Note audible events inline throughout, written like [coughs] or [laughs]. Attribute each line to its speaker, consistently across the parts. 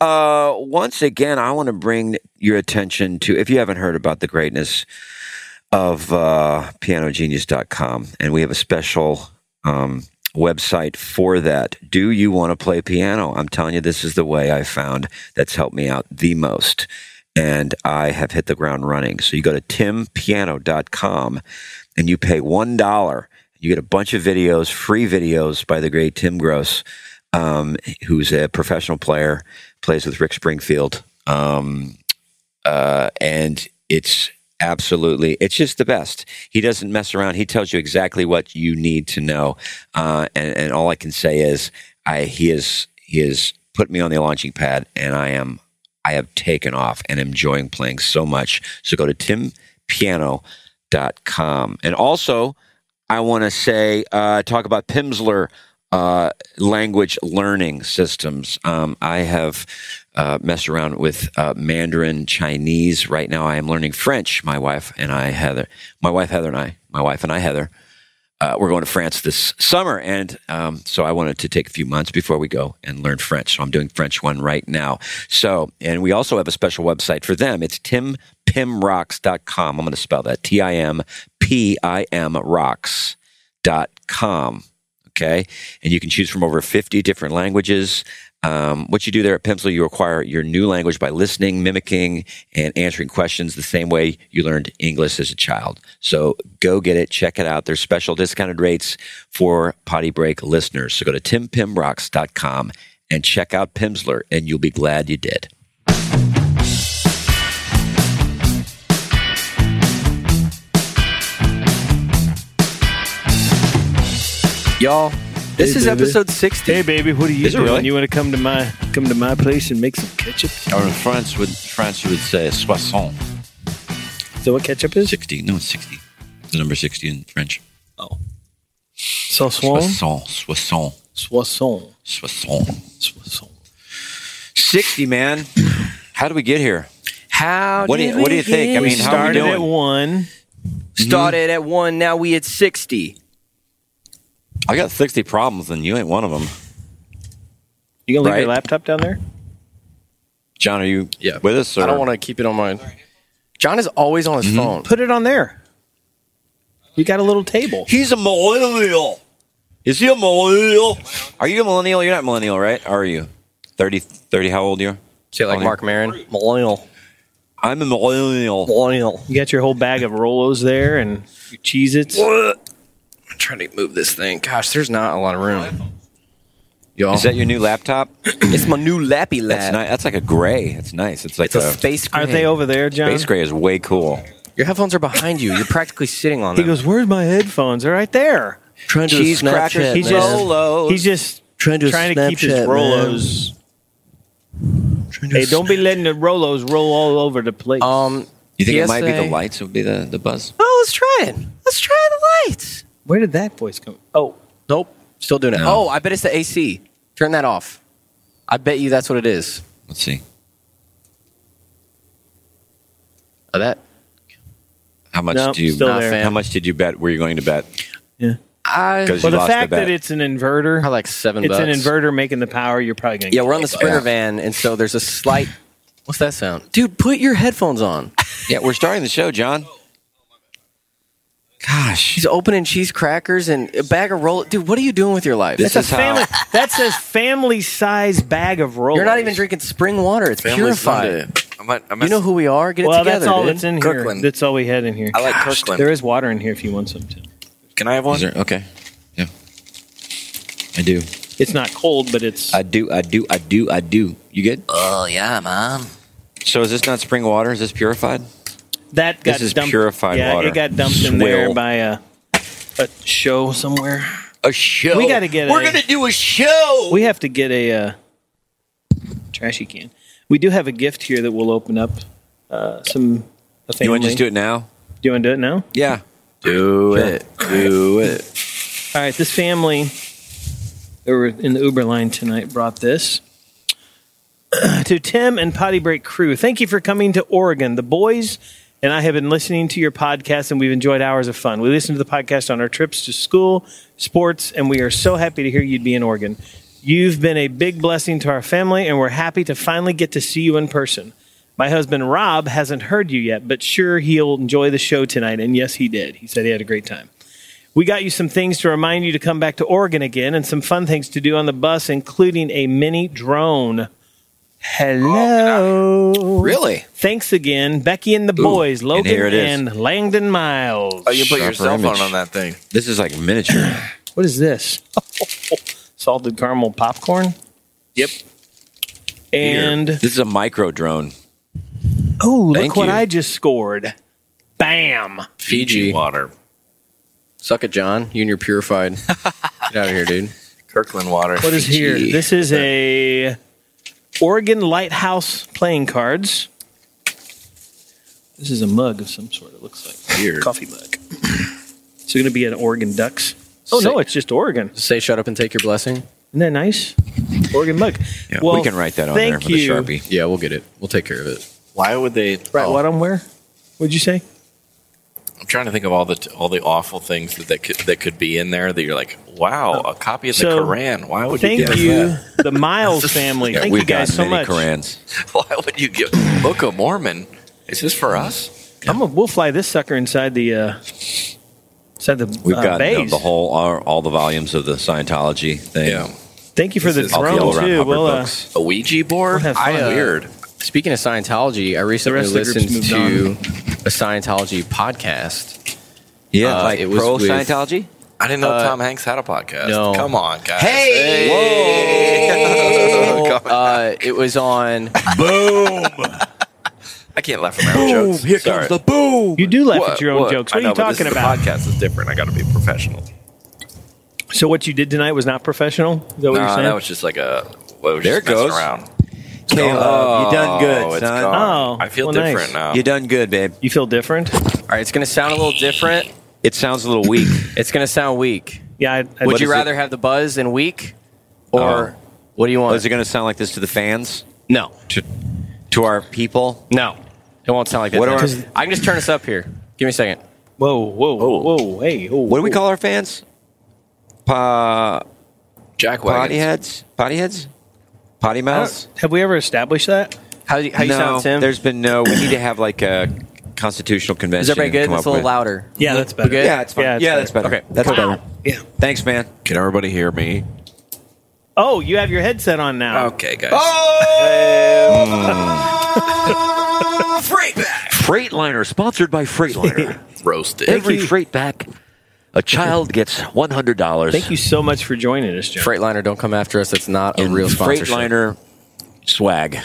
Speaker 1: Uh, once again, I want to bring your attention to, if you haven't heard about the greatness of uh, pianogenius.com, and we have a special um, website for that. Do you want to play piano? I'm telling you, this is the way I found that's helped me out the most. And I have hit the ground running. So you go to timpiano.com and you pay $1. You get a bunch of videos, free videos by the great Tim Gross, um, who's a professional player, plays with Rick Springfield. Um, uh, and it's absolutely it's just the best he doesn't mess around he tells you exactly what you need to know uh, and, and all i can say is i he is he has put me on the launching pad and i am i have taken off and enjoying playing so much so go to timpiano.com and also i want to say uh, talk about pimsler uh, language learning systems. Um, I have uh, messed around with uh, Mandarin, Chinese. Right now, I am learning French. My wife and I, Heather, my wife Heather and I, my wife and I, Heather, uh, we're going to France this summer, and um, so I wanted to take a few months before we go and learn French. So I'm doing French one right now. So, and we also have a special website for them. It's timpimrocks.com. I'm going to spell that T I M P I M rocks.com okay and you can choose from over 50 different languages um, what you do there at Pimsley, you acquire your new language by listening, mimicking, and answering questions the same way you learned English as a child. So go get it, check it out. There's special discounted rates for potty break listeners. So go to timpimrocks.com and check out Pimsler, and you'll be glad you did. Y'all, this
Speaker 2: Hey,
Speaker 1: is
Speaker 2: baby.
Speaker 1: episode 60.
Speaker 2: Hey, baby, what are you
Speaker 1: Is it
Speaker 2: doing?
Speaker 1: really?
Speaker 2: You want to come to my come to my place and make some ketchup?
Speaker 3: Or in France, would France you would say soixante,
Speaker 2: Is that what ketchup is?
Speaker 3: sixty? No, it's sixty. It's the number sixty in French.
Speaker 2: Soissons.
Speaker 3: Soixante, soixante,
Speaker 2: Soissons.
Speaker 3: soixante.
Speaker 2: Soissons.
Speaker 1: 60, man. How do we get here?
Speaker 4: How
Speaker 1: What do you, what do you think? I
Speaker 2: We
Speaker 1: mean, how are we
Speaker 2: started
Speaker 1: doing?
Speaker 2: at one.
Speaker 4: started at one, now we at 60.
Speaker 3: I got sixty problems, and you ain't one of them.
Speaker 2: You gonna leave
Speaker 1: Right.
Speaker 2: your laptop down there?
Speaker 3: John, are you
Speaker 5: Yeah.
Speaker 3: with us? Or?
Speaker 5: I don't want to keep it on mine. John is always on his phone.
Speaker 2: Put it on there. You got a little table.
Speaker 3: He's a millennial. Is he a millennial?
Speaker 1: Are you a millennial? You're not millennial, right? Are you?
Speaker 3: 30, 30 how old are you?
Speaker 5: Say it like
Speaker 3: Only-
Speaker 5: Mark Maron. Millennial.
Speaker 3: I'm a millennial.
Speaker 5: Millennial.
Speaker 2: You got your whole bag of Rolos there and your Cheez-Its.
Speaker 5: I'm trying to move this thing. Gosh, there's not a lot of room. Y'all.
Speaker 3: Is that your new laptop?
Speaker 4: It's my new lappy lap.
Speaker 3: That's nice. That's like a gray. It's nice. It's like
Speaker 4: It's a space gray.
Speaker 2: Aren't they over there, John?
Speaker 3: space gray is way cool.
Speaker 5: your headphones are behind you. You're practically sitting on
Speaker 2: He
Speaker 5: them.
Speaker 2: goes, "Where's my headphones? They're right there."
Speaker 5: trying
Speaker 4: Cheese crackers,
Speaker 2: He's just
Speaker 1: Oh,
Speaker 2: he's just
Speaker 5: Trying
Speaker 2: trying
Speaker 5: to
Speaker 2: to
Speaker 5: do
Speaker 2: keep his
Speaker 5: Snapchat,
Speaker 2: Rolos. Hey, don't be letting the Rolos roll all over the place.
Speaker 5: Um,
Speaker 3: You think it might be the
Speaker 5: PSA?
Speaker 3: lights would be the, the buzz?
Speaker 5: Oh, let's try it. Let's try the lights.
Speaker 2: Where did that voice come? Oh,
Speaker 5: Nope. Still doing it.
Speaker 3: No.
Speaker 5: Oh, I bet it's the AC. Turn that off. I bet you that's what it is.
Speaker 3: Let's see.
Speaker 5: Oh, that.
Speaker 3: How much
Speaker 2: Nope,
Speaker 3: do you
Speaker 2: still
Speaker 5: Not
Speaker 2: there.
Speaker 5: fan.
Speaker 3: how much did you bet? Were you going to bet?
Speaker 5: I.
Speaker 3: 'Cause you
Speaker 2: Well, the
Speaker 3: lost the
Speaker 2: fact that
Speaker 3: bet.
Speaker 2: it's an inverter,
Speaker 5: Probably like seven
Speaker 2: it's an
Speaker 5: bucks.
Speaker 2: inverter making the power. You're probably gonna.
Speaker 5: Yeah,
Speaker 2: get
Speaker 5: we're on the Sprinter van, and so there's a slight. What's that sound, dude? Put your headphones on.
Speaker 3: Yeah, we're starting the show, John. Gosh,
Speaker 5: He's opening cheese crackers and a bag of roll. Dude, what are you doing with your life?
Speaker 3: this is
Speaker 2: That's a
Speaker 3: how.
Speaker 2: family. that says family size bag of Rolos.
Speaker 5: You're not even drinking spring water. It's purified.
Speaker 6: I might, I
Speaker 5: You know who we are. Get it
Speaker 2: Well,
Speaker 5: together,
Speaker 2: that's all
Speaker 5: dude.
Speaker 2: that's in here.
Speaker 6: Kirkland.
Speaker 2: That's all we had in here.
Speaker 6: I like Kirkland.
Speaker 2: There is water in here if you want some too.
Speaker 6: Can I have one?
Speaker 3: Is there- okay, yeah, I do,
Speaker 2: It's not cold, but it's.
Speaker 3: I do, I do, I do, I do. You good?
Speaker 6: oh yeah, man.
Speaker 3: So is this not spring water? Is this purified?
Speaker 2: That got
Speaker 3: This is
Speaker 2: dumped,
Speaker 3: purified
Speaker 2: yeah,
Speaker 3: water.
Speaker 2: it got dumped in there
Speaker 3: Swill.
Speaker 2: by a, a show somewhere.
Speaker 7: A show.
Speaker 2: We gotta get
Speaker 7: We're
Speaker 2: a-
Speaker 7: gonna do a show.
Speaker 2: We have to get a uh, trashy can. We do have a gift here that we'll open up. Uh, some a family.
Speaker 8: You want to just do it now?
Speaker 2: You want to do it now?
Speaker 8: Yeah.
Speaker 5: Do it. Do it.
Speaker 2: All right, this family that were in the Uber line tonight brought this [clears throat] to Tim and Potty Break crew. Thank you for coming to Oregon. The boys and I have been listening to your podcast and we've enjoyed hours of fun. We listen to the podcast on our trips to school, sports, and we are so happy to hear you'd be in Oregon. You've been a big blessing to our family and we're happy to finally get to see you in person. My husband Rob hasn't heard you yet, but sure he'll enjoy the show tonight. And yes, he did. He said he had a great time. We got you some things to remind you to come back to Oregon again and some fun things to do on the bus, including a mini drone.
Speaker 1: Oh,
Speaker 2: Hello.
Speaker 5: Really?
Speaker 2: Thanks again, Becky and the boys, Logan
Speaker 1: here it is.
Speaker 2: and Langdon Miles.
Speaker 5: Oh, you put your
Speaker 8: Proper
Speaker 5: cell phone
Speaker 8: image.
Speaker 5: on that thing.
Speaker 8: This is like miniature.
Speaker 2: What is this? [laughs] Salted caramel popcorn?
Speaker 5: Yep.
Speaker 2: And
Speaker 8: this is a micro drone.
Speaker 2: oh, look
Speaker 8: Thank
Speaker 2: what
Speaker 8: you.
Speaker 2: I just scored. Bam.
Speaker 5: Fiji.
Speaker 8: Water.
Speaker 5: Suck it, John. You and
Speaker 6: [laughs]
Speaker 5: your purified. Get out of here, dude.
Speaker 7: Kirkland water.
Speaker 2: What is here?
Speaker 5: Fiji.
Speaker 2: This is a Oregon Lighthouse playing cards. This is a mug of some sort. It looks like
Speaker 8: Weird.
Speaker 2: coffee mug. [clears throat] It's going to be an Oregon Ducks. Oh no,
Speaker 5: Sick.
Speaker 2: it's just Oregon.
Speaker 5: Say shut up and take your blessing.
Speaker 2: Isn't that nice? Oregon mug.
Speaker 8: Yeah,
Speaker 2: Well,
Speaker 8: we can write that on
Speaker 2: thank
Speaker 8: there with
Speaker 2: you.
Speaker 8: a sharpie.
Speaker 5: Yeah, we'll get it. We'll take care of it.
Speaker 7: Why would they?
Speaker 2: Right,
Speaker 7: oh,
Speaker 2: what I'm wear? What'd you say?
Speaker 7: I'm trying to think of all the t- all the awful things that they could that could be in there that you're like, wow, a copy of the
Speaker 2: So,
Speaker 7: Koran. Why would [laughs]
Speaker 2: Thank
Speaker 7: you? Give
Speaker 2: you,
Speaker 7: Us
Speaker 2: the Miles family.
Speaker 8: Yeah,
Speaker 2: Thank you
Speaker 8: we've
Speaker 2: guys
Speaker 8: got
Speaker 2: so
Speaker 8: many
Speaker 2: much.
Speaker 8: Korans.
Speaker 7: that? Why would you give Book of Mormon? Is this for us?
Speaker 2: I'm gonna, we'll fly this sucker inside the uh, inside the
Speaker 8: We've
Speaker 2: uh,
Speaker 8: got the,
Speaker 2: bays.
Speaker 8: the whole all, all the volumes of the Scientology thing.
Speaker 7: Yeah.
Speaker 2: Thank you for the
Speaker 7: This is all the
Speaker 2: throne
Speaker 8: Yellow Ron
Speaker 2: too.
Speaker 8: Hubbard
Speaker 2: We'll, uh,
Speaker 8: books.
Speaker 7: A Ouija board?
Speaker 2: We'll have fun.
Speaker 7: I,
Speaker 2: Uh,
Speaker 7: weird.
Speaker 5: Speaking of Scientology, I recently
Speaker 2: rest of the group's
Speaker 5: listened
Speaker 2: moved
Speaker 5: to a Scientology podcast.
Speaker 1: Yeah,
Speaker 5: Uh,
Speaker 1: like
Speaker 5: it was
Speaker 1: pro
Speaker 5: with-
Speaker 1: Scientology.
Speaker 7: I didn't know
Speaker 5: uh,
Speaker 7: Tom Hanks had a podcast.
Speaker 5: no.
Speaker 7: Come on, guys. [laughs]
Speaker 5: Uh, it was on.
Speaker 7: I can't laugh at my own jokes. Here comes the
Speaker 2: you do laugh at your own jokes. What
Speaker 7: I know,
Speaker 2: are you
Speaker 7: but this
Speaker 2: talking
Speaker 7: is the
Speaker 2: about?
Speaker 7: podcast is different. I got to be professional.
Speaker 2: So what you did tonight was not professional. Is that what you're
Speaker 7: Nah,
Speaker 2: saying?
Speaker 7: that was just like a. Well, it was
Speaker 8: There
Speaker 7: just
Speaker 8: it goes.
Speaker 7: messing Around.
Speaker 1: Caleb, you done
Speaker 7: Oh,
Speaker 1: good,
Speaker 7: it's
Speaker 1: son.
Speaker 7: gone.
Speaker 2: Oh,
Speaker 7: I feel
Speaker 2: well, nice.
Speaker 7: different now.
Speaker 1: You done good, babe.
Speaker 2: you feel different?
Speaker 5: All right, it's going to sound a little different.
Speaker 1: It sounds a little
Speaker 7: [coughs]
Speaker 1: weak.
Speaker 5: It's going to sound weak.
Speaker 2: Yeah. I, I,
Speaker 5: Would you rather have the buzz and weak,
Speaker 6: Uh,
Speaker 5: or what do you
Speaker 1: Oh, Is
Speaker 5: want?
Speaker 1: it going to sound like this to the fans,
Speaker 5: no,
Speaker 1: to our people?
Speaker 5: no, it won't sound like that.
Speaker 1: What are-
Speaker 5: Because- I can just turn this up here. Give me a second.
Speaker 2: Whoa, whoa, whoa, Hey, whoa,
Speaker 1: What do we call our fans? Pa-
Speaker 7: Jack
Speaker 1: potty
Speaker 7: Wagons.
Speaker 1: heads, potty heads, potty mouths.
Speaker 2: Have we ever established that?
Speaker 5: How do you, how you
Speaker 1: no,
Speaker 5: sound, Tim?
Speaker 1: There's been no. We need to have like a constitutional convention.
Speaker 5: Is
Speaker 1: and
Speaker 5: everybody good?
Speaker 1: come
Speaker 5: It's a
Speaker 1: up
Speaker 5: little
Speaker 1: with-
Speaker 5: louder.
Speaker 2: Yeah, that's better.
Speaker 5: good?
Speaker 1: Yeah, it's fine.
Speaker 2: Yeah,
Speaker 1: Yeah,
Speaker 2: it's
Speaker 1: that's better.
Speaker 5: Okay.
Speaker 1: that's better.
Speaker 2: Yeah.
Speaker 1: Thanks, man.
Speaker 8: Can everybody hear me?
Speaker 2: Oh, you have your headset on now.
Speaker 7: Okay, guys.
Speaker 2: Oh!
Speaker 7: [laughs]
Speaker 8: Freightliner, sponsored by
Speaker 1: [laughs]
Speaker 8: Freightliner.
Speaker 7: Roasted.
Speaker 8: Every freight back, a child gets one hundred dollars.
Speaker 2: Thank you so much for joining us, John.
Speaker 5: Freightliner, don't come after us. That's not a real sponsorship.
Speaker 8: Freightliner swag.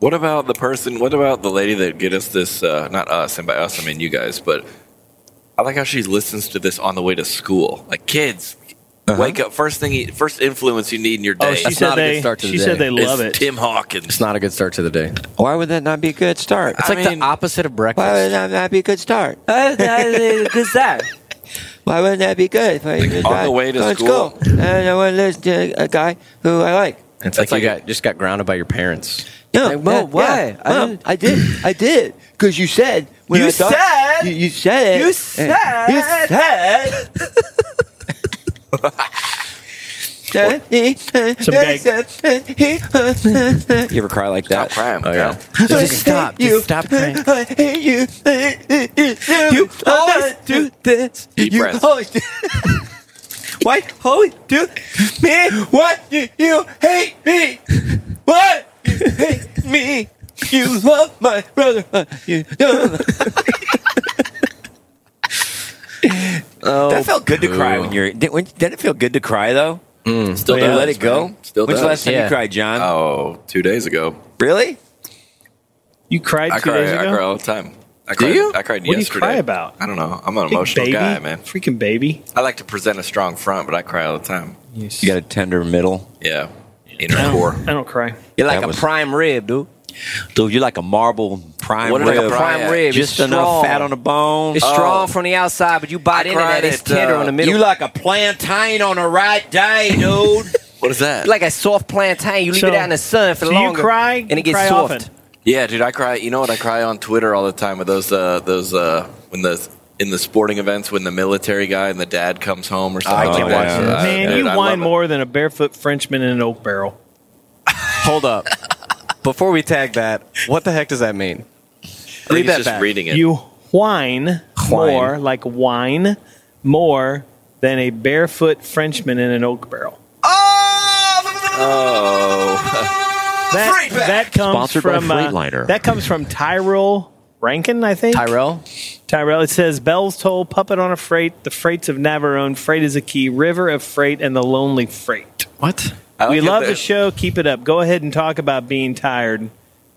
Speaker 7: What about the person? What about the lady that get us this? Uh, not us, and by us I mean you guys. But I like how she listens to this on the way to school. Like kids, wake up! First thing, you, first influence you need in your day.
Speaker 2: Uh-huh. Oh, she
Speaker 5: That's
Speaker 2: said
Speaker 5: not a good
Speaker 2: they.
Speaker 5: start to the
Speaker 2: She said
Speaker 5: day.
Speaker 2: they
Speaker 7: is
Speaker 2: love it.
Speaker 7: Tim Hawkins.
Speaker 5: It's not a good start to the day.
Speaker 1: Why would that not be a good start?
Speaker 5: It's
Speaker 7: I
Speaker 5: like
Speaker 7: mean-
Speaker 5: the opposite of
Speaker 1: Why would
Speaker 5: breakfast.
Speaker 1: that not be a good start? Why wouldn't that be good?
Speaker 7: On the way to
Speaker 1: Let's
Speaker 7: school.
Speaker 1: go. And I want to listen to a guy who I like.
Speaker 5: It's
Speaker 7: That's
Speaker 5: like, you
Speaker 7: like
Speaker 5: got just got grounded by your parents.
Speaker 1: No,
Speaker 9: Like, Mo,
Speaker 1: yeah,
Speaker 9: why?
Speaker 1: yeah,
Speaker 9: I
Speaker 1: Mo,
Speaker 9: didn't-
Speaker 1: I did. I did. Because you said. When
Speaker 9: You
Speaker 1: I thought-
Speaker 9: said-
Speaker 1: You, you said it.
Speaker 9: you said-
Speaker 1: You said.
Speaker 2: Some
Speaker 1: you ever cry like that?
Speaker 7: Prime.
Speaker 5: Oh yeah.
Speaker 1: Just stop. Just stop crying. I hate you. You always do this.
Speaker 7: Deep
Speaker 1: you
Speaker 7: breath.
Speaker 1: always do. [laughs] Why always do me? What you, you hate me? What you hate me? You love my brother. but You don't. oh, that felt good to cry when you're. Did, when, did it feel good to cry though?
Speaker 7: Still
Speaker 2: Oh,
Speaker 1: When you let it go.
Speaker 7: Still
Speaker 1: When's
Speaker 7: does. Uh,
Speaker 1: the last time
Speaker 5: yeah.
Speaker 1: you cried, John?
Speaker 7: Oh, two days ago.
Speaker 1: Really?
Speaker 2: You cried
Speaker 7: I
Speaker 2: two
Speaker 7: cry.
Speaker 2: days
Speaker 7: I
Speaker 2: ago.
Speaker 7: cry all the time. I cried,
Speaker 2: you?
Speaker 7: I cried
Speaker 2: What do you
Speaker 7: yesterday.
Speaker 2: cry about?
Speaker 7: I don't know. I'm an
Speaker 2: Big
Speaker 7: emotional
Speaker 2: baby.
Speaker 7: guy, man.
Speaker 2: Freaking baby.
Speaker 7: I like to present a strong front, but I cry all the time.
Speaker 2: Yes.
Speaker 4: You got a tender middle.
Speaker 7: Yeah. Inner
Speaker 2: I,
Speaker 7: core.
Speaker 2: don't, I don't cry.
Speaker 5: You're like
Speaker 1: That
Speaker 5: a
Speaker 1: was-
Speaker 5: prime rib, dude.
Speaker 1: Dude, you're like a marble prime
Speaker 7: What did I
Speaker 1: rib.
Speaker 5: Like a
Speaker 7: cry
Speaker 5: prime
Speaker 7: at?
Speaker 5: rib.
Speaker 1: Just
Speaker 5: it's
Speaker 1: enough
Speaker 5: strong.
Speaker 1: fat on the bone.
Speaker 5: It's
Speaker 1: Oh,
Speaker 5: strong from the outside, but you bite
Speaker 7: I
Speaker 5: into
Speaker 7: cried
Speaker 5: that. It's
Speaker 7: at,
Speaker 5: tender
Speaker 7: uh,
Speaker 5: on the middle.
Speaker 1: You like a plantain on a right day, dude.
Speaker 7: [laughs] What is that?
Speaker 5: You like a soft plantain. You leave
Speaker 2: So-
Speaker 5: it out in the sun for
Speaker 2: so you
Speaker 5: longer,
Speaker 2: cry-
Speaker 5: and it
Speaker 2: you
Speaker 5: gets
Speaker 2: cry
Speaker 5: soft.
Speaker 2: often?
Speaker 7: Yeah, dude, I cry. You know what? I cry on Twitter all the time with those uh, those uh, when the in the sporting events when the military guy and the dad comes home or something.
Speaker 5: I can't
Speaker 7: like
Speaker 5: watch
Speaker 7: that.
Speaker 5: that.
Speaker 7: Uh,
Speaker 2: Man,
Speaker 7: dude,
Speaker 2: you
Speaker 7: I
Speaker 2: whine
Speaker 7: love it.
Speaker 2: more than a barefoot Frenchman in an oak barrel.
Speaker 10: Hold up. Before we tag that, what the heck does that mean?
Speaker 7: I think
Speaker 10: Read
Speaker 7: it's
Speaker 10: that
Speaker 7: just
Speaker 10: back.
Speaker 7: reading it.
Speaker 2: You whine, more like wine more than a barefoot Frenchman in an oak barrel.
Speaker 7: oh,
Speaker 2: That that comes
Speaker 1: Sponsored by
Speaker 2: from uh,
Speaker 1: Freightliner.
Speaker 2: that comes from Tyrell Rankin, I think.
Speaker 10: Tyrell?
Speaker 2: Tyrell. It says bells toll, puppet on a freight, the freights of Navarone, freight is a key, river of freight, and the lonely freight.
Speaker 10: What?
Speaker 7: I like
Speaker 2: we
Speaker 7: it
Speaker 2: love
Speaker 7: that-
Speaker 2: the show. Keep it up. Go ahead and talk about being tired.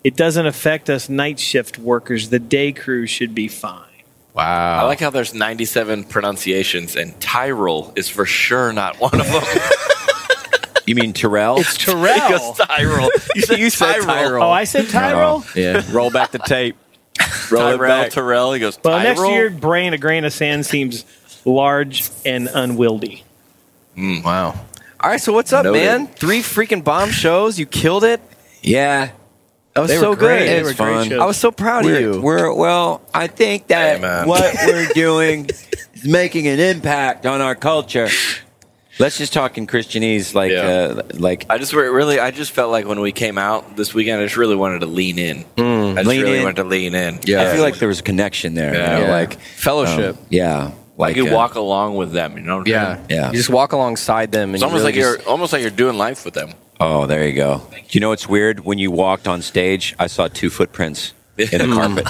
Speaker 2: It doesn't affect us night shift workers. The day crew should be fine.
Speaker 10: Wow.
Speaker 7: I like how there's 97 pronunciations and Tyrell is for sure not one of them.
Speaker 1: [laughs] You mean Terrell?
Speaker 2: It's Tyrell.
Speaker 7: Because Tyrell, you said,
Speaker 10: You said
Speaker 2: oh, I said Tyrell.
Speaker 10: Yeah.
Speaker 1: [laughs] Roll back the tape.
Speaker 7: Tyrell, Tyrell,
Speaker 1: back.
Speaker 7: Terrell. He goes
Speaker 2: well,
Speaker 7: Tyrell.
Speaker 2: next year, brain a grain of sand seems large and unwieldy.
Speaker 7: Mm, [laughs] wow.
Speaker 5: All right, so what's up,
Speaker 7: Noted.
Speaker 5: man? Three freaking bomb shows. You killed it.
Speaker 1: Yeah.
Speaker 5: That was
Speaker 2: They
Speaker 5: so
Speaker 2: were great.
Speaker 5: good.
Speaker 2: They
Speaker 1: It's
Speaker 2: were great
Speaker 1: fun.
Speaker 2: shows.
Speaker 5: I was so proud of
Speaker 1: We're,
Speaker 5: you.
Speaker 1: we're well. I think that
Speaker 7: Hey, man.
Speaker 1: what we're doing is making an impact on our culture. Let's just talk in Christianese, like
Speaker 7: Yeah.
Speaker 1: uh, like
Speaker 7: I just re- really, I just felt like when we came out this weekend, I just really wanted to lean in. I just
Speaker 1: Lean
Speaker 7: really
Speaker 1: in.
Speaker 7: wanted to Mm. lean in.
Speaker 1: I feel like there was a connection there.
Speaker 7: Yeah.
Speaker 1: you know,
Speaker 7: Yeah.
Speaker 1: Like
Speaker 10: Fellowship.
Speaker 1: um, yeah.
Speaker 7: I
Speaker 1: Like
Speaker 7: could
Speaker 1: uh,
Speaker 7: walk along with them. You know? What I'm saying?
Speaker 10: yeah.
Speaker 1: Yeah.
Speaker 5: You just walk alongside them. And
Speaker 7: It's almost
Speaker 5: really
Speaker 7: like
Speaker 5: just-
Speaker 7: you're almost like you're doing life with them.
Speaker 1: Oh, there you go. You know what's weird? When you walked on stage, I saw two footprints in the carpet.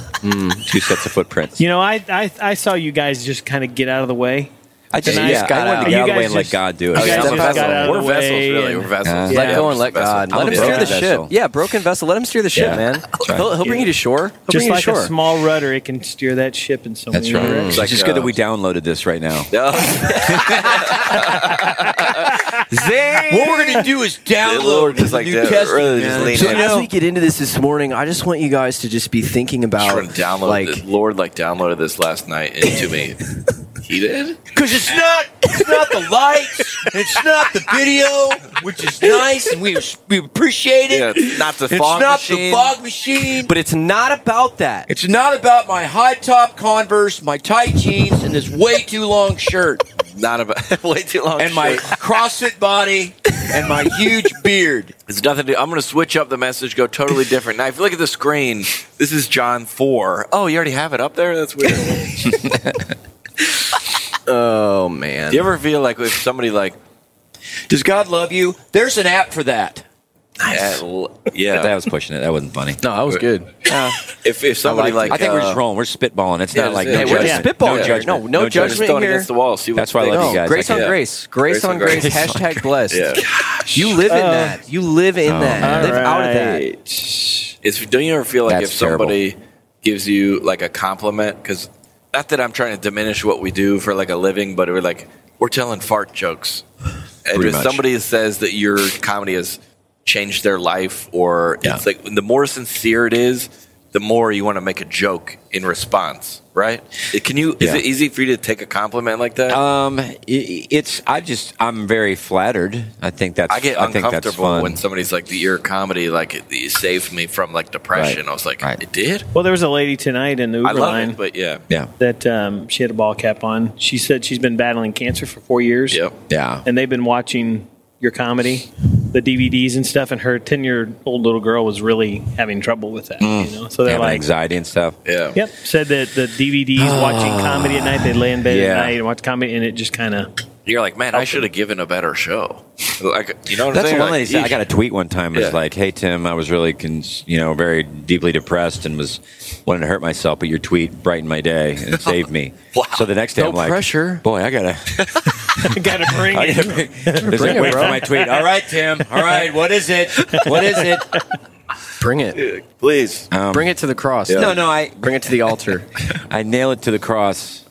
Speaker 1: two sets of footprints.
Speaker 2: You know, I, I I saw you guys just kind of get out of the way.
Speaker 7: Oh,
Speaker 1: I just,
Speaker 2: Tonight-
Speaker 1: yeah,
Speaker 5: Got
Speaker 1: I wanted
Speaker 5: out.
Speaker 1: to
Speaker 2: You
Speaker 1: get out of the
Speaker 2: guys
Speaker 1: way and let
Speaker 2: just-
Speaker 1: God do it.
Speaker 2: you
Speaker 1: I
Speaker 2: guys
Speaker 1: was
Speaker 5: just
Speaker 1: a
Speaker 5: got
Speaker 1: vessel.
Speaker 2: out of
Speaker 7: We're
Speaker 2: the
Speaker 7: vessels,
Speaker 2: way
Speaker 7: really.
Speaker 2: and-
Speaker 7: We're vessels.
Speaker 1: Yeah.
Speaker 5: Let
Speaker 7: Yeah,
Speaker 5: go
Speaker 7: we're
Speaker 5: and let
Speaker 7: vessels.
Speaker 5: God.
Speaker 7: I'm
Speaker 5: Let
Speaker 7: a
Speaker 5: him
Speaker 1: broken
Speaker 5: steer the
Speaker 1: vessel.
Speaker 5: ship. Yeah, broken vessel. Let him steer the ship,
Speaker 1: Yeah.
Speaker 5: man.
Speaker 1: right.
Speaker 5: He'll, he'll bring you to shore. He'll
Speaker 2: Just
Speaker 5: bring you
Speaker 2: like
Speaker 5: to
Speaker 2: a
Speaker 5: shore.
Speaker 2: small rudder, it can steer that ship in so
Speaker 1: That's
Speaker 2: many
Speaker 1: right.
Speaker 2: directions.
Speaker 1: It's,
Speaker 7: like,
Speaker 1: just
Speaker 7: uh,
Speaker 1: good that we downloaded this right now. [laughs] What we're gonna do is
Speaker 7: Lord, just like that, really just lean
Speaker 5: So
Speaker 7: [laughs] in.
Speaker 5: as we get into this this morning, I just want you guys to just be thinking
Speaker 7: Just
Speaker 5: about
Speaker 7: wanna download
Speaker 5: like
Speaker 7: this. Lord, like downloaded this last night
Speaker 1: [laughs]
Speaker 7: into me. he did.
Speaker 1: Because it's not, it's not the lights, it's not the video, which is nice, and we we appreciate it.
Speaker 7: Yeah, it's not the
Speaker 1: It's
Speaker 7: fog
Speaker 1: not the
Speaker 7: machine. [laughs]
Speaker 1: fog machine.
Speaker 5: but it's not about that.
Speaker 1: It's not about my high top Converse, my tight jeans, and this way too long shirt,
Speaker 7: Not about [laughs] way too long.
Speaker 1: and my
Speaker 7: shirt.
Speaker 1: CrossFit body, and my huge beard.
Speaker 7: It's nothing to. I'm going to switch up the message, go [laughs] totally different. Now, if you look at the screen, this is John four. Oh, you already have it up there. That's weird. Do
Speaker 5: oh man.
Speaker 7: you ever feel like if somebody like,
Speaker 1: Does God love you? There's an app for that.
Speaker 7: at l- yeah,
Speaker 1: was pushing it. [laughs] That wasn't funny.
Speaker 5: No, that was good.
Speaker 7: if if somebody like,
Speaker 1: I think we're
Speaker 7: uh,
Speaker 1: just rolling. We're spitballing. It's
Speaker 7: yeah,
Speaker 1: not like
Speaker 7: that's
Speaker 1: no
Speaker 7: it.
Speaker 5: Hey, we're
Speaker 1: judgment.
Speaker 5: just spitballing.
Speaker 1: No
Speaker 5: No
Speaker 1: judgment.
Speaker 5: no
Speaker 7: just
Speaker 5: judgment.
Speaker 7: throw it
Speaker 5: here.
Speaker 7: against the wall. See what
Speaker 1: That's why I
Speaker 7: they-
Speaker 1: love you
Speaker 5: No,
Speaker 1: guys.
Speaker 5: grace
Speaker 1: I
Speaker 5: on
Speaker 1: can-
Speaker 5: grace. Grace, on grace. Hashtag blessed.
Speaker 7: Yeah.
Speaker 5: You live in
Speaker 2: Uh,
Speaker 5: that. You live in that. Live out of that.
Speaker 7: It's don't you ever feel like
Speaker 1: That's
Speaker 7: if somebody gives you like a compliment because not that I'm trying to diminish what we do for like a living, but we're like we're telling fart jokes. And
Speaker 1: Pretty
Speaker 7: if
Speaker 1: much.
Speaker 7: somebody says that your comedy has changed their life, or
Speaker 1: Yeah.
Speaker 7: it's like the more sincere it is, the more you want to make a joke in response, right? It- Can you? Is
Speaker 1: Yeah.
Speaker 7: it easy for you to take a compliment like that?
Speaker 1: Um, i- i- it's. I just. I'm very flattered. I think that's.
Speaker 7: I get
Speaker 1: think that's
Speaker 7: uncomfortable
Speaker 1: fun.
Speaker 7: when somebody's like, "Your comedy, like, it, it saved me from like depression."
Speaker 1: Right.
Speaker 7: I was like,
Speaker 1: Right.
Speaker 7: "It did."
Speaker 2: Well, there was a lady tonight in the Uber
Speaker 7: I love
Speaker 2: line
Speaker 7: it, but yeah,
Speaker 1: yeah,
Speaker 2: that um, she had a ball cap on. She said she's been battling cancer for four years.
Speaker 7: yep.
Speaker 1: yeah.
Speaker 2: and they've been watching your comedy, the DVDs and stuff, and her ten year old little girl was really having trouble with that.
Speaker 7: Mm.
Speaker 2: You know, so they're
Speaker 1: Having
Speaker 2: like,
Speaker 1: anxiety and stuff.
Speaker 7: Yeah.
Speaker 2: "Yep," said that the DVDs watching comedy at night, they lay in bed
Speaker 1: Yeah.
Speaker 2: at night and watch comedy, and it just kind [laughs] of
Speaker 7: You're like, man, I should have given a better show. Like, you know what I'm
Speaker 1: That's
Speaker 7: saying?
Speaker 1: one
Speaker 7: Like,
Speaker 1: lady. said- I
Speaker 7: eesh.
Speaker 1: got a tweet one time. It was
Speaker 7: Yeah.
Speaker 1: like, "Hey Tim, I was really, con- you know, very deeply depressed and was wanting to hurt myself, but your tweet brightened my day and
Speaker 7: [laughs]
Speaker 1: it saved me."
Speaker 7: Wow.
Speaker 1: So the next day,
Speaker 5: No
Speaker 1: I'm like,
Speaker 5: pressure.
Speaker 1: Boy, I gotta,
Speaker 2: got to bring [laughs]
Speaker 1: I [laughs]
Speaker 2: it.
Speaker 1: gotta be- there's
Speaker 5: Bring it,
Speaker 1: a wait
Speaker 5: bro.
Speaker 7: [laughs]
Speaker 1: for my tweet. All right, Tim. All right, what is it? What is it?
Speaker 5: Bring it.
Speaker 7: Please.
Speaker 1: Um,
Speaker 5: Bring it to the cross.
Speaker 4: No, no, I
Speaker 5: Bring it to the altar.
Speaker 1: I nail it to the cross.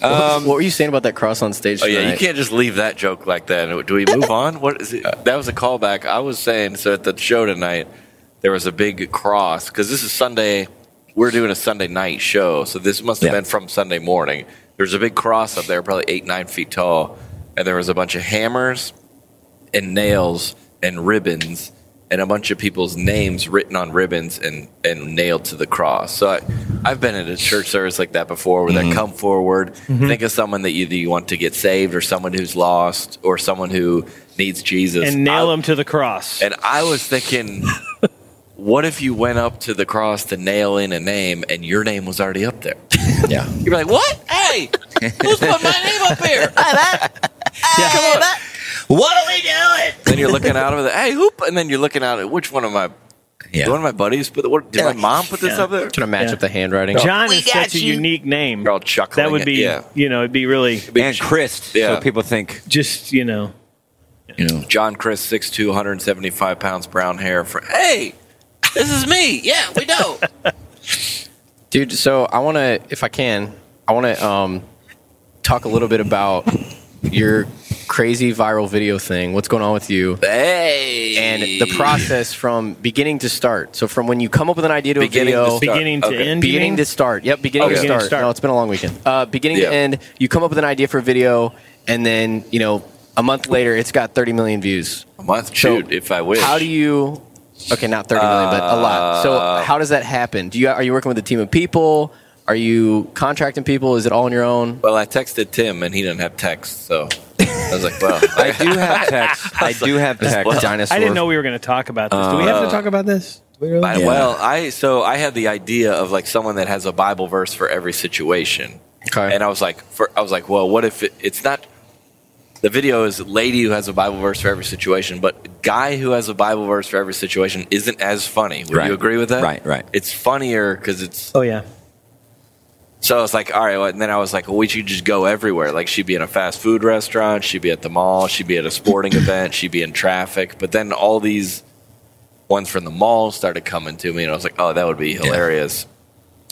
Speaker 5: what were you saying about that cross on stage?
Speaker 7: Oh yeah, you
Speaker 5: tonight?
Speaker 7: can't just leave that joke like that. Do we move on? What is it? That was a callback. I was saying so at the show tonight. There was a big cross because this is Sunday. We're doing a Sunday night show, so this must have
Speaker 1: Yeah.
Speaker 7: been from Sunday morning. There's a big cross up there, probably eight nine feet tall, and there was a bunch of hammers and nails and ribbons and a bunch of people's names written on ribbons and, and nailed to the cross. So I, I've been at a church service like that before where they come forward, think of someone that either you want to get saved or someone who's lost or someone who needs Jesus.
Speaker 2: and nail
Speaker 7: I-
Speaker 2: him to the cross.
Speaker 7: And I was thinking, what if you went up to the cross to nail in a name and your name was already up there?
Speaker 1: Yeah.
Speaker 7: You're like, what? Hey, who's put my name up here?
Speaker 4: What are we doing?
Speaker 7: then you're looking out of the hey whoop, and then you're looking out at which one of my
Speaker 1: Yeah.
Speaker 7: one of my buddies put the, what, did my mom put this up there?
Speaker 5: Trying to match
Speaker 2: Yeah.
Speaker 5: up the handwriting.
Speaker 2: John is such a unique name.
Speaker 7: You're all chuckling.
Speaker 2: That would
Speaker 7: at-
Speaker 2: be,
Speaker 7: yeah.
Speaker 2: you know, it'd be really
Speaker 1: And Christ.
Speaker 7: Yeah.
Speaker 1: So people think,
Speaker 2: just, you know,
Speaker 1: you know,
Speaker 7: John Chris, 6'2", 175 pounds, brown hair. For hey, this is me. Yeah, we know.
Speaker 5: Dude, so I want to, if I can, I want to um, talk a little bit about your crazy viral video thing. What's going on with you?
Speaker 7: hey,
Speaker 5: And the process from beginning to start. So from when you come up with an idea to
Speaker 7: Beginning
Speaker 5: a
Speaker 7: to
Speaker 5: video,
Speaker 7: start.
Speaker 2: beginning to
Speaker 7: Okay.
Speaker 2: end. you
Speaker 5: beginning
Speaker 2: mean?
Speaker 5: to start. Yep, beginning to
Speaker 7: Okay.
Speaker 2: Beginning
Speaker 5: start.
Speaker 2: to start.
Speaker 5: No, it's been a long weekend. Uh, beginning
Speaker 7: Yeah.
Speaker 5: to end. You come up with an idea for a video, and then you know a month later, it's got 30 million views.
Speaker 7: a month
Speaker 5: So,
Speaker 7: shoot if I wish.
Speaker 5: How do you? Okay, not 30 million, but a lot.
Speaker 7: Uh,
Speaker 5: So how does that happen? Do you are you working with a team of people? Are you contracting people? Is it all on your own?
Speaker 7: Well, I texted Tim and he didn't have text, so I was like, well,
Speaker 1: I do have text. I do have
Speaker 7: [laughs]
Speaker 1: text.
Speaker 5: Dinosaur.
Speaker 2: I didn't know we were going to talk about this. Do we have to talk about this?
Speaker 7: I- Well, I so I had the idea of like someone that has a Bible verse for every situation.
Speaker 5: Okay.
Speaker 7: And I was like, for, I was like, well, what if it, it's not? The video is lady who has a Bible verse for every situation, but guy who has a Bible verse for every situation isn't as funny. Would
Speaker 1: Right.
Speaker 7: you agree with that?
Speaker 1: Right, right.
Speaker 7: It's funnier because it's
Speaker 2: Oh, yeah.
Speaker 7: so I was like, all right. Well, and then I was like, well, we should just go everywhere. Like, she'd be in a fast food restaurant, she'd be at the mall, she'd be at a
Speaker 1: [coughs]
Speaker 7: sporting event, she'd be in traffic. But then all these ones from the mall started coming to me, and I was like, oh, that would be hilarious.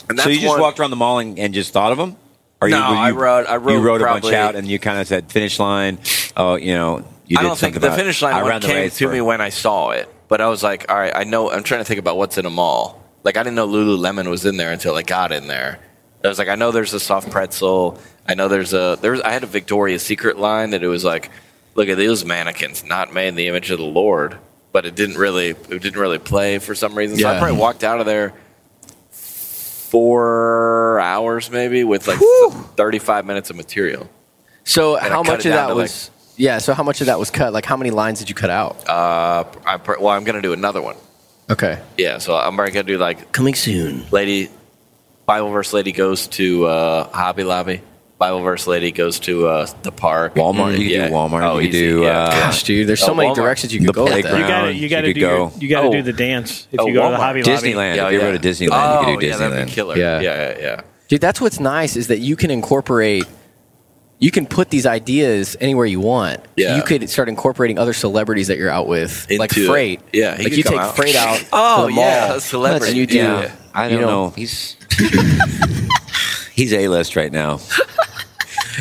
Speaker 7: And
Speaker 1: so you just
Speaker 7: one-
Speaker 1: walked around the mall and, and just thought of them? Or
Speaker 7: No, I wrote- I
Speaker 1: You
Speaker 7: wrote
Speaker 1: wrote a bunch
Speaker 7: probably-
Speaker 1: out and you kind of said finish line. Oh, you know, you
Speaker 7: I
Speaker 1: did
Speaker 7: don't think
Speaker 1: something
Speaker 7: the
Speaker 1: about-
Speaker 7: finish line
Speaker 1: I
Speaker 7: one
Speaker 1: ran the
Speaker 7: came
Speaker 1: race
Speaker 7: to
Speaker 1: for-
Speaker 7: me when I saw it, but I was like, all right, I know. I'm trying to think about what's in a mall. Like I didn't know Lululemon was in there until I got in there. I was like, I know there's a soft pretzel. I know there's a there's. I had a Victoria's Secret line that it was like, look at these mannequins, not made in the image of the Lord. But it didn't really it didn't really play for some reason. So I
Speaker 5: Yeah.
Speaker 7: probably walked out of there four hours maybe with like 35 minutes of material.
Speaker 5: So
Speaker 7: I
Speaker 5: how
Speaker 7: cut
Speaker 5: much
Speaker 7: it
Speaker 5: of
Speaker 7: down
Speaker 5: that
Speaker 7: to, like-
Speaker 5: was? yeah. So how much of that was cut? Like how many lines did you cut out?
Speaker 7: Uh, I, pr- well, I'm gonna do another one.
Speaker 5: okay.
Speaker 7: Yeah, so I'm probably gonna do like
Speaker 5: Coming soon.
Speaker 7: lady Bible verse lady goes to uh, Hobby Lobby. Bible verse lady goes to uh, the park.
Speaker 1: Walmart. You could do Walmart.
Speaker 7: Oh,
Speaker 1: you could
Speaker 7: easy,
Speaker 1: do
Speaker 7: yeah.
Speaker 1: uh,
Speaker 5: Gosh, dude, there's so
Speaker 7: Oh,
Speaker 5: many
Speaker 7: Walmart.
Speaker 5: directions you can
Speaker 1: The
Speaker 5: go with
Speaker 2: You
Speaker 1: playground.
Speaker 5: that.
Speaker 2: got to
Speaker 1: Round,
Speaker 2: you got to
Speaker 1: you
Speaker 2: do
Speaker 1: could
Speaker 2: your,
Speaker 1: go-
Speaker 2: you got to
Speaker 7: Oh.
Speaker 2: do the dance if
Speaker 7: Oh,
Speaker 2: you go to the
Speaker 7: Walmart.
Speaker 2: Hobby Lobby.
Speaker 1: Disneyland.
Speaker 7: Yeah,
Speaker 1: if you
Speaker 7: yeah.
Speaker 1: go to Disneyland,
Speaker 7: Oh,
Speaker 1: you could do
Speaker 7: yeah, that'd
Speaker 1: Disneyland.
Speaker 7: be killer.
Speaker 5: Yeah.
Speaker 7: Yeah, yeah, yeah.
Speaker 5: Dude, that's what's nice is that you can incorporate. You can put these ideas anywhere you want.
Speaker 7: Yeah.
Speaker 5: You could start incorporating other celebrities that you're out with, like
Speaker 7: Into it.
Speaker 5: Freight.
Speaker 7: Yeah, he
Speaker 5: like
Speaker 7: could
Speaker 5: you
Speaker 7: come
Speaker 5: take
Speaker 7: out.
Speaker 5: Freight out.
Speaker 7: [laughs] Oh,
Speaker 5: to the mall.
Speaker 7: yeah, a
Speaker 5: That's
Speaker 7: celebrity.
Speaker 5: what you do.
Speaker 7: Yeah.
Speaker 1: I
Speaker 5: You
Speaker 1: don't
Speaker 5: know.
Speaker 1: know. He's [laughs] he's a list right now.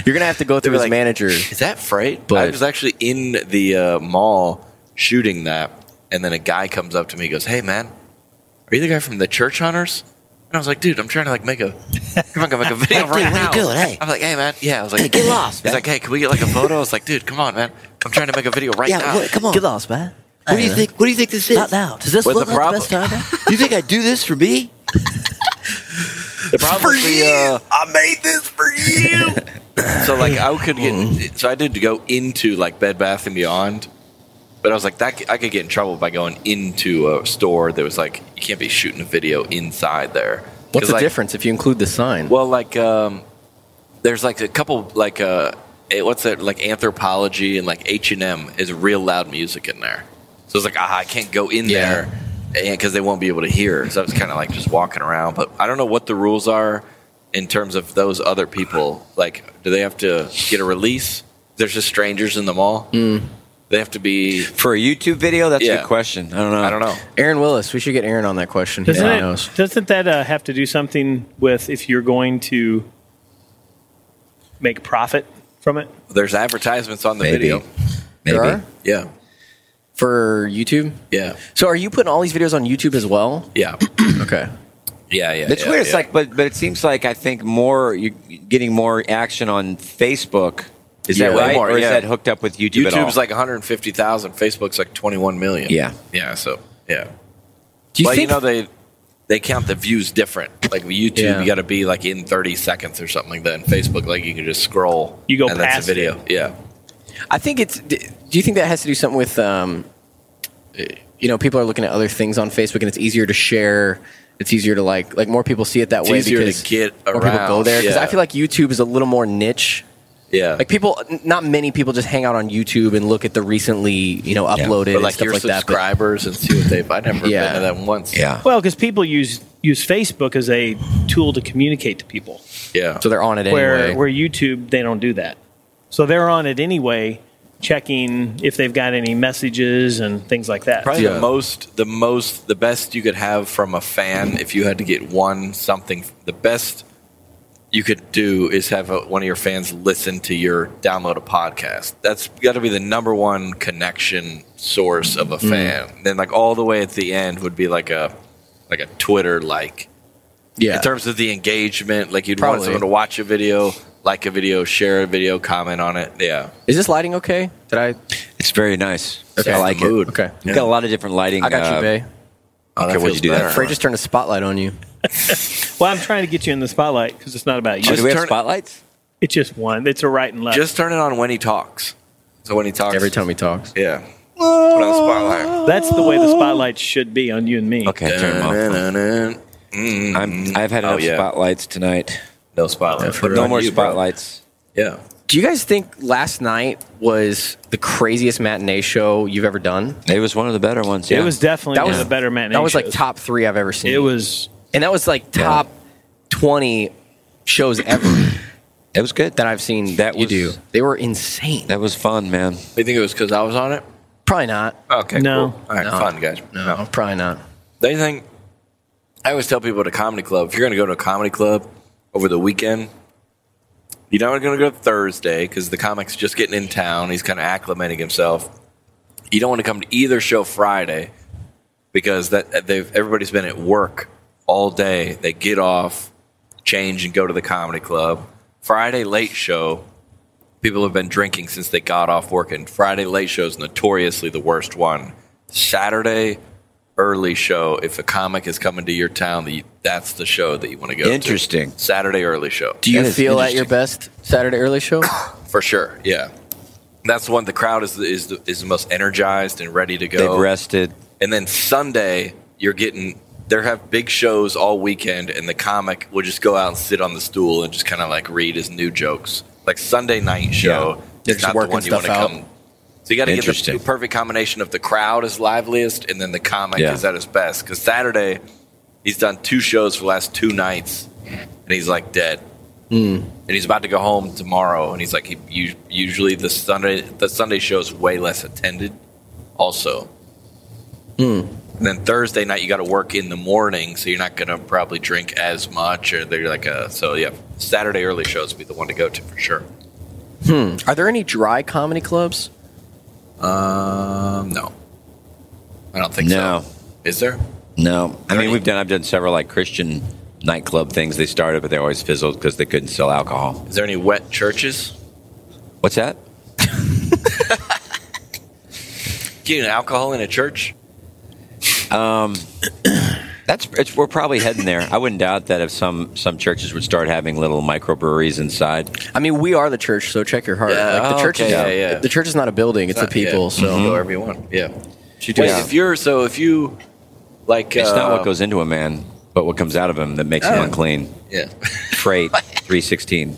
Speaker 5: You're gonna have to go through
Speaker 7: They'd
Speaker 5: his
Speaker 7: be like-
Speaker 5: manager.
Speaker 7: Is that freight?
Speaker 5: But-
Speaker 7: I was actually in the uh, mall shooting that, and then a guy comes up to me. He goes, "Hey, man, are you the guy from the Church Hunters?" And I was like, "Dude, I'm trying to like make a, come on, make a video right now." I'm like, "Hey, man, yeah." I was like, "Get lost." [laughs] He's like, "Hey, can we get like a photo?" I was like, "Dude, come on, man, I'm trying to make a video right now."
Speaker 11: come on. Get lost, man. What do you think? What do you think this is? Not now. Does this
Speaker 7: With
Speaker 11: look
Speaker 7: the
Speaker 11: like
Speaker 7: problem-
Speaker 11: the best time? you think I do this for me?
Speaker 5: [laughs]
Speaker 7: The problem with the, uh, I made this for you. so like I could
Speaker 5: Mm.
Speaker 7: get so I did go into like Bed Bath and Beyond, but I was like that I could get in trouble by going into a store that was like you can't be shooting a video inside there. 'Cause,
Speaker 5: What's the
Speaker 7: like,
Speaker 5: difference if you include the sign?
Speaker 7: Well, like um, there's like a couple like uh, eh, what's it like anthropology and like H and M is real loud music in there. So it's like ah, I can't go in
Speaker 5: Yeah.
Speaker 7: there because they won't be able to hear. So I was kind of like just walking around, but I don't know what the rules are in terms of those other
Speaker 1: Mm.
Speaker 7: people. Like, do they have to get a release? There's just strangers in the mall. They have to be.
Speaker 1: For a YouTube video, that's a
Speaker 7: Yeah.
Speaker 1: good question. I don't know.
Speaker 7: I don't know.
Speaker 5: Aaron Willis. We should get Aaron on that question.
Speaker 2: Doesn't,
Speaker 5: Yeah.
Speaker 2: it- doesn't that uh, have to do something with if you're going to make profit from it?
Speaker 7: There's advertisements on the
Speaker 1: Maybe.
Speaker 7: video.
Speaker 1: Maybe.
Speaker 5: There are?
Speaker 7: Yeah.
Speaker 5: for YouTube.
Speaker 7: Yeah.
Speaker 5: So are you putting all these videos on YouTube as well?
Speaker 7: Yeah.
Speaker 5: Okay.
Speaker 7: Yeah. Yeah.
Speaker 1: It's
Speaker 7: yeah,
Speaker 1: weird. It's
Speaker 7: yeah.
Speaker 1: like, but but it seems like I think more you're getting more action on Facebook. Is
Speaker 7: Yeah,
Speaker 1: that
Speaker 7: way
Speaker 1: right,
Speaker 7: more,
Speaker 1: or is
Speaker 7: yeah.
Speaker 1: that hooked up with YouTube? at all?
Speaker 7: YouTube's like 150,000. Facebook's like 21 million.
Speaker 1: Yeah.
Speaker 7: Yeah. So, yeah.
Speaker 5: Do you
Speaker 7: well,
Speaker 5: think
Speaker 7: you know, they they count the views different. Like with YouTube,
Speaker 5: Yeah.
Speaker 7: you got to be like in 30 seconds or something like that. And Facebook, like you can just scroll.
Speaker 2: You go
Speaker 7: and
Speaker 2: past
Speaker 7: that's a video. Yeah.
Speaker 5: I think it's. Do you think that has to do something with, um, you know, people are looking at other things on Facebook, and it's easier to share. It's easier to like, like more people see it that
Speaker 7: It's
Speaker 5: way
Speaker 7: easier to
Speaker 5: because
Speaker 7: get
Speaker 5: more people go
Speaker 7: around,
Speaker 5: there. Because
Speaker 7: yeah.
Speaker 5: I feel like YouTube is a little more niche.
Speaker 7: Yeah.
Speaker 5: Like people, n- not many people just hang out on YouTube and look at the recently, you know, uploaded
Speaker 7: or
Speaker 5: and
Speaker 7: like
Speaker 5: stuff
Speaker 7: your
Speaker 5: like that. but-
Speaker 7: subscribers and see what they've. I've never
Speaker 5: Yeah.
Speaker 7: been to them once.
Speaker 1: yeah.
Speaker 2: Well, because people use use Facebook as a tool to communicate to people,
Speaker 7: Yeah.
Speaker 5: so they're on it
Speaker 2: where
Speaker 5: anyway.
Speaker 2: where YouTube they don't do that. So they're on it anyway, checking if they've got any messages and things like that.
Speaker 7: Probably
Speaker 5: Yeah.
Speaker 7: the most, the most, the best you could have from a fan if you had to get one something. The best you could do is have a, one of your fans listen to your download a podcast. That's got to be the number one connection source of a
Speaker 5: Mm.
Speaker 7: fan. Then, like all the way at the end would be like a like a Twitter like
Speaker 5: yeah.
Speaker 7: in terms of the engagement. Like you'd
Speaker 5: Probably.
Speaker 7: want someone to watch a video, like a video, share a video, comment on it. Yeah,
Speaker 5: Is this lighting okay? Did I?
Speaker 1: It's very nice.
Speaker 5: Okay.
Speaker 1: I like it.
Speaker 7: Mood.
Speaker 5: Okay.
Speaker 1: We've got a lot of different lighting.
Speaker 5: I got
Speaker 1: uh,
Speaker 5: you, Bay.
Speaker 7: Oh,
Speaker 1: Okay,
Speaker 7: that
Speaker 1: what'd
Speaker 7: feels
Speaker 1: you do there?
Speaker 7: better.
Speaker 5: Frey just turned a spotlight on you.
Speaker 2: Well, I'm trying to get you in the spotlight because it's not about you.
Speaker 1: Oh, do we have
Speaker 7: turn-
Speaker 1: spotlights?
Speaker 2: It's just one. It's a right and left.
Speaker 7: Just turn it on when he talks. So when he talks,
Speaker 5: Every time he talks.
Speaker 7: Yeah. Put on spotlight.
Speaker 2: That's the way the spotlight should be on you and me.
Speaker 1: Okay, turn them off. I'm, I've had
Speaker 7: Oh,
Speaker 1: enough
Speaker 7: yeah.
Speaker 1: spotlights tonight.
Speaker 7: No spotlight. Put it
Speaker 1: No
Speaker 7: on
Speaker 1: more
Speaker 7: you, bro.
Speaker 1: spotlights.
Speaker 7: Yeah.
Speaker 5: Do you guys think last night was the craziest matinee show you've ever done?
Speaker 1: It was one of the better ones.
Speaker 2: It
Speaker 1: yeah.
Speaker 2: was definitely
Speaker 5: That
Speaker 2: one
Speaker 5: was-
Speaker 2: of the better matinee.
Speaker 5: that was like
Speaker 2: shows.
Speaker 5: top three I've ever seen.
Speaker 2: It was
Speaker 5: and that was like top twenty shows ever [coughs]
Speaker 1: It was good.
Speaker 5: that I've
Speaker 1: That
Speaker 5: seen. That you
Speaker 1: was-
Speaker 5: do. They were insane.
Speaker 1: That was fun, man.
Speaker 7: You think it was because I was on it?
Speaker 5: Probably not.
Speaker 7: Okay.
Speaker 2: No.
Speaker 7: cool. All right.
Speaker 5: No.
Speaker 7: Fun guys.
Speaker 5: No, probably not.
Speaker 7: They think. I always tell people at a comedy club, if you're going to go to a comedy club over the weekend, you're not going to go Thursday because the comic's just getting in town. He's kind of acclimating himself. You don't want to come to either show Friday because that uh, they've everybody's been at work all day. They get off, change, and go to the comedy club. Friday late show, people have been drinking since they got off work, and Friday late show is notoriously the worst one. Saturday early show, if a comic is coming to your town, the, that's the show that you want to go. to.
Speaker 1: Interesting.
Speaker 7: Saturday early show
Speaker 5: Do you
Speaker 1: That is
Speaker 5: feel at your best Saturday early show?
Speaker 7: for sure. Yeah. That's the one. The crowd is the, is the, is the most energized and ready to go.
Speaker 1: They've rested.
Speaker 7: And then Sunday, you're getting there have big shows all weekend, and the comic will just go out and sit on the stool and just kind of like read his new jokes. Like Sunday night show,
Speaker 5: They're
Speaker 7: is
Speaker 5: just
Speaker 7: not the
Speaker 5: working
Speaker 7: one you want to
Speaker 5: stuff out.
Speaker 7: come. So you got to get
Speaker 1: Interesting.
Speaker 7: the perfect combination of the crowd is liveliest, and then the comic
Speaker 1: Yeah.
Speaker 7: is at his best. Because Saturday, he's done two shows for the last two nights, and he's like dead
Speaker 5: Hmm.
Speaker 7: and he's about to go home tomorrow and he's like he, u- usually the sunday the sunday show is way less attended also and then thursday night you got to work in the morning so you're not going to probably drink as much or they're like a so yeah saturday early shows would be the one to go to for sure
Speaker 5: Are there any dry comedy clubs?
Speaker 7: um no i don't think
Speaker 1: No.
Speaker 7: so is there
Speaker 1: No, I mean
Speaker 7: Right.
Speaker 1: we've done. I've done several like Christian nightclub things. They started, but they always fizzled because they couldn't sell alcohol.
Speaker 7: is there any wet churches
Speaker 1: What's that?
Speaker 7: getting alcohol in a church
Speaker 1: That's it's, we're probably heading there. I wouldn't doubt that if some some churches would start having little microbreweries inside.
Speaker 5: I mean, we are the church, so check your heart.
Speaker 7: Yeah,
Speaker 5: like the church
Speaker 7: okay,
Speaker 5: is
Speaker 7: yeah, yeah.
Speaker 5: the church is not a building; it's, the
Speaker 7: Yeah,
Speaker 5: people. So
Speaker 7: go wherever you want yeah Wait,
Speaker 1: Yeah.
Speaker 7: if you're so if you like
Speaker 1: It's not
Speaker 7: uh,
Speaker 1: what goes into a man, but what comes out of him that makes him unclean.
Speaker 7: yeah [laughs]
Speaker 1: Freight three sixteen.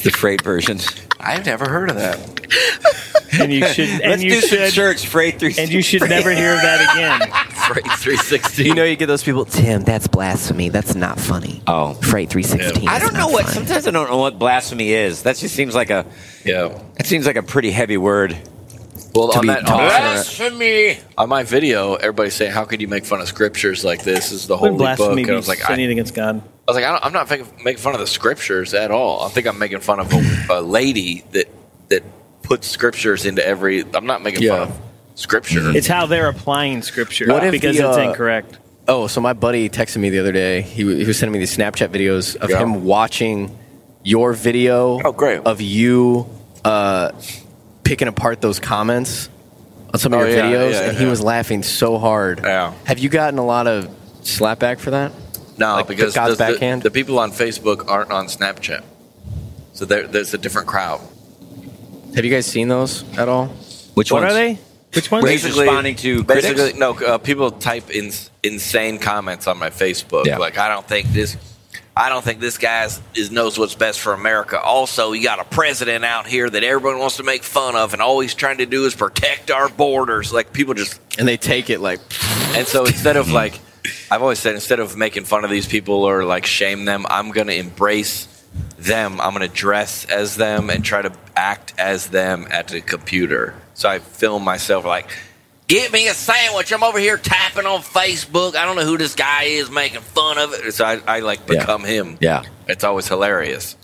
Speaker 1: the freight version.
Speaker 7: I've never heard of that.
Speaker 2: and you should and you should
Speaker 1: church freight three.
Speaker 2: and you should never hear that again.
Speaker 7: Freight 316.
Speaker 12: You know, you get those people, Tim, that's blasphemy. That's not funny.
Speaker 1: Oh.
Speaker 12: Freight 316.
Speaker 1: I
Speaker 12: is
Speaker 1: don't know
Speaker 12: not
Speaker 1: what.
Speaker 12: funny.
Speaker 1: Sometimes I don't know what blasphemy is. That just seems like a.
Speaker 7: yeah.
Speaker 1: That seems like a pretty heavy word.
Speaker 7: Well, on
Speaker 5: be
Speaker 7: that,
Speaker 5: taught.
Speaker 7: on that-
Speaker 1: Blasphemy.
Speaker 7: on my video, everybody's saying, "How could you make fun of scriptures like this? this is the
Speaker 2: Wouldn't
Speaker 7: holy book?"
Speaker 2: blasphemy
Speaker 7: And I
Speaker 2: be
Speaker 7: was like, I,
Speaker 2: sinning against God?
Speaker 7: I was like, I don't, I'm not making making fun of the scriptures at all. I think I'm making fun of a, a lady that that puts scriptures into every. I'm not making
Speaker 5: Yeah.
Speaker 7: fun of scripture.
Speaker 2: It's how they're applying scripture
Speaker 5: What if
Speaker 2: because
Speaker 5: the,
Speaker 2: it's
Speaker 5: uh,
Speaker 2: incorrect.
Speaker 5: Oh, so my buddy texted me the other day. He, w- he was sending me these Snapchat videos of
Speaker 7: Yeah.
Speaker 5: him watching your video.
Speaker 7: Oh, great.
Speaker 5: Of you uh, picking apart those comments on some of
Speaker 7: Oh,
Speaker 5: your
Speaker 7: yeah,
Speaker 5: videos,
Speaker 7: yeah,
Speaker 5: and he
Speaker 7: yeah.
Speaker 5: was laughing so hard.
Speaker 7: Yeah.
Speaker 5: Have you gotten a lot of slapback for that?
Speaker 7: no,
Speaker 5: like
Speaker 7: because
Speaker 5: God's
Speaker 7: the, the-
Speaker 5: backhand?
Speaker 7: the people on Facebook aren't on Snapchat, so there, there's a different crowd.
Speaker 5: Have you guys seen those at all?
Speaker 1: Which
Speaker 2: What
Speaker 1: ones?
Speaker 2: are they? Which ones?
Speaker 1: Wait. responding to
Speaker 7: basically
Speaker 1: critics?
Speaker 7: no uh, people type in, insane comments on my Facebook
Speaker 1: Yeah.
Speaker 7: like I don't think this I don't think this guy is, is knows what's best for America. Also, you got a president out here that everyone wants to make fun of, and all he's trying to do is protect our borders. Like people just
Speaker 5: And they take it like
Speaker 7: and so instead of like, I've always said, instead of making fun of these people or like shame them, I'm going to embrace them. I'm going to dress as them and try to act as them at the computer. So I film myself like, get me a sandwich. I'm over here tapping on Facebook. I don't know who this guy is making fun of it. So I, I like
Speaker 1: Yeah.
Speaker 7: become him.
Speaker 1: Yeah.
Speaker 7: It's always hilarious.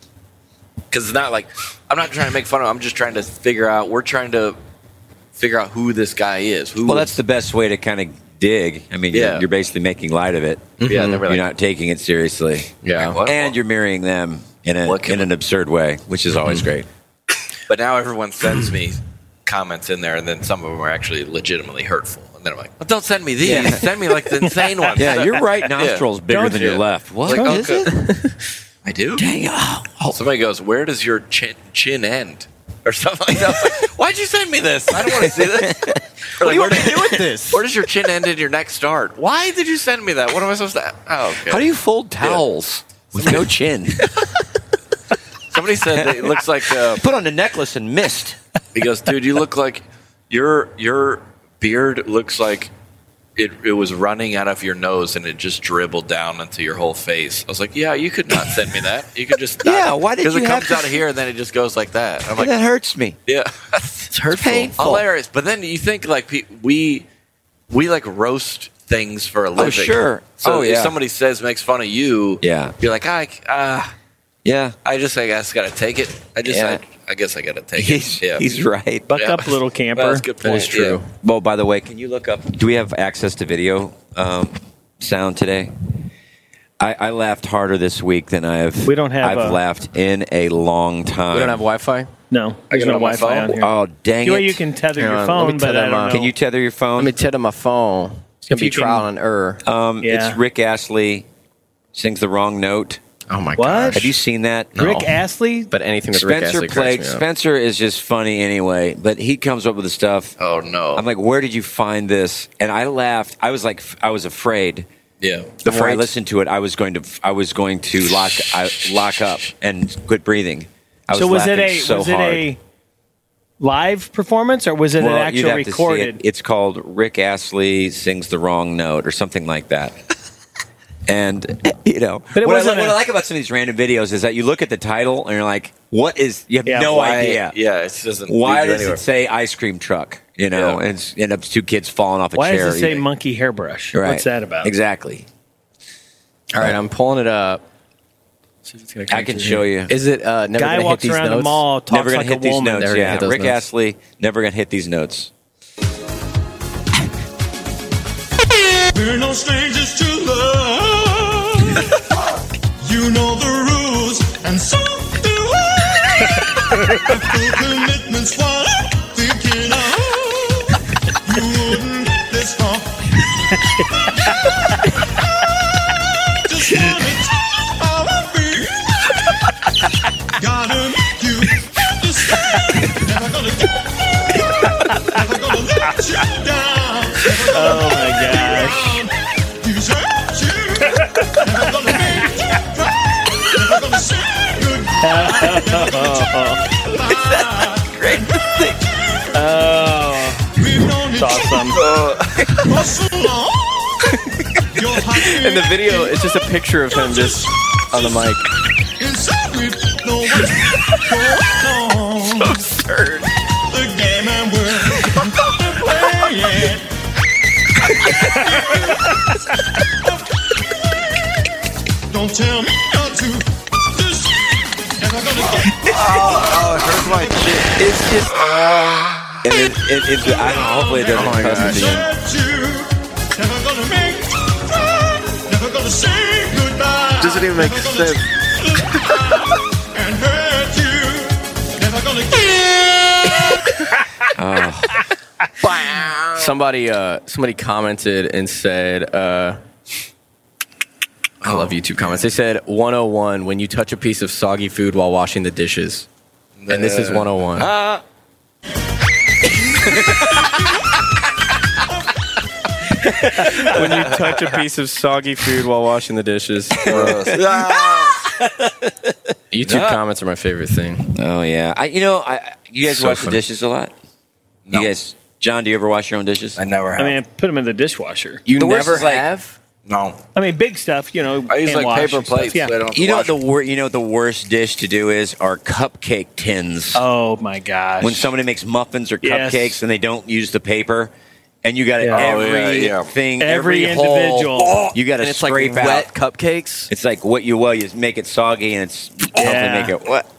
Speaker 7: Because it's not like, I'm not trying to make fun of him. I'm just trying to figure out, we're trying to figure out who this guy is. Who,
Speaker 1: Well, that's the best way to kind of dig. I mean, you're,
Speaker 7: Yeah.
Speaker 1: you're basically making light of it.
Speaker 7: Yeah, and they were
Speaker 1: You're
Speaker 7: like-
Speaker 1: not taking it seriously.
Speaker 5: Yeah.
Speaker 7: What?
Speaker 1: And you're mirroring them in, a,
Speaker 7: What can-
Speaker 1: in an absurd way, which is always great.
Speaker 7: But now everyone sends me comments in there, and then some of them are actually legitimately hurtful. And then I'm like, well, don't send me these. Send me like
Speaker 1: [laughs]
Speaker 7: the insane
Speaker 1: [laughs]
Speaker 7: ones.
Speaker 1: Yeah, your right nostril is bigger
Speaker 7: Don't
Speaker 1: than your
Speaker 7: you?
Speaker 1: left. What?
Speaker 7: [laughs] Like, okay. [laughs] I do. Dang.
Speaker 1: Oh,
Speaker 7: Somebody goes, where does your chin, chin end? Or something like that. I was like, Why'd you send me this? I don't want to
Speaker 1: [laughs]
Speaker 7: see this. [laughs] Or like, where, do-
Speaker 5: with this.
Speaker 7: where does your chin end and your neck start? Why did you send me that? What am I supposed to? Oh, okay.
Speaker 1: How do you fold towels with no chin?
Speaker 7: Somebody said that it looks like uh,
Speaker 1: Put on a necklace and mist.
Speaker 7: He goes, dude, you look like your your beard looks like it, it was running out of your nose and it just dribbled down into your whole face. I was like, yeah, you could not send me that. You could just
Speaker 1: [laughs]
Speaker 7: not.
Speaker 1: Yeah, why did
Speaker 7: Because
Speaker 1: you
Speaker 7: it
Speaker 1: have
Speaker 7: comes
Speaker 1: to-
Speaker 7: out of here and then it just goes like that. I'm
Speaker 1: that
Speaker 7: like,
Speaker 1: hurts me.
Speaker 7: [laughs] yeah,
Speaker 1: [laughs] It's hurtful.
Speaker 7: hilarious. But then you think like pe- we we like roast things for a living.
Speaker 1: Oh, sure.
Speaker 7: So
Speaker 1: Oh, yeah.
Speaker 7: if somebody says makes fun of you,
Speaker 1: Yeah.
Speaker 7: you're like, I uh,
Speaker 1: Yeah.
Speaker 7: I just I guess gotta take it. I just
Speaker 1: Yeah.
Speaker 7: I, I guess I gotta take
Speaker 1: He's,
Speaker 7: it. [laughs] Yeah.
Speaker 1: he's right.
Speaker 2: Buck
Speaker 7: Yeah.
Speaker 2: up, little camper.
Speaker 7: Well, that's a good point.
Speaker 5: That is true.
Speaker 7: Yeah.
Speaker 1: Well, by the way, can you look up? Do we have access to video um, sound today? I, I laughed harder this week than I have.
Speaker 2: We don't have,
Speaker 1: I've
Speaker 2: uh,
Speaker 1: laughed in I in a long time.
Speaker 5: We don't have Wi-Fi.
Speaker 2: No, there's no
Speaker 7: got it on my
Speaker 2: Wi-Fi
Speaker 7: phone.
Speaker 2: on here.
Speaker 1: Oh dang
Speaker 2: you,
Speaker 1: it!
Speaker 2: you can tether
Speaker 5: Hang
Speaker 2: your
Speaker 5: on, let
Speaker 2: phone,
Speaker 5: me
Speaker 2: but
Speaker 5: tether
Speaker 2: I
Speaker 5: mine.
Speaker 2: don't know.
Speaker 1: Can you tether your
Speaker 5: Let
Speaker 1: phone?
Speaker 5: me tell my phone. It's gonna
Speaker 2: If
Speaker 5: be
Speaker 2: you can-
Speaker 5: trial and error.
Speaker 2: Uh,
Speaker 1: um,
Speaker 2: Yeah.
Speaker 1: It's Rick Astley sings the wrong note.
Speaker 5: oh my
Speaker 2: What?
Speaker 5: gosh!
Speaker 1: Have you seen that?
Speaker 2: Rick
Speaker 5: No.
Speaker 2: Astley?
Speaker 5: But anything with Rick
Speaker 1: Spencer
Speaker 5: Astley cracks
Speaker 1: played.
Speaker 5: me up.
Speaker 1: Spencer is just funny anyway, but he comes up with the stuff.
Speaker 7: Oh no.
Speaker 1: I'm like, where did you find this? And I laughed. I was like, I was afraid.
Speaker 7: yeah.
Speaker 1: The more I listened to it, I was going to, I was going to lock, I, lock up and quit breathing. I was
Speaker 2: so was it
Speaker 1: laughing
Speaker 2: a
Speaker 1: so
Speaker 2: was
Speaker 1: hard.
Speaker 2: it a live performance or was it
Speaker 1: Well,
Speaker 2: an
Speaker 1: you'd
Speaker 2: actual
Speaker 1: have to see it.
Speaker 2: recorded?
Speaker 1: It's called Rick Astley sings the wrong note or something like
Speaker 2: [laughs]
Speaker 1: that. and you know,
Speaker 2: But it
Speaker 1: what, I,
Speaker 2: wasn't
Speaker 1: li-
Speaker 2: a-
Speaker 1: what I like about some of these random videos is that you look at the title and you're like, what is? You have
Speaker 2: Yeah,
Speaker 1: no
Speaker 2: why-
Speaker 1: idea.
Speaker 7: Yeah, it doesn't.
Speaker 1: Why
Speaker 7: lead you
Speaker 1: does
Speaker 7: anywhere.
Speaker 1: it say ice cream truck? You know,
Speaker 7: Yeah.
Speaker 1: and, it's, and it's two kids falling off a
Speaker 2: Why
Speaker 1: chair.
Speaker 2: does it
Speaker 1: You
Speaker 2: say
Speaker 1: think,
Speaker 2: monkey hairbrush?
Speaker 1: right.
Speaker 2: What's that about?
Speaker 1: Exactly.
Speaker 5: All right, I'm pulling it up. See if it's gonna come
Speaker 1: I can
Speaker 5: through
Speaker 1: show
Speaker 5: here.
Speaker 1: you.
Speaker 5: Is it uh, never
Speaker 2: Guy
Speaker 5: gonna hit
Speaker 2: walks
Speaker 5: these
Speaker 2: around the
Speaker 5: notes?
Speaker 2: mall, talks
Speaker 1: never gonna
Speaker 2: like
Speaker 1: hit
Speaker 2: a
Speaker 1: these
Speaker 2: woman.
Speaker 1: notes.
Speaker 5: Never gonna
Speaker 1: yeah,
Speaker 5: hit those
Speaker 1: Rick
Speaker 5: notes.
Speaker 1: Astley never gonna hit these notes.
Speaker 13: We're no strangers to love. you know the rules, and so do I. Full commitments, what I'm thinking of. You wouldn't get this far. Just wanna tell you how I feel. Gotta make you understand. Never gonna get you. Never gonna let you down. Never gonna
Speaker 2: Oh my gosh.
Speaker 13: That's
Speaker 2: Oh,
Speaker 13: awesome.
Speaker 2: awesome.
Speaker 5: In the video, it's just a picture of him just on the
Speaker 4: [laughs]
Speaker 5: mic.
Speaker 13: so absurd. The game and we're playing. Don't tell me not to. This and I'm gonna get.
Speaker 4: Oh, it hurts my chin. It's just. and it, it, it, I don't, hopefully it doesn't
Speaker 13: Oh my
Speaker 4: cuss at the
Speaker 13: gosh.
Speaker 4: end.
Speaker 13: Never gonna make friends. Never gonna say goodbye.
Speaker 4: Doesn't even make
Speaker 13: Never gonna
Speaker 4: sense.
Speaker 13: look and hurt you. Never gonna get.
Speaker 5: Somebody, uh, somebody commented and said, uh, "I love YouTube comments." They said, "101 when you touch a piece of soggy food while washing the dishes," and this is 101.
Speaker 13: Ah.
Speaker 5: when you touch a piece of soggy food while washing the dishes. [laughs] YouTube
Speaker 1: Ah.
Speaker 5: comments are my favorite thing.
Speaker 1: Oh yeah, I you know I you guys
Speaker 5: So
Speaker 1: wash the
Speaker 5: funny.
Speaker 1: dishes a lot. You guys, John, do you ever wash your own dishes? I
Speaker 7: never.
Speaker 2: I mean, I put them in the dishwasher.
Speaker 1: You The worst never is, like- have?
Speaker 7: No.
Speaker 2: I mean, big stuff. You know, hand wash and stuff, Yeah.
Speaker 1: You know what the wor- you know what the worst dish to do is are cupcake tins.
Speaker 2: Oh my gosh!
Speaker 1: When somebody makes muffins or
Speaker 2: Yes.
Speaker 1: cupcakes and they don't use the paper, and you got to
Speaker 2: Yeah. Oh, yeah,
Speaker 1: every
Speaker 2: yeah.
Speaker 1: thing,
Speaker 2: Every
Speaker 1: every, hole,
Speaker 2: individual.
Speaker 1: oh, you got to
Speaker 2: And it's like
Speaker 1: scrape out
Speaker 2: wet
Speaker 5: cupcakes.
Speaker 1: It's like what you well you make it soggy and it's
Speaker 5: Yeah.
Speaker 1: hopefully make it what.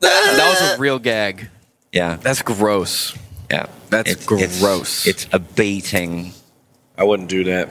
Speaker 5: that was a real gag.
Speaker 1: Yeah,
Speaker 5: that's gross.
Speaker 1: Yeah,
Speaker 5: that's gross.
Speaker 1: It's, abating.
Speaker 7: I wouldn't do that.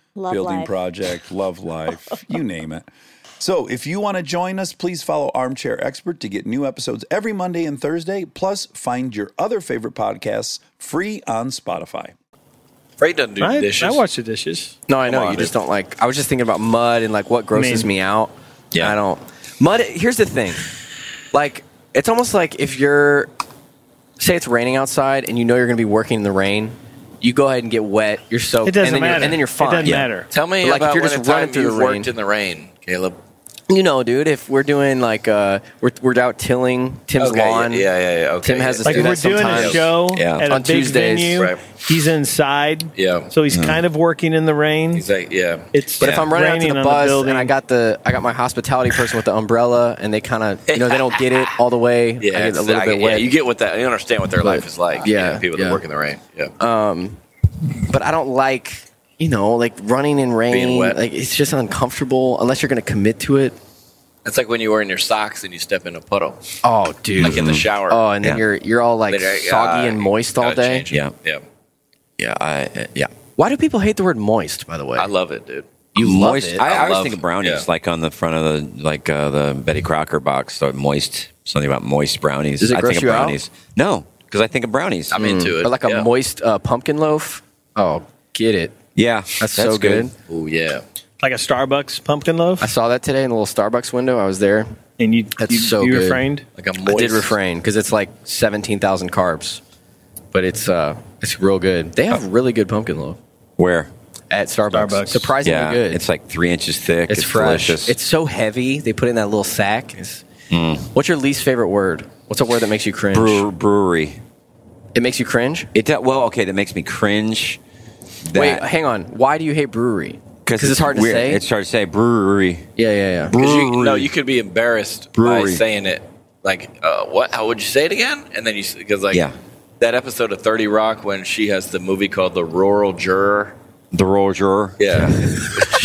Speaker 14: Love
Speaker 15: building
Speaker 14: life.
Speaker 15: project, love
Speaker 14: [laughs]
Speaker 15: life, you name it. So, if you want to join us, please follow Armchair Expert to get new episodes every Monday and Thursday. Plus, find your other favorite podcasts free on Spotify.
Speaker 7: Freight doesn't do
Speaker 15: I-
Speaker 7: dishes.
Speaker 15: I
Speaker 2: wash the dishes.
Speaker 5: No, I
Speaker 7: Come
Speaker 5: know
Speaker 7: on,
Speaker 5: you just
Speaker 7: dude.
Speaker 5: don't like. I was just thinking about mud and like what grosses
Speaker 7: I mean-
Speaker 5: me out. Yeah, I don't. Mud. Here's the thing. Like it's almost like if you're, say it's raining outside and you know you're going to be working in the rain, you go ahead and get wet. You're soaked.
Speaker 7: It doesn't
Speaker 5: and then
Speaker 7: matter.
Speaker 5: You're, and then you're
Speaker 7: It
Speaker 5: fine.
Speaker 7: doesn't matter. Tell me
Speaker 5: But, like
Speaker 7: about
Speaker 5: if you're
Speaker 7: when
Speaker 5: just
Speaker 7: a time
Speaker 5: running through
Speaker 7: you've
Speaker 5: the
Speaker 7: worked
Speaker 5: rain
Speaker 7: in the rain, Caleb.
Speaker 5: You know, dude, if we're doing like uh, we're we're out tilling Tim's
Speaker 7: Okay, yeah,
Speaker 5: lawn.
Speaker 7: yeah, yeah, yeah, okay,
Speaker 5: Tim has
Speaker 7: yeah.
Speaker 5: us
Speaker 2: Like
Speaker 5: do
Speaker 2: if we're
Speaker 5: that
Speaker 2: doing
Speaker 5: sometimes.
Speaker 2: a show at a
Speaker 5: on
Speaker 2: big
Speaker 5: Tuesdays.
Speaker 2: venue. He's inside.
Speaker 7: Yeah.
Speaker 2: So he's kind of working in the rain. He's
Speaker 7: like, yeah.
Speaker 2: It's
Speaker 5: But if I'm running out to
Speaker 2: raining
Speaker 5: the
Speaker 2: on
Speaker 5: bus
Speaker 2: building.
Speaker 5: and I got the I got my hospitality person with the umbrella and they kind of you know they don't get it all the way.
Speaker 7: [laughs] Yeah,
Speaker 5: I get
Speaker 7: it's-
Speaker 5: a little
Speaker 7: I
Speaker 5: bit
Speaker 7: yeah,
Speaker 5: wet.
Speaker 7: you get what that. You understand what their
Speaker 5: But,
Speaker 7: life is like.
Speaker 5: yeah,
Speaker 7: people
Speaker 5: yeah.
Speaker 7: that work in the rain. Yeah.
Speaker 5: Um, but I don't like you know like running in rain.
Speaker 7: Being wet.
Speaker 5: Like it's just uncomfortable unless you're going to commit to it.
Speaker 7: It's like when you're wearing your socks and you step in a puddle.
Speaker 5: Oh, dude!
Speaker 7: Like in the shower.
Speaker 5: Oh, and then
Speaker 7: Yeah.
Speaker 5: you're you're all like
Speaker 7: Later,
Speaker 5: soggy
Speaker 7: uh,
Speaker 5: and moist all
Speaker 7: gotta
Speaker 5: day.
Speaker 7: change it. Yeah.
Speaker 5: yeah, I, uh, yeah. Why do people hate the word moist? By the way, I
Speaker 7: love it, dude.
Speaker 5: You love
Speaker 1: moist.
Speaker 5: it.
Speaker 1: I, I, always
Speaker 5: love-
Speaker 1: think of brownies,
Speaker 5: yeah.
Speaker 1: like on the front of the like uh, the Betty Crocker box, the moist something about moist brownies.
Speaker 5: Does it
Speaker 1: I
Speaker 5: gross
Speaker 1: think
Speaker 5: you
Speaker 1: of
Speaker 5: out?
Speaker 1: brownies. No, because I think of brownies.
Speaker 5: Mm. Or like a moist uh, pumpkin loaf. Oh, get it.
Speaker 1: Yeah,
Speaker 5: that's, so good.
Speaker 7: Oh yeah.
Speaker 2: like a Starbucks pumpkin loaf.
Speaker 5: I saw that today in the little Starbucks window. I was there,
Speaker 2: and you
Speaker 5: that's
Speaker 2: you-
Speaker 5: so
Speaker 2: you
Speaker 5: good.
Speaker 2: refrained? Like
Speaker 7: a
Speaker 5: I did
Speaker 7: moist-
Speaker 5: refrain because it's like seventeen thousand carbs, but it's uh it's real good. They
Speaker 7: Oh.
Speaker 5: have really good pumpkin loaf
Speaker 1: Where
Speaker 5: at Starbucks.
Speaker 1: Starbucks.
Speaker 5: Surprisingly
Speaker 1: Yeah,
Speaker 5: good.
Speaker 1: It's like three inches thick. It's,
Speaker 5: It's fresh.
Speaker 1: delicious. Mm.
Speaker 5: It's so heavy. They put it in that little sack. It's- What's your least favorite word? What's a word that makes you cringe?
Speaker 1: Brewer, brewery.
Speaker 5: It makes you cringe.
Speaker 1: It do- well, okay, that makes me cringe.
Speaker 5: Wait, hang on. Why do you hate brewery? Because it's, hard
Speaker 1: weird.
Speaker 5: to say.
Speaker 1: It's hard to say brewery.
Speaker 5: Yeah, yeah, yeah.
Speaker 7: 'Cause You,
Speaker 1: Brewery.
Speaker 7: no, you could be embarrassed by
Speaker 1: Brewery.
Speaker 7: saying it. Like, uh, what? How would you say it again? And then you because like
Speaker 1: Yeah.
Speaker 7: that episode of Thirty Rock when she has the movie called The Rural Juror.
Speaker 1: The rural juror.
Speaker 7: Yeah.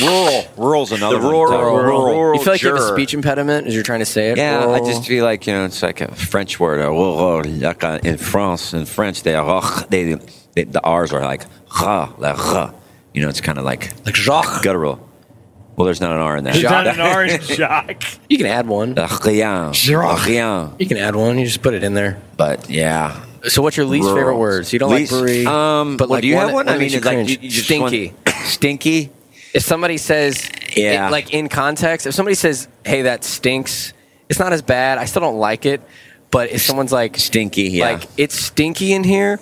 Speaker 1: rural. Rural's another
Speaker 7: The
Speaker 1: one.
Speaker 7: rural- rural
Speaker 5: you feel like you have a
Speaker 7: juror.
Speaker 5: speech impediment as you're trying to say it.
Speaker 1: Yeah, I
Speaker 5: Rural.
Speaker 1: just feel like you know it's like a French word. uh, rural, like, uh, in France, in French, they are uh, they, they the R's are like ra, like ra. You know, it's kind of like like guttural. Well, there's not an R in that.
Speaker 2: There's
Speaker 1: [laughs]
Speaker 2: not an
Speaker 5: [laughs]
Speaker 2: orange jock.
Speaker 5: You can add one.
Speaker 1: Rien.
Speaker 5: Jacques.
Speaker 1: Rien.
Speaker 5: You can add one. You just put it in there.
Speaker 1: But yeah,
Speaker 5: So what's your least favorite words? You don't
Speaker 1: Least-
Speaker 5: like brewery,
Speaker 1: um,
Speaker 5: but
Speaker 1: well,
Speaker 5: like
Speaker 1: do you have one?
Speaker 5: that
Speaker 1: I
Speaker 5: makes
Speaker 1: mean,
Speaker 5: you
Speaker 1: like, you-
Speaker 5: cringe.
Speaker 1: you just want-
Speaker 5: stinky, stinky. If somebody says,
Speaker 1: Yeah.
Speaker 5: it- like in context, if somebody says, "Hey, that stinks," it's not as bad. I still don't like it, but if someone's like
Speaker 1: stinky, yeah.
Speaker 5: like it's stinky in here,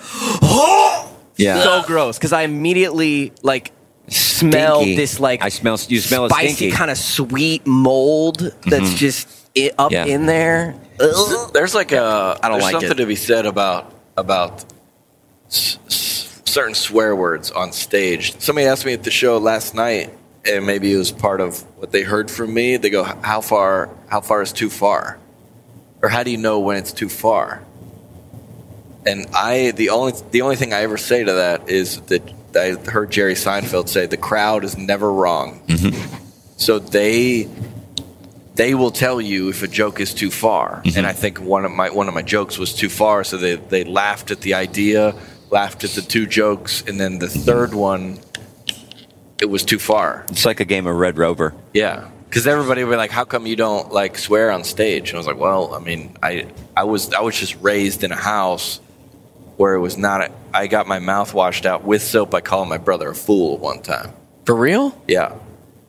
Speaker 1: Yeah.
Speaker 5: so gross because I immediately like smell
Speaker 1: Stinky.
Speaker 5: this like
Speaker 1: I smell. You smell a
Speaker 5: spicy
Speaker 1: stinky.
Speaker 5: kind of sweet mold that's
Speaker 1: Mhm.
Speaker 5: just i up
Speaker 1: Yeah.
Speaker 5: in there. Ugh.
Speaker 7: There's like a
Speaker 5: I don't
Speaker 7: there's
Speaker 5: like
Speaker 7: something
Speaker 5: it.
Speaker 7: to be said about about s- s- certain swear words on stage. Somebody asked me at the show last night, and maybe it was part of what they heard from me. They go, "How far? How far is too far?" Or how do you know when it's too far? And I the only the only thing I ever say to that is that I heard Jerry Seinfeld say, "The crowd is never wrong."
Speaker 5: Mm-hmm.
Speaker 7: So they they will tell you if a joke is too far. And I think one of my one of my jokes was too far, so they, they laughed at the idea, laughed at the two jokes, and then the third one it was too far.
Speaker 1: It's like a game of Red Rover.
Speaker 7: Yeah. Because everybody would be like, "How come you don't like swear on stage?" And I was like, "Well, I mean, I I was I was just raised in a house where it was not. A, I got my mouth washed out with soap by calling my brother a fool one time.
Speaker 5: For real?
Speaker 7: Yeah,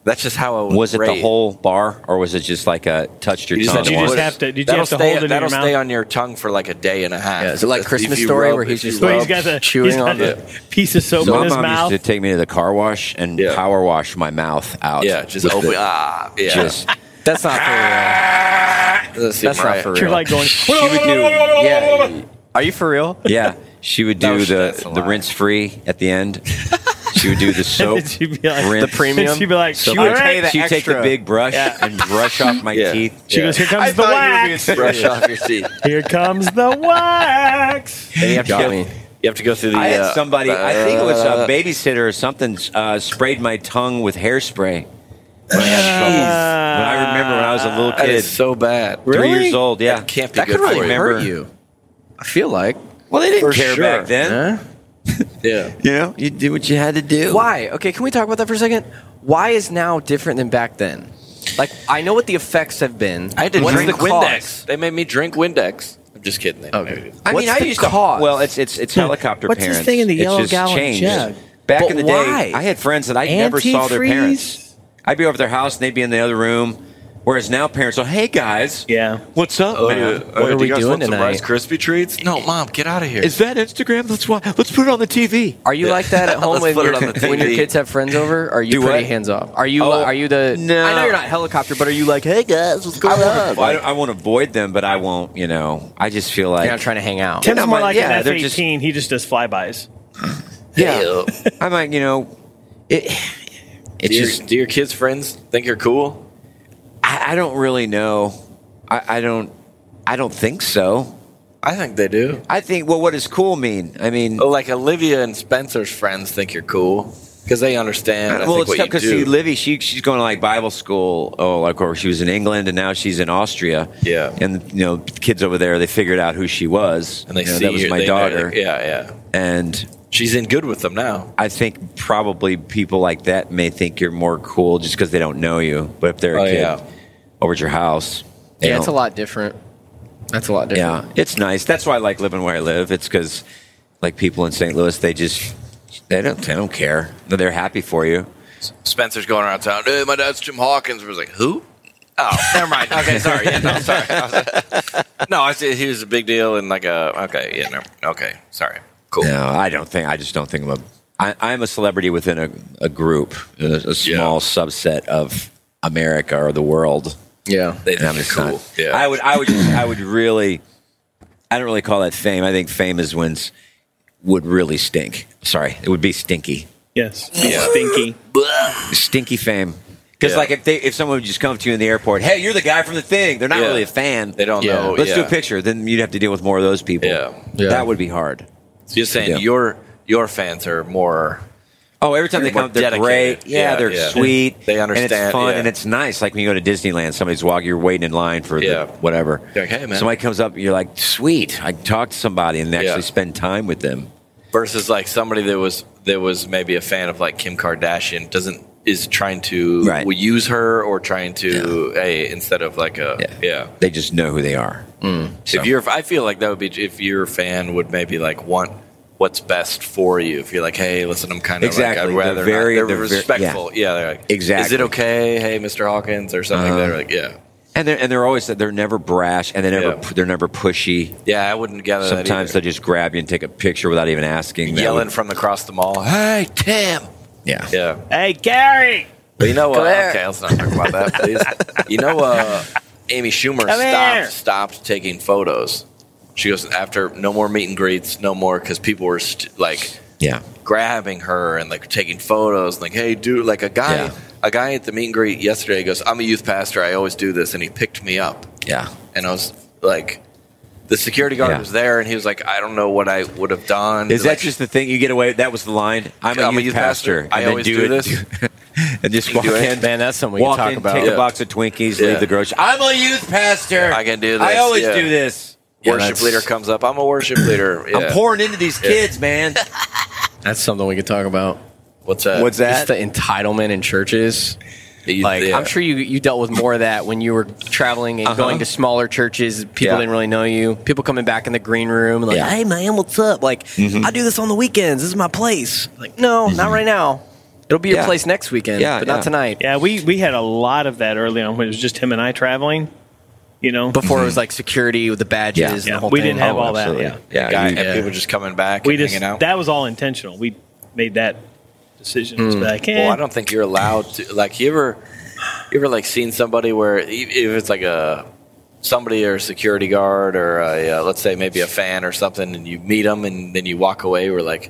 Speaker 7: that's just how I was.
Speaker 1: Was it the
Speaker 7: raised.
Speaker 1: whole bar, or was it just like a touched your
Speaker 7: You just,
Speaker 1: tongue?
Speaker 7: have to-
Speaker 1: once?
Speaker 7: put that'll stay, that'll stay on your tongue for like a day and a half.
Speaker 1: Yeah, is it like
Speaker 7: If
Speaker 1: Christmas
Speaker 7: you
Speaker 1: Story
Speaker 7: rub-
Speaker 1: where
Speaker 7: if
Speaker 1: he's
Speaker 7: you
Speaker 1: just,
Speaker 7: rub-
Speaker 1: like, He's got the- chewing he's got on the it?
Speaker 2: piece of soap
Speaker 1: my
Speaker 2: in his
Speaker 1: mom
Speaker 2: mouth.
Speaker 1: used to take me to the car wash and power wash my mouth out.
Speaker 7: Yeah,
Speaker 1: [laughs]
Speaker 7: just
Speaker 1: with
Speaker 7: open-
Speaker 1: the-
Speaker 7: ah, yeah. [laughs]
Speaker 1: Just,
Speaker 5: that's not
Speaker 1: [laughs]
Speaker 5: for
Speaker 7: real.
Speaker 5: That's not for real.
Speaker 1: You're like
Speaker 2: going. [laughs]
Speaker 5: She would do.
Speaker 1: [laughs]
Speaker 5: Yeah. Are you for real?
Speaker 1: yeah, she would do the the rinse free at the [laughs] end. She would do the soap,
Speaker 2: she'd be like-
Speaker 1: rinse.
Speaker 2: The premium? [laughs] She'd be like,
Speaker 1: Soap.
Speaker 2: "All right."
Speaker 1: she'd take the
Speaker 2: Extra.
Speaker 1: big brush
Speaker 2: Yeah.
Speaker 1: and brush off [laughs] my teeth.
Speaker 2: She goes, "Here comes the wax."
Speaker 7: Brush off your teeth.
Speaker 2: Here comes the wax.
Speaker 7: And you have to
Speaker 1: Got
Speaker 7: go,
Speaker 1: me.
Speaker 7: You have to go through the.
Speaker 1: I
Speaker 7: uh,
Speaker 1: had somebody, I think it was
Speaker 7: uh,
Speaker 1: a babysitter or something, uh, sprayed my tongue with hairspray. When I, had trouble. When I remember when I was a little kid.
Speaker 7: That is so bad.
Speaker 1: Three
Speaker 7: Really?
Speaker 1: years old, yeah.
Speaker 7: That can't be That could good really for you. hurt you.
Speaker 5: I feel like.
Speaker 1: Well, they didn't
Speaker 5: For
Speaker 1: care
Speaker 5: sure.
Speaker 1: back then.
Speaker 7: Yeah.
Speaker 1: you know, you did what you had to do.
Speaker 5: Why? Okay, can we talk about that for a second? Why is now different than back then? Like, I know what the effects have been.
Speaker 7: I had to
Speaker 5: What's
Speaker 7: drink
Speaker 5: the cause?
Speaker 7: Windex. They made me drink Windex. I'm just kidding. They okay.
Speaker 1: I mean, I used to. Well, it's it's it's helicopter
Speaker 7: What's this
Speaker 1: parents.
Speaker 7: thing in the
Speaker 1: It's
Speaker 7: yellow
Speaker 1: just
Speaker 7: gallon
Speaker 1: changed.
Speaker 7: jug?
Speaker 1: Back
Speaker 7: But
Speaker 1: in the
Speaker 7: why?
Speaker 1: day, I had friends that I never saw their
Speaker 7: Antifreeze?
Speaker 1: parents. I'd be over at their house and they'd be in the other room. Whereas now parents are, hey guys,
Speaker 2: yeah,
Speaker 1: what's up,
Speaker 7: Oh,
Speaker 1: man?
Speaker 7: yeah. Oh, do you guys want some Rice Krispie treats? No, mom, get out of here.
Speaker 1: Is that Instagram? Let's watch. Let's put it on the TV.
Speaker 5: Are you
Speaker 1: Yeah.
Speaker 5: like [laughs] that at
Speaker 1: Let's
Speaker 5: home when,
Speaker 1: put
Speaker 5: your,
Speaker 1: it on the
Speaker 5: when your
Speaker 1: TV.
Speaker 5: kids have friends over? Are you
Speaker 1: Do
Speaker 5: pretty
Speaker 1: what?
Speaker 5: hands off? Are you?
Speaker 1: Oh,
Speaker 5: are you the?
Speaker 1: no.
Speaker 5: I know you're not helicopter, but are you like, hey guys, what's going
Speaker 1: I won't,
Speaker 5: on?
Speaker 1: I, don't- I won't avoid them, but I won't. You know, I just feel like
Speaker 5: You're not trying to hang out.
Speaker 2: Tim's
Speaker 1: Yeah,
Speaker 2: more
Speaker 1: but-
Speaker 2: like
Speaker 1: yeah,
Speaker 2: an
Speaker 1: they're
Speaker 2: F-18.
Speaker 1: just-
Speaker 2: He just does flybys.
Speaker 1: Yeah, I might. You know, it. It's
Speaker 7: do, your,
Speaker 1: just
Speaker 7: do your kids' friends think you're cool?
Speaker 1: I, I don't really know. I, I don't. I don't think so.
Speaker 7: I think they do.
Speaker 1: I think. Well, what does cool mean? I mean,
Speaker 7: Oh, like Olivia and Spencer's friends think you're cool because they understand. I
Speaker 1: well,
Speaker 7: think
Speaker 1: it's tough
Speaker 7: what you
Speaker 1: because see,
Speaker 7: do.
Speaker 1: Livy, she she's going to like Bible school. Oh, like or she was in England and now she's in Austria. Yeah, and you know, the kids over there they figured out who she was.
Speaker 7: and they
Speaker 1: You know,
Speaker 7: see
Speaker 1: that was
Speaker 7: you-
Speaker 1: my
Speaker 7: they-
Speaker 1: daughter.
Speaker 7: Yeah, yeah.
Speaker 1: and
Speaker 7: she's in good with them now.
Speaker 1: I think probably people like that may think you're more cool just because they don't know you. But if they're a
Speaker 5: Oh,
Speaker 1: kid
Speaker 5: yeah.
Speaker 1: over at your house, they
Speaker 5: Yeah, it's a
Speaker 1: don't-
Speaker 5: lot different. That's a lot different.
Speaker 1: Yeah, it's nice. That's why I like living where I live. It's because like people in St. Louis, they just they don't they don't care. They're happy for you.
Speaker 7: Spencer's going around town. Hey, my dad's Jim Hawkins. I was like, who? Oh, never mind. [laughs] Okay, sorry. Yeah, no, sorry. I was like- [laughs] no, I said he was a big deal and like a okay. Yeah, never, okay, sorry. Cool.
Speaker 1: No, I don't think. I just don't think I'm a. I, I'm a celebrity within a, a group, a, a small subset of America or the world.
Speaker 5: Yeah,
Speaker 7: They
Speaker 1: And I'm
Speaker 7: think
Speaker 1: just
Speaker 7: you're
Speaker 1: not-
Speaker 7: cool. Yeah.
Speaker 1: I would. I would. Just, I would really. I don't really call that fame. I think fame is when s- would really stink. Sorry, it would be stinky.
Speaker 2: Yes.
Speaker 1: Yeah.
Speaker 2: Stinky.
Speaker 1: Stinky fame. Because
Speaker 7: Yeah.
Speaker 1: like if they if someone would just come to you in the airport, hey, you're the guy from the thing. They're not
Speaker 7: Yeah.
Speaker 1: really a fan. They
Speaker 7: don't Yeah. know,
Speaker 1: Let's do
Speaker 7: yeah.
Speaker 1: a picture. Then you'd have to deal with more of those people. Yeah,
Speaker 7: Yeah.
Speaker 1: that would be hard.
Speaker 7: So you're saying
Speaker 1: Yeah.
Speaker 7: your your fans are more.
Speaker 1: Oh, every time they
Speaker 7: More
Speaker 1: come, they're
Speaker 7: dedicated.
Speaker 1: great. Yeah,
Speaker 7: Yeah,
Speaker 1: they're
Speaker 7: yeah.
Speaker 1: sweet.
Speaker 7: They
Speaker 1: And it's
Speaker 7: understand,
Speaker 1: fun
Speaker 7: yeah.
Speaker 1: and it's nice. Like when you go to Disneyland, somebody's walking, you're waiting in line for the-
Speaker 7: Yeah.
Speaker 1: whatever.
Speaker 7: Like, hey, man.
Speaker 1: Somebody comes up, you're like, sweet. I can talk to somebody and actually spend time with them.
Speaker 7: versus like somebody that was that was maybe a fan of like Kim Kardashian doesn't is trying to will use her or trying to hey instead of like a yeah.
Speaker 1: They just know who they are. So-
Speaker 7: If you're, I feel like that would be if your fan would maybe like want what's best for you. If you're like, hey, listen, I'm kind of
Speaker 1: Exactly.
Speaker 7: Like,
Speaker 1: They're
Speaker 7: I'd rather
Speaker 1: very-
Speaker 7: not,
Speaker 1: they're
Speaker 7: they're
Speaker 1: ver-
Speaker 7: respectful.
Speaker 1: yeah.
Speaker 7: yeah. they're like, Is
Speaker 1: Exactly.
Speaker 7: it okay? Hey, Mr. Hawkins, or something.
Speaker 1: Uh-huh.
Speaker 7: like that. They're like, yeah,
Speaker 1: And they're and they're always they're never brash and they're never they're never pushy.
Speaker 7: yeah. I wouldn't gather that.
Speaker 1: Sometimes
Speaker 7: either.
Speaker 1: they'll just grab you and take a picture without even asking. That
Speaker 7: yelling
Speaker 1: would-
Speaker 7: from across the mall. Hey, Tim.
Speaker 1: yeah.
Speaker 7: Yeah.
Speaker 2: Hey, Gary.
Speaker 7: But you know what?
Speaker 2: Come here.
Speaker 7: Okay, let's not talk about that, please. you know, uh, Amy Schumer
Speaker 2: Come here.
Speaker 7: stopped, stopped taking photos. She goes, after no more meet and greets, no more, because people were st- like
Speaker 1: Yeah.
Speaker 7: grabbing her and like taking photos. And, like, hey, dude, like a guy,
Speaker 1: Yeah.
Speaker 7: a guy at the meet and greet yesterday goes, I'm a youth pastor. I always do this. And he picked me up.
Speaker 1: Yeah.
Speaker 7: And I was like, the security guard
Speaker 1: Yeah.
Speaker 7: was there and he was like, I don't know what I would have done.
Speaker 1: Is
Speaker 7: Like,
Speaker 1: that just the thing you get away? That was the line. I'm a youth, pastor.
Speaker 7: I
Speaker 1: and then
Speaker 7: always do
Speaker 1: it-
Speaker 7: this.
Speaker 1: and just
Speaker 7: You
Speaker 1: walk
Speaker 7: do it.
Speaker 1: in.
Speaker 7: Man, that's something we can
Speaker 1: walk
Speaker 7: talk
Speaker 1: in,
Speaker 7: about.
Speaker 1: Take
Speaker 7: Yeah.
Speaker 1: a box of Twinkies.
Speaker 7: Yeah.
Speaker 1: Leave the grocery. I'm a youth pastor.
Speaker 7: I can do this.
Speaker 1: I always
Speaker 7: yeah.
Speaker 1: do this. Yeah,
Speaker 7: worship
Speaker 1: that's-
Speaker 7: leader comes up. I'm a worship leader.
Speaker 1: I'm pouring into these
Speaker 7: Yeah.
Speaker 1: kids, man.
Speaker 5: That's something we could talk about.
Speaker 7: What's that?
Speaker 5: What's Just
Speaker 7: that?
Speaker 5: the entitlement in churches. like
Speaker 7: yeah.
Speaker 5: I'm sure you you dealt with more of that when you were traveling and
Speaker 12: Uh-huh.
Speaker 5: going to smaller churches. People
Speaker 12: Yeah.
Speaker 5: didn't really know you. People coming back in the green room like,
Speaker 12: Hey man, what's up? Like I do this on the weekends. This is my place.
Speaker 5: Like no, not right now. It'll be your
Speaker 12: Yeah.
Speaker 5: place next weekend, but not tonight.
Speaker 2: Yeah, we we had a lot of that early on when it was just him and I traveling. You know,
Speaker 5: Before it was like security with the badges
Speaker 2: Mm-hmm. Yeah.
Speaker 5: and the
Speaker 2: Yeah,
Speaker 5: whole
Speaker 2: we
Speaker 5: thing.
Speaker 2: didn't have Oh, all that, absolutely.
Speaker 7: yeah,
Speaker 2: Yeah,
Speaker 7: guy,
Speaker 2: you-
Speaker 7: and
Speaker 2: yeah.
Speaker 7: people just coming back
Speaker 2: we
Speaker 7: and
Speaker 2: just
Speaker 7: hanging out.
Speaker 2: that was all intentional. We made that decision. It's Like, eh,
Speaker 7: Well, I don't think you're allowed to. Like, you ever, you ever like seen somebody where e- if it's like a somebody or a security guard or a, uh, let's say maybe a fan or something, and you meet them and then you walk away, we're like,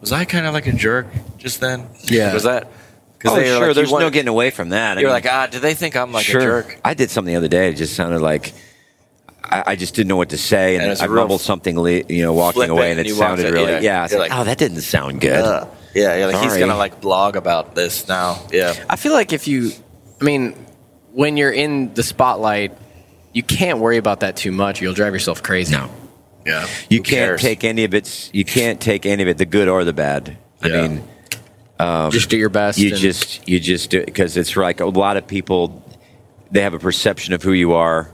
Speaker 7: was I kind of like a jerk just then?
Speaker 1: Yeah.
Speaker 7: was that?
Speaker 1: Oh,
Speaker 7: they were
Speaker 1: sure.
Speaker 7: like, you
Speaker 1: There's
Speaker 7: want-
Speaker 1: no getting away from that. I
Speaker 7: You're
Speaker 1: mean-
Speaker 7: like, ah, do they think I'm like
Speaker 1: sure.
Speaker 7: a jerk?
Speaker 1: I did something the other day. It just sounded like I, I just didn't know what to say, and,
Speaker 7: And it's
Speaker 1: I
Speaker 7: real
Speaker 1: mumbled something, le- you know, walking
Speaker 7: flippant,
Speaker 1: away, and
Speaker 7: and
Speaker 1: it
Speaker 7: you walked
Speaker 1: sounded
Speaker 7: it,
Speaker 1: really,
Speaker 7: yeah.
Speaker 1: yeah. it's
Speaker 7: You're
Speaker 1: like,
Speaker 7: like,
Speaker 1: oh, that didn't sound good.
Speaker 7: Ugh. Uh, Yeah, you're like, he's
Speaker 1: Sorry.
Speaker 7: gonna like blog about this now. Yeah.
Speaker 5: I feel like if you, I mean, when you're in the spotlight, you can't worry about that too much. You'll drive yourself crazy. No.
Speaker 7: Yeah.
Speaker 1: you can't take any of it. You can't take any of it, the good or the bad. I mean, um,
Speaker 5: Just do your best
Speaker 1: You
Speaker 5: and-
Speaker 1: just you just do because it's like a lot of people they have a perception of who you are.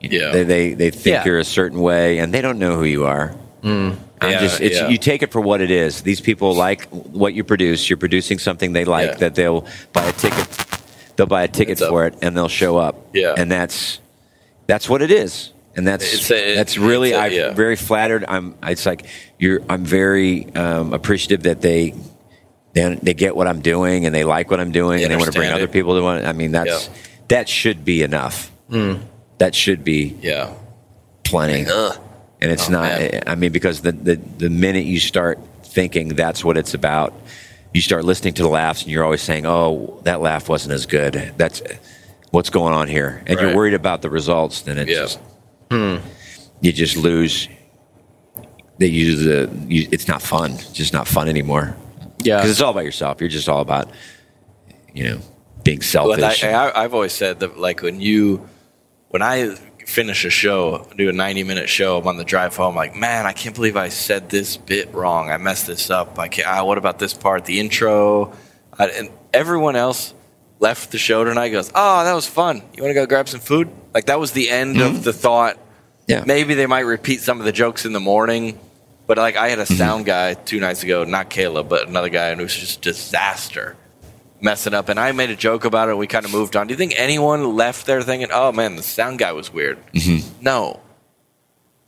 Speaker 7: Yeah.
Speaker 1: They they, they think
Speaker 7: Yeah. Mm.
Speaker 1: you're a certain way, and they don't know who you are. I'm
Speaker 7: Yeah,
Speaker 1: just it's
Speaker 7: yeah.
Speaker 1: you take it for what it is. These people like what you produce. You're producing something they like that they'll buy a ticket. They'll buy a ticket for it and they'll show up.
Speaker 7: Yeah.
Speaker 1: and that's that's what it is. And that's
Speaker 7: It's a-
Speaker 1: that's really
Speaker 7: it's a-
Speaker 1: I'm
Speaker 7: yeah.
Speaker 1: very flattered. I'm it's like you're I'm very um, appreciative that they they they get what I'm doing and they like what I'm doing
Speaker 7: They
Speaker 1: and they want to bring
Speaker 7: understand
Speaker 1: other
Speaker 7: it.
Speaker 1: people to want. I mean that's
Speaker 7: Yeah. Hmm.
Speaker 1: that should be enough. That should be
Speaker 7: yeah
Speaker 1: plenty. And
Speaker 7: Oh,
Speaker 1: it's not. eh, I mean, because the, the the minute you start thinking that's what it's about, you start listening to the laughs, and you're always saying, "Oh, that laugh wasn't as good." That's what's going on here, and you're
Speaker 7: Right.
Speaker 1: worried about the results. Then it's
Speaker 7: Yeah. Hmm.
Speaker 1: just you just lose. They use the. You, it's not fun. It's just not fun anymore.
Speaker 5: Yeah,
Speaker 1: because it's all about yourself. You're just all about you know being selfish.
Speaker 7: Well, I, I, I've always said that, like when you, when I finish a show, do a ninety-minute show, I'm on the drive home, like, man, I can't believe I said this bit wrong. I messed this up. I can't. Ah, what about this part? The intro, I, and everyone else left the show tonight. Goes, oh, that was fun. You want to go grab some food? Like that was the end
Speaker 1: Mm-hmm.
Speaker 7: of the thought.
Speaker 1: Yeah.
Speaker 7: Maybe they might repeat some of the jokes in the morning. But like I had a
Speaker 5: Mm-hmm.
Speaker 7: sound guy two nights ago, not Caleb, but another guy, and it was just disaster messing up. And I made a joke about it. We kind of moved on. Do you think anyone left there thinking, "Oh man, the sound guy was weird"?
Speaker 5: Mm-hmm.
Speaker 7: No.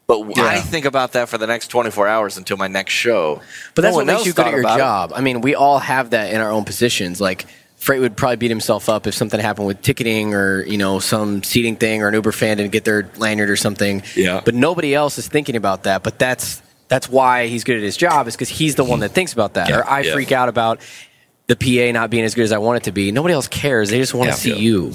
Speaker 7: But w- I think about that for the next 24 hours until my next show.
Speaker 5: But that's what
Speaker 7: No one
Speaker 5: makes
Speaker 7: else
Speaker 5: you good
Speaker 7: thought
Speaker 5: at your
Speaker 7: about it.
Speaker 5: job. I mean, we all have that in our own positions. Like Freight would probably beat himself up if something happened with ticketing or you know some seating thing or an Uber fan didn't get their lanyard or something.
Speaker 7: Yeah.
Speaker 5: But nobody else is thinking about that. But that's that's why he's good at his job is because he's the one that thinks about that. Or I
Speaker 12: Yeah.
Speaker 5: freak out about the PA not being as good as I want it to be. Nobody else cares. They just want
Speaker 12: Yeah.
Speaker 5: to see you.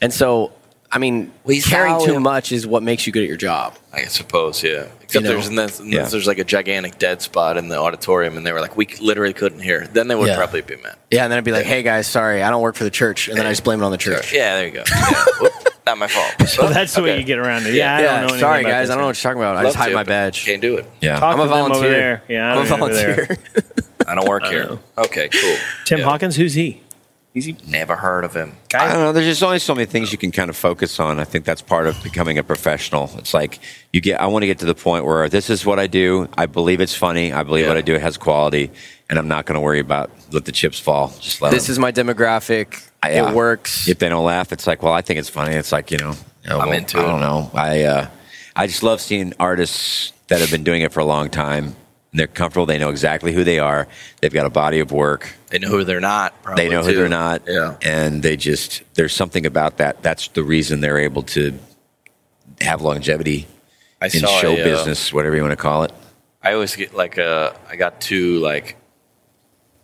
Speaker 5: And so, I mean, caring
Speaker 7: saw
Speaker 5: too
Speaker 7: him.
Speaker 5: much is what makes you good at your job.
Speaker 7: I suppose, yeah. Except
Speaker 5: You know?
Speaker 7: there's unless, unless
Speaker 5: Yeah.
Speaker 7: there's like a gigantic dead spot in the auditorium, and they were like, "We c- literally couldn't hear." Then they would
Speaker 5: Yeah.
Speaker 7: probably be mad.
Speaker 5: Yeah, and then I'd be like, "Hey guys, sorry, I don't work for the church," and then I just blame it on the church.
Speaker 7: Yeah, there
Speaker 1: [laughs]
Speaker 7: you go. Yeah. Whoop, not my fault.
Speaker 2: so that's the way you get around it. Yeah, I don't know. anything
Speaker 5: Uh, sorry
Speaker 2: about
Speaker 5: guys,
Speaker 2: this
Speaker 5: I don't know
Speaker 2: guy.
Speaker 5: what you're talking about. I
Speaker 7: Love
Speaker 5: just hide
Speaker 7: to,
Speaker 5: my
Speaker 7: but
Speaker 5: badge.
Speaker 7: Can't do it.
Speaker 1: Yeah,
Speaker 2: Talk
Speaker 5: I'm a
Speaker 2: to them over
Speaker 5: volunteer.
Speaker 2: there. Yeah, I
Speaker 5: I'm
Speaker 2: [laughs]
Speaker 5: a
Speaker 2: don't know who they are.
Speaker 5: volunteer.
Speaker 7: I don't work here. Okay, cool.
Speaker 2: Tim Hawkins, who's he?
Speaker 7: Never heard of him.
Speaker 1: I don't know. There's just only so many things you can kind of focus on. I think that's part of becoming a professional. It's like you get. I want to get to the point where this is what I do. I believe it's funny. I believe what I do has quality, and I'm not going to worry about let the chips fall. Just let
Speaker 5: This is my demographic. It works.
Speaker 1: If they don't laugh, it's like, well, I think it's funny. It's like you know, oh,
Speaker 5: I'm
Speaker 1: well,
Speaker 5: into
Speaker 1: I
Speaker 5: it.
Speaker 1: don't know. I uh, I just love seeing artists that have been doing it for a long time. They're comfortable. They know exactly who they are. They've got a body of work.
Speaker 7: They know who they're not. Probably
Speaker 1: they know
Speaker 7: too.
Speaker 1: who they're not.
Speaker 7: Yeah.
Speaker 1: And they just, there's something about that. That's the reason they're able to have longevity
Speaker 7: I
Speaker 1: in
Speaker 7: saw
Speaker 1: show
Speaker 7: a, uh,
Speaker 1: business, whatever you want to call it.
Speaker 7: I always get like uh, I got too like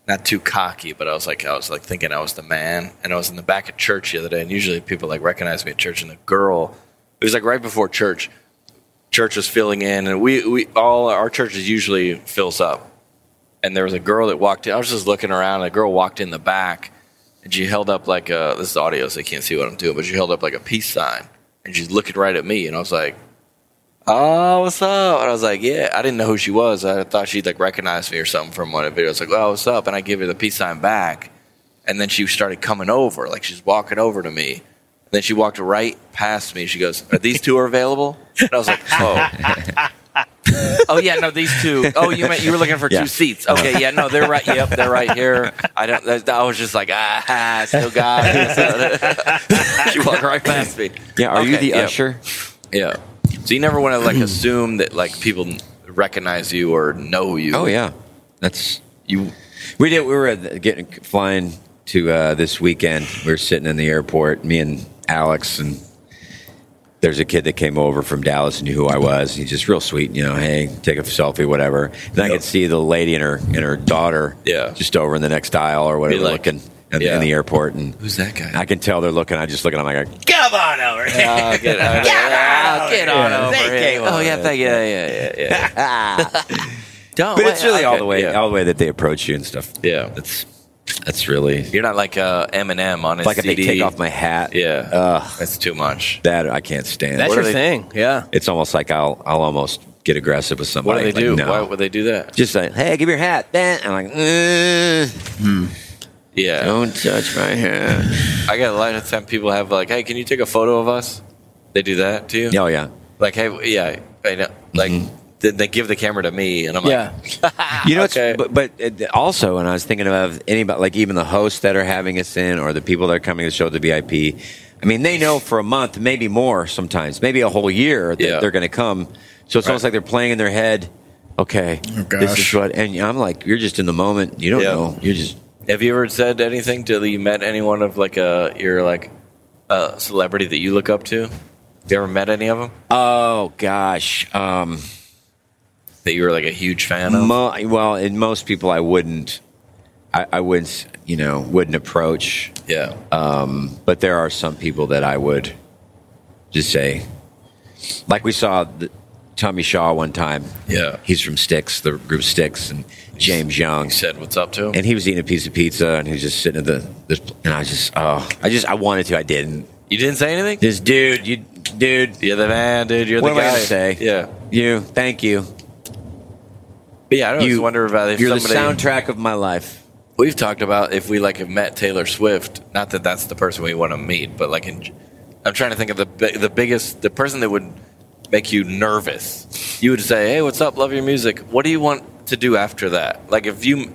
Speaker 7: not too cocky, but I was like I was like thinking I was the man, and I was in the back of church the other day, and usually people like recognize me at church, and the girl it was like right before church, church was filling in, and we we all our churches usually fills up, and there was a girl that walked in. I was just looking around, and a girl walked in the back, and she held up like a this is audio, so you can't see what I'm doing, but she held up like a peace sign, and she's looking right at me, and I was like oh, what's up? And I was like, yeah, I didn't know who she was. I thought she'd like recognize me or something from one of the videos. Like, oh, what's up? And I give her the peace sign back. And then she started coming over, like she's walking over to me. And then she walked right past me. She goes, are these two are available? And I was like,
Speaker 1: [laughs]
Speaker 7: oh. oh yeah, no, these two. Oh, you meant you were looking for
Speaker 16: Yeah.
Speaker 7: two seats. Okay, yeah, no, they're right. Yep, they're right here. I don't. I was just like, ah, I still got
Speaker 1: [laughs]
Speaker 7: it. she walked right past me.
Speaker 1: Yeah. Are you
Speaker 7: Okay,
Speaker 1: the
Speaker 7: yeah.
Speaker 1: usher?
Speaker 7: Yeah. So you never want
Speaker 1: [clears throat]
Speaker 7: to like assume that like people recognize you or know you.
Speaker 1: Oh yeah, that's you. We did. We were at the- getting flying to uh, this weekend. We were sitting in the airport, me and Alex, and there's a kid that came over from Dallas and knew who I was. He's just real sweet, you know. Hey, take a selfie, whatever. And I could see the lady and her and her daughter, yeah, just over in the next aisle or whatever,
Speaker 7: like,
Speaker 1: looking in, in the airport. And
Speaker 7: who's that guy?
Speaker 1: I can tell they're looking. I just look at them like.
Speaker 7: Come on over here. get on, yeah, Oh, get on
Speaker 1: Yeah.
Speaker 7: over
Speaker 1: Thank
Speaker 7: here.
Speaker 1: you.
Speaker 7: Oh yeah, thank you. Yeah, yeah, yeah. yeah. Don't.
Speaker 1: but it's
Speaker 7: wait,
Speaker 1: really all
Speaker 7: okay,
Speaker 1: the way,
Speaker 7: yeah.
Speaker 1: all the way that they approach you and stuff.
Speaker 7: [laughs] Yeah,
Speaker 1: that's that's really
Speaker 7: You're not like uh, Eminem on his
Speaker 1: like if
Speaker 7: CD.
Speaker 1: they take off my hat.
Speaker 7: Yeah,
Speaker 1: Ugh.
Speaker 7: that's too much.
Speaker 1: That I can't stand.
Speaker 7: That's
Speaker 1: What
Speaker 7: your
Speaker 1: do they-
Speaker 7: thing,
Speaker 5: yeah.
Speaker 1: It's almost like I'll I'll almost get aggressive with
Speaker 7: What do
Speaker 1: somebody.
Speaker 7: they do?
Speaker 1: Like, no.
Speaker 7: Why would they do that?
Speaker 1: Just like, hey, give me your hat. Eh, I'm like, eh.
Speaker 7: Yeah.
Speaker 1: Don't touch my hair.
Speaker 7: I get a lot of time people have like, hey, can you take a photo of us? They do that to you.
Speaker 1: Oh yeah.
Speaker 7: Like, hey, yeah, I know. Like,
Speaker 1: Mm-hmm.
Speaker 7: then they give the camera to me, and I'm like,
Speaker 1: You know, it's, but, but it, also, and I was thinking of anybody, like even the hosts that are having us in, or the people that are coming to the show at the VIP. I mean, they know for a month, maybe more, sometimes, maybe a whole year that
Speaker 17: Yeah.
Speaker 1: they're going to come. So it's almost like they're playing in their head. Okay, this is
Speaker 7: gosh.
Speaker 1: what, and I'm like, you're just in the moment. You don't
Speaker 7: Yeah.
Speaker 1: know. You're just
Speaker 7: Have you ever said anything to you met anyone of like a your like a celebrity that you look up to? Have you ever met any of them?
Speaker 1: Oh gosh, um,
Speaker 7: that you were like a huge fan of.
Speaker 1: Mo- well, in most people, I wouldn't. I, I wouldn't. You know, wouldn't approach.
Speaker 7: Yeah.
Speaker 1: Um, but there are some people that I would just say, like we saw the, Tommy Shaw one time.
Speaker 7: Yeah.
Speaker 1: He's from Sticks, the group Sticks, and James Young
Speaker 7: said what's up to him,
Speaker 1: and he was eating a piece of pizza, and he was just sitting at the. This, and I was just, oh, I just, I wanted to, I didn't.
Speaker 7: You didn't say anything.
Speaker 1: This dude, you, dude,
Speaker 7: you're the man, dude. You're
Speaker 1: what am
Speaker 7: the
Speaker 1: I
Speaker 7: guy.
Speaker 1: gonna say?
Speaker 7: Yeah.
Speaker 1: You, thank you.
Speaker 7: But yeah, I always wonder about if
Speaker 1: you're
Speaker 7: somebody,
Speaker 1: the soundtrack of my life.
Speaker 7: We've talked about if we like have met Taylor Swift. Not that that's the person we want to meet, but like in, I'm trying to think of the bi- the biggest the person that would make you nervous. You would say, "Hey, what's up? Love your music. What do you want to do after that?" Like if you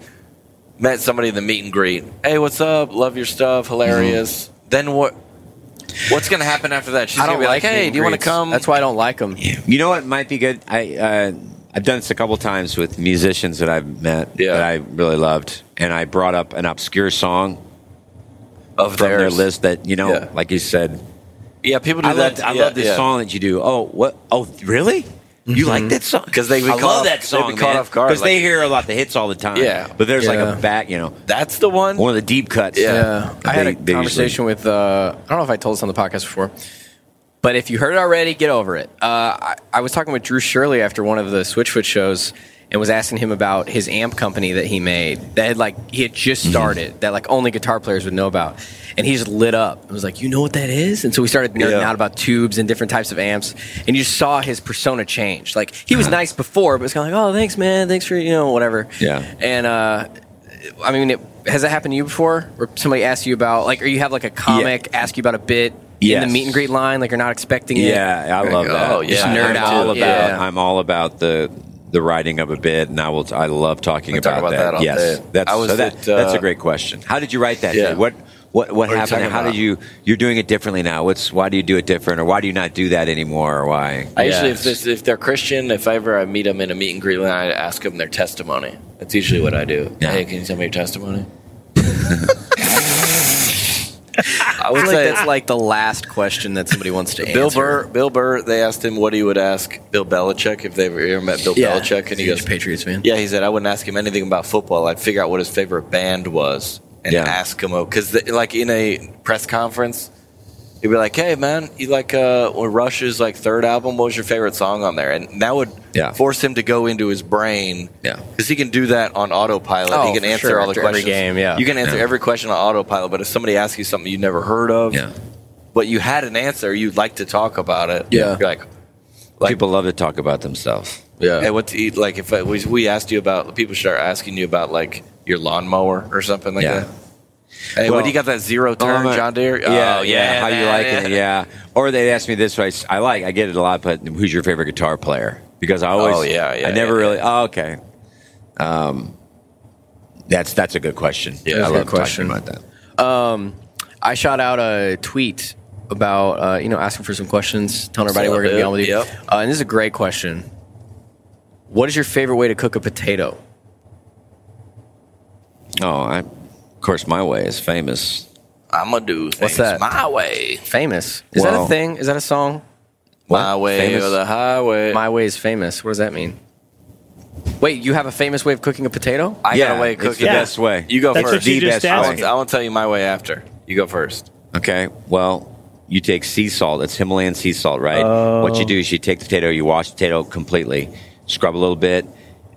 Speaker 7: met somebody in the meet and greet, "Hey, what's up? Love your stuff. Hilarious." Then what? What's gonna happen after that? She's
Speaker 5: I
Speaker 7: gonna
Speaker 5: don't
Speaker 7: be like,
Speaker 5: like meet
Speaker 7: "Hey,
Speaker 5: and
Speaker 7: do you want to
Speaker 5: greets.
Speaker 7: come?"
Speaker 5: That's why I don't like them.
Speaker 1: You know what might be good? I uh, I've done this a couple times with musicians that I've met that I really loved, and I brought up an obscure song
Speaker 7: of
Speaker 1: from their
Speaker 7: theirs.
Speaker 1: list that you know,
Speaker 7: Yeah.
Speaker 1: like you said,
Speaker 7: Yeah, people do
Speaker 1: I
Speaker 7: that.
Speaker 1: love I
Speaker 7: yeah,
Speaker 1: love this
Speaker 7: yeah. Mm-hmm.
Speaker 1: song that you do. Oh, what? Oh, really? You like that song?
Speaker 7: 'Cause they'd be
Speaker 1: I
Speaker 7: caught
Speaker 1: love
Speaker 7: off-
Speaker 1: that
Speaker 7: they'd
Speaker 1: song
Speaker 7: be caught off guard,
Speaker 1: because they
Speaker 7: like-
Speaker 1: hear a lot the hits all the time.
Speaker 5: Yeah.
Speaker 1: but there's like
Speaker 5: Yeah.
Speaker 1: a back, you know,
Speaker 7: that's the one.
Speaker 1: One of the deep cuts.
Speaker 5: Yeah. I had
Speaker 1: They-
Speaker 5: a
Speaker 1: they usually-
Speaker 5: conversation with, uh, I don't know if I told this on the podcast before, but if you heard it already, get over it. Uh, I, I was talking with Drew Shirley after one of the Switchfoot shows and was asking him about his amp company that he made that had like, he had
Speaker 1: Mm-hmm.
Speaker 5: just started that like only guitar players would know about. And he just lit up and was like, you know what that is? And so we started nerding
Speaker 16: Yeah.
Speaker 5: out about tubes and different types of amps. And you saw his persona
Speaker 1: Uh-huh.
Speaker 5: change. Like he was nice before, but it's kind of like, oh, thanks, man. Thanks for, you know, whatever.
Speaker 1: Yeah.
Speaker 5: And uh, I mean, it, has that happened to you before? Or somebody asked you about, like, or you have like a comic ask you about a bit
Speaker 1: Yes.
Speaker 5: in the meet and greet line, like you're not expecting it.
Speaker 1: Yeah, I
Speaker 5: Like,
Speaker 1: love that.
Speaker 5: Oh, yeah. Just
Speaker 1: I'm
Speaker 5: nerd out.
Speaker 1: all about.
Speaker 5: Yeah.
Speaker 1: I'm all about the the writing of a bit, and I will. I love talking
Speaker 5: We
Speaker 1: about,
Speaker 5: talk about that
Speaker 1: that.
Speaker 5: all
Speaker 1: yes,
Speaker 5: day.
Speaker 1: that's
Speaker 5: I was
Speaker 1: so that,
Speaker 5: at, uh,
Speaker 1: that's a great question. How did you write that?
Speaker 5: Yeah.
Speaker 1: Jay? What what
Speaker 5: What
Speaker 1: what
Speaker 5: are you
Speaker 1: happened?
Speaker 5: talking
Speaker 1: How
Speaker 5: about?
Speaker 1: did you you're doing it differently now? What's why do you do it different, or why do you not do that anymore, or why?
Speaker 7: I usually, if, this, if they're Christian, if ever I meet them in a meet and greet line, I ask them their testimony. That's usually what I do. Hey, can you tell me your testimony?
Speaker 5: I would say that's like the last question that somebody
Speaker 1: [laughs]
Speaker 5: wants to
Speaker 7: Bill
Speaker 5: answer.
Speaker 7: Burr. Bill Burr. They asked him what he would ask Bill Belichick if they ever, ever met Bill
Speaker 5: Yeah.
Speaker 7: Belichick, and he
Speaker 5: Huge
Speaker 7: goes,
Speaker 5: Patriots fan.
Speaker 7: Yeah, he said I wouldn't ask him anything about football. I'd figure out what his favorite band was and
Speaker 1: Yeah.
Speaker 7: ask him because like in a press conference. He'd be like, "Hey, man, you like uh, when Rush's like third album? What was your favorite song on there?" And that would
Speaker 1: Yeah.
Speaker 7: force him to go into his brain, yeah, because he can do that on autopilot.
Speaker 5: Oh,
Speaker 7: he can
Speaker 5: for
Speaker 7: answer
Speaker 5: sure,
Speaker 7: all the
Speaker 5: after every
Speaker 7: questions.
Speaker 5: game, yeah.
Speaker 7: you can answer
Speaker 5: Yeah.
Speaker 7: every question on autopilot. But if somebody asks you something you never heard of, yeah but you had an answer. You'd like to talk about it.
Speaker 1: Yeah.
Speaker 7: You're like,
Speaker 1: people love to talk about themselves.
Speaker 7: yeah. Hey, what to eat? Like, if I, we, we asked you about, people start asking you about like your lawnmower or something like
Speaker 1: Yeah.
Speaker 7: that. Hey,
Speaker 1: Well-
Speaker 7: what do you got that zero turn,
Speaker 1: Oh, my-
Speaker 7: John Deere?
Speaker 1: Yeah,
Speaker 7: Oh,
Speaker 1: yeah. How you
Speaker 7: man,
Speaker 1: liking it? Yeah. Or they ask me this. So I, s- I like. I get it a lot. But who's your favorite guitar player? Because I always.
Speaker 7: Oh, yeah, yeah,
Speaker 1: I never
Speaker 7: yeah,
Speaker 1: really. Oh, okay. Um, that's that's a good question. I
Speaker 5: Yeah, that's a
Speaker 1: love
Speaker 5: good question.
Speaker 1: talking about that.
Speaker 5: Um, I shot out a tweet about uh, you know asking for some questions, telling everybody
Speaker 7: Solid,
Speaker 5: we're going to be on with you.
Speaker 7: yep.
Speaker 5: Uh, and this is a great question. What is your favorite way to cook a potato?
Speaker 1: Oh, I, of course, my way is famous.
Speaker 7: I'm going to do
Speaker 5: What's
Speaker 7: things
Speaker 5: that?
Speaker 7: my way.
Speaker 5: Famous. Is that
Speaker 1: Well-
Speaker 5: a thing? Is that a song?
Speaker 7: My way or the highway.
Speaker 5: My way is famous. What does that mean? Wait, you have a famous way of cooking a potato?
Speaker 7: I got a way of cooking. it. You go first. I want, I want to tell you my way after. You go first.
Speaker 1: Okay. Well, you take sea salt. It's Himalayan sea salt, right? What you do is you take the potato, you wash the potato completely, scrub a little bit.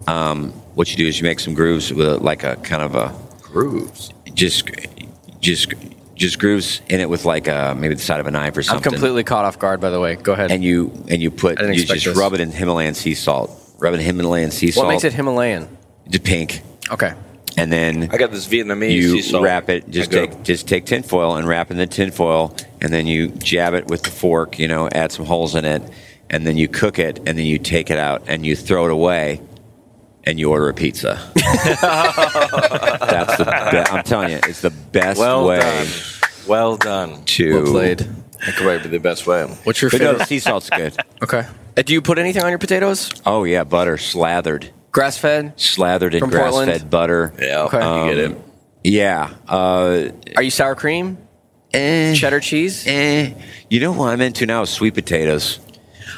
Speaker 1: Um, what you do is you make some grooves with a, like a kind of a grooves. Just, just, just grooves in it with like uh maybe the side of a knife or
Speaker 5: I'm
Speaker 1: something.
Speaker 5: completely caught off guard, by the way. Go ahead.
Speaker 1: and you and you put
Speaker 5: I didn't
Speaker 1: you
Speaker 5: expect
Speaker 1: just
Speaker 5: this.
Speaker 1: rub it in Himalayan sea salt. Rub it in Himalayan sea salt.
Speaker 5: what makes it Himalayan?
Speaker 1: Just pink.
Speaker 5: Okay.
Speaker 1: And then
Speaker 7: I got this Vietnamese sea
Speaker 1: you
Speaker 7: salt.
Speaker 1: wrap it. Just
Speaker 7: I go-
Speaker 1: take just take tin foil and wrap it in the tin foil, and then you jab it with the fork. You know, add some holes in it, and then you cook it, and then you take it out and you throw it away, and you order a
Speaker 5: [laughs]
Speaker 1: pizza. That's the. Be- I'm telling you, it's the best
Speaker 7: Well
Speaker 1: way.
Speaker 7: done. Well done.
Speaker 1: To-
Speaker 7: well played. That could probably be the best way.
Speaker 5: What's your
Speaker 1: But no,
Speaker 5: favorite?
Speaker 1: sea salt's good.
Speaker 5: [laughs] Okay. Uh, Do you put anything on your potatoes?
Speaker 1: [laughs] Oh yeah, butter slathered,
Speaker 5: Grass fed?
Speaker 1: slathered in
Speaker 5: From Portland?
Speaker 1: grass-fed butter.
Speaker 7: Yeah,
Speaker 5: Okay.
Speaker 1: Um,
Speaker 5: You get it.
Speaker 1: Yeah. Uh,
Speaker 5: Are you sour cream? Cheddar cheese?
Speaker 1: Eh, you know what I'm into now is sweet potatoes.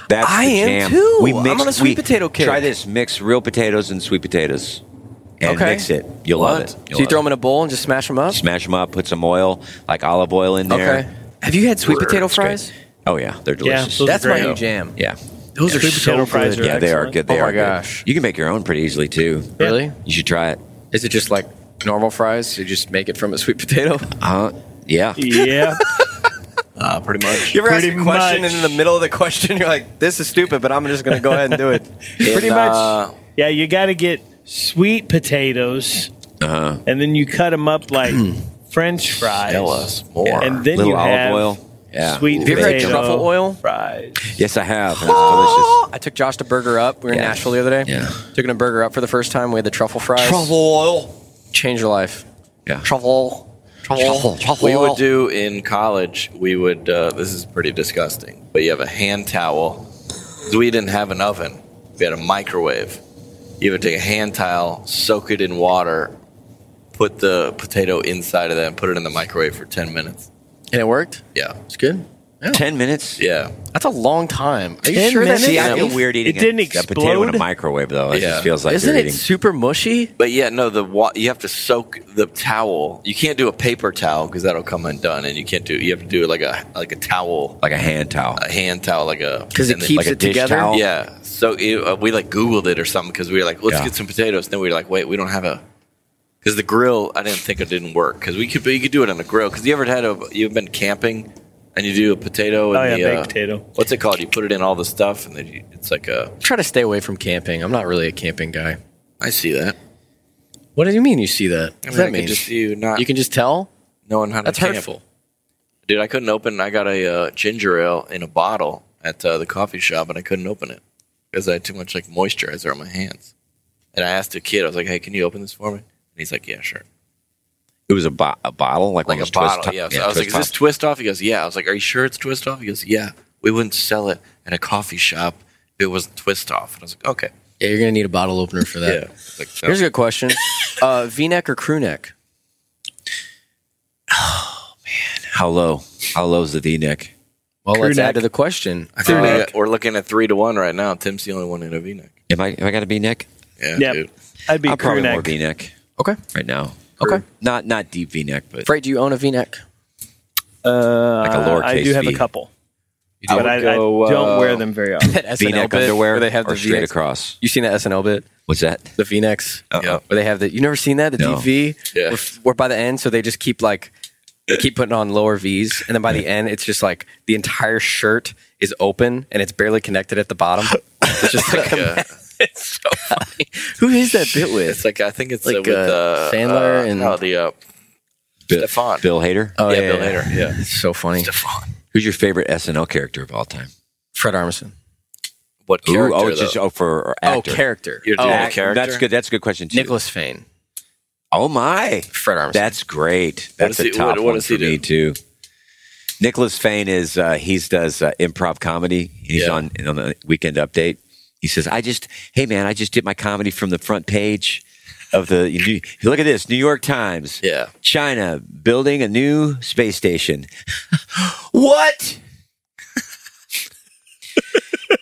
Speaker 1: That's
Speaker 5: I
Speaker 1: the
Speaker 5: am
Speaker 1: jam.
Speaker 5: too.
Speaker 1: We
Speaker 5: I'm
Speaker 1: mix,
Speaker 5: on a sweet
Speaker 1: we-
Speaker 5: potato kick.
Speaker 1: Try this: mix real potatoes and sweet potatoes, and
Speaker 5: Okay.
Speaker 1: mix it. You'll love it. You'll
Speaker 5: so you
Speaker 1: love
Speaker 5: throw
Speaker 1: it.
Speaker 5: them in a bowl and just smash them up?
Speaker 1: smash them up, put some oil, like olive oil, in there.
Speaker 5: Okay. Have you had sweet
Speaker 1: Brr,
Speaker 5: potato
Speaker 1: it's great.
Speaker 5: fries?
Speaker 1: Oh yeah, they're delicious.
Speaker 5: those are That's my great. new jam.
Speaker 1: Yeah,
Speaker 5: Those are
Speaker 1: Sweet
Speaker 5: so potato fries good. are
Speaker 1: Yeah, they are
Speaker 5: excellent.
Speaker 1: good. They
Speaker 5: Oh my
Speaker 1: are good.
Speaker 5: gosh.
Speaker 1: you can make your own pretty easily too.
Speaker 5: Really?
Speaker 1: You should try it.
Speaker 5: Is it just like normal fries? You just make it from a sweet [laughs] potato?
Speaker 1: Uh, yeah.
Speaker 2: Yeah.
Speaker 7: Uh, pretty much.
Speaker 5: You ever
Speaker 2: Pretty
Speaker 5: ask a question
Speaker 2: much.
Speaker 5: and in the middle of the question [laughs] you're like, "This is stupid," but I'm just going to go ahead and [laughs] do it.
Speaker 2: Pretty
Speaker 7: And,
Speaker 2: much.
Speaker 7: uh,
Speaker 2: yeah, you got to get sweet potatoes,
Speaker 1: Uh-huh.
Speaker 2: and then you cut them up like French fries.
Speaker 7: Tell us more.
Speaker 2: And then
Speaker 1: Little
Speaker 2: you
Speaker 1: olive
Speaker 2: have
Speaker 1: oil. Yeah.
Speaker 2: sweet
Speaker 5: Have you ever had
Speaker 2: potato
Speaker 5: truffle oil?
Speaker 2: fries.
Speaker 1: Yes, I have. and It's delicious.
Speaker 2: Oh!
Speaker 5: I took Josh to Burger Up. We were in
Speaker 1: Yeah.
Speaker 5: Nashville the other day.
Speaker 1: Yeah.
Speaker 5: Took him to Burger Up for the first time. We had the truffle fries.
Speaker 1: oil.
Speaker 5: Changed your life.
Speaker 1: Yeah.
Speaker 5: Truffle. Truffle.
Speaker 7: we would do in college we would uh, this is pretty disgusting but you have a hand towel 'Cause we didn't have an oven we had a microwave you would take a hand towel soak it in water put the potato inside of that and put it in the microwave for 10 minutes
Speaker 5: And it worked?
Speaker 7: yeah
Speaker 5: It's good.
Speaker 1: Ten minutes.
Speaker 7: yeah
Speaker 5: That's a long time. Are you
Speaker 2: Ten
Speaker 5: sure that's
Speaker 2: minutes?
Speaker 1: See,
Speaker 2: Yeah.
Speaker 1: I feel weird eating
Speaker 2: It didn't
Speaker 1: a, a potato in
Speaker 2: explode?
Speaker 1: a microwave, though. It
Speaker 7: Yeah.
Speaker 1: just feels like
Speaker 5: Isn't
Speaker 1: you're
Speaker 5: it
Speaker 1: eating.
Speaker 5: super mushy?
Speaker 7: but yeah no the wa- you have to soak the towel you can't do a paper towel because that'll come undone and you can't do you have to do like a like a towel
Speaker 1: like a hand towel.
Speaker 7: a hand towel like a
Speaker 5: 'Cause it
Speaker 7: and then-
Speaker 5: keeps
Speaker 1: like a
Speaker 5: it
Speaker 1: dish
Speaker 5: together?
Speaker 1: towel.
Speaker 7: Yeah. So it, uh, we like Googled it or something because we were like, let's
Speaker 1: Yeah.
Speaker 7: get some potatoes. Then we were like, wait, we don't have a because the grill. I didn't think it didn't work because we could you could do it on a grill. Because you ever had a you've been camping and you do a
Speaker 2: Oh,
Speaker 7: potato and
Speaker 2: yeah,
Speaker 7: the,
Speaker 2: baked
Speaker 7: uh,
Speaker 2: potato.
Speaker 7: What's it called? You put it in all the stuff and then you, it's like a.
Speaker 5: I try to stay away from camping. I'm not really a camping guy.
Speaker 7: I see that.
Speaker 5: What do you mean you see that? What
Speaker 7: I
Speaker 5: does
Speaker 7: mean, I
Speaker 5: that
Speaker 7: could
Speaker 5: mean?
Speaker 7: just see you not.
Speaker 5: You can just tell?
Speaker 7: knowing how to
Speaker 5: That's
Speaker 7: tamp.
Speaker 5: hurtful.
Speaker 7: Dude, I couldn't open. I got a uh, ginger ale in a bottle at uh, the coffee shop, and I couldn't open it because I had too much like moisturizer on my hands. And I asked a kid, I was like, "Hey, can you open this for me?" And he's like, "Yeah, sure."
Speaker 1: It was a, bo- a bottle, like,
Speaker 7: Like
Speaker 1: one
Speaker 7: a
Speaker 1: of those twist
Speaker 7: bottle,
Speaker 1: top-
Speaker 7: yeah. So I was like,
Speaker 1: twist
Speaker 7: "Is this
Speaker 1: top.
Speaker 7: twist off?" He goes, "Yeah." I was like, "Are you sure it's twist off?" He goes, "Yeah." We wouldn't sell it at a coffee shop if it wasn't twist off. And I was like, "Okay."
Speaker 5: Yeah, you're gonna need a bottle opener for that.
Speaker 7: Yeah. It's like,
Speaker 5: Here's a good [laughs] question: uh, V-neck or crew neck?
Speaker 1: How low? How low is the V neck?
Speaker 5: Well,
Speaker 7: Crew
Speaker 5: let's
Speaker 7: neck.
Speaker 5: add to the question.
Speaker 7: I think we
Speaker 5: Uh,
Speaker 7: got- we're looking at three to one right now. Tim's the only one in a V neck.
Speaker 1: Am I? Have I got a V neck?
Speaker 7: Yeah,
Speaker 2: Yep.
Speaker 7: dude.
Speaker 2: I'd be
Speaker 1: I'm
Speaker 2: crew
Speaker 1: probably more
Speaker 2: neck.
Speaker 1: V neck.
Speaker 5: Okay.
Speaker 1: Right now.
Speaker 5: Okay.
Speaker 1: Not not deep V neck, but
Speaker 5: Freight, do you own a V-neck?
Speaker 2: Uh,
Speaker 1: Like a lowercase
Speaker 2: I do have a
Speaker 1: V.
Speaker 2: couple,
Speaker 7: do?
Speaker 2: but I, I
Speaker 7: I would go,
Speaker 2: don't
Speaker 7: uh,
Speaker 2: wear them very often.
Speaker 5: That
Speaker 1: V
Speaker 5: SNL
Speaker 1: neck
Speaker 5: bit
Speaker 1: underwear
Speaker 5: where they have
Speaker 1: or
Speaker 5: the
Speaker 1: straight
Speaker 5: V-necks?
Speaker 1: across.
Speaker 5: You seen that SNL bit?
Speaker 1: What's that?
Speaker 5: The V-necks. Uh,
Speaker 7: Yeah.
Speaker 5: Where they have the you never seen that the
Speaker 1: No.
Speaker 5: deep V?
Speaker 7: Yeah.
Speaker 5: We're, we're by the end, so they just keep like they keep putting on lower V's, and then by the end, it's just like the entire shirt is open and it's barely connected at the bottom. It's just
Speaker 7: [laughs]
Speaker 5: like a
Speaker 7: Yeah.
Speaker 5: [laughs] it's so funny. Who is that bit with?
Speaker 7: It's like I think it's
Speaker 5: Like,
Speaker 7: uh, with
Speaker 5: uh,
Speaker 7: uh,
Speaker 5: Sandler
Speaker 7: uh,
Speaker 5: and-
Speaker 7: no, the uh,
Speaker 1: Bill,
Speaker 7: Stefan.
Speaker 1: Bill Hader.
Speaker 5: Oh,
Speaker 7: yeah, Bill Hader. Yeah.
Speaker 5: It's so funny.
Speaker 1: Who's your favorite SNL character of all time?
Speaker 5: Fred Armisen.
Speaker 7: What
Speaker 1: Ooh,
Speaker 7: character?
Speaker 1: oh, it's just
Speaker 7: though?
Speaker 1: oh for or actor.
Speaker 5: Oh, character.
Speaker 7: You're
Speaker 5: oh,
Speaker 7: doing a character.
Speaker 1: That's good. That's a good question too.
Speaker 5: Nicholas Fane.
Speaker 1: Oh my,
Speaker 5: Fred Armisen.
Speaker 1: that's great. That's
Speaker 7: does
Speaker 1: a
Speaker 7: he-
Speaker 1: top
Speaker 7: what- what
Speaker 1: one
Speaker 7: does
Speaker 1: for
Speaker 7: he
Speaker 1: me too. Nicholas Fane is uh, he's does uh, improv comedy. He's
Speaker 7: Yeah.
Speaker 1: on on the Weekend Update. He says, "I just hey man, I just did my comedy from the front page of the you- look at this New York Times.
Speaker 7: Yeah.
Speaker 1: China building a new space station. [gasps] what? [laughs]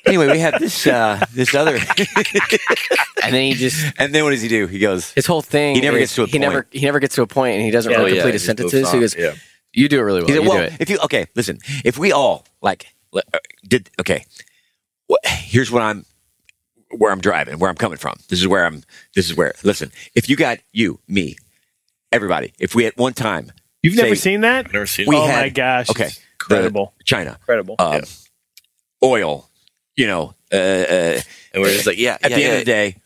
Speaker 1: anyway, we have this uh, this other, [laughs]
Speaker 5: and then he just
Speaker 1: and then what does he do? He goes,
Speaker 5: his whole thing.
Speaker 1: He never
Speaker 5: is
Speaker 1: gets to a
Speaker 5: he never
Speaker 1: point.
Speaker 5: he never gets to a point, and he doesn't
Speaker 7: Oh,
Speaker 5: really
Speaker 7: yeah,
Speaker 5: complete his
Speaker 7: he just moves
Speaker 5: sentences. He
Speaker 7: on.
Speaker 5: goes,
Speaker 7: Yeah.
Speaker 5: "You do it really well.
Speaker 1: He said,
Speaker 5: you
Speaker 1: well,
Speaker 5: do it."
Speaker 1: if you okay, listen, if we all like le- uh, did okay, what, here's what I'm where I'm driving, where I'm coming from. This is where I'm. This is where. Listen, if you got you, me, everybody, if we at one time,
Speaker 2: You've never
Speaker 1: say,
Speaker 2: seen that?
Speaker 7: I've never seen.
Speaker 1: we
Speaker 7: it.
Speaker 2: oh
Speaker 1: had-
Speaker 2: my gosh!
Speaker 1: okay,
Speaker 2: it's incredible,
Speaker 1: the China,
Speaker 2: incredible.
Speaker 1: um, oil, you know, uh, uh,
Speaker 7: and we're just like, yeah,
Speaker 1: at
Speaker 7: yeah,
Speaker 1: the
Speaker 7: yeah,
Speaker 1: end of the day.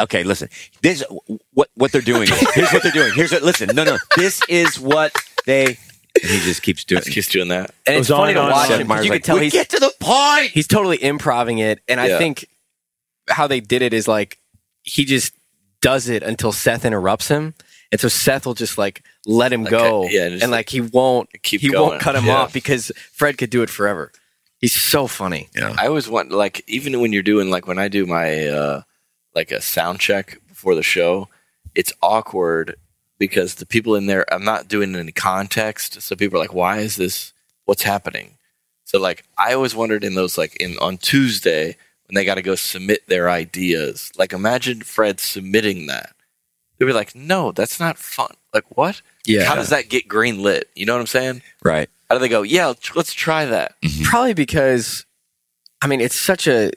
Speaker 1: Okay, listen. This what what they're doing. is- Here's what they're doing. Here's what. Listen, no, no. This is what they. And he just keeps doing.
Speaker 7: Just keeps doing that.
Speaker 5: and it's
Speaker 2: goes on
Speaker 5: funny
Speaker 2: and
Speaker 5: to
Speaker 2: on and
Speaker 5: watch
Speaker 2: on.
Speaker 5: him because you
Speaker 1: like,
Speaker 5: can tell
Speaker 1: "We
Speaker 5: he's
Speaker 1: get to the point.
Speaker 5: he's totally improving it, and I
Speaker 7: Yeah.
Speaker 5: think how they did it is like he just does it until Seth interrupts him, and so Seth will just like let him
Speaker 7: Like,
Speaker 5: go,
Speaker 7: uh, yeah, and just,
Speaker 5: and like he won't
Speaker 7: keep
Speaker 5: he
Speaker 7: going.
Speaker 5: won't cut him
Speaker 7: Yeah.
Speaker 5: off because Fred could do it forever. He's so funny.
Speaker 7: I always want like even when you're doing like when I do my uh like a sound check before the show, it's awkward because the people in there I'm not doing it in context, so people are like, "Why is this? What's happening?" So like I always wondered in those like in on Tuesday when they got to go submit their ideas. Like imagine Fred submitting that. They'd be like, "No, that's not fun." Like what?
Speaker 5: Yeah.
Speaker 7: How does that get green lit? You know what I'm saying?
Speaker 1: Right.
Speaker 7: How do they go? Yeah, let's try that.
Speaker 5: Probably because, I mean, it's such a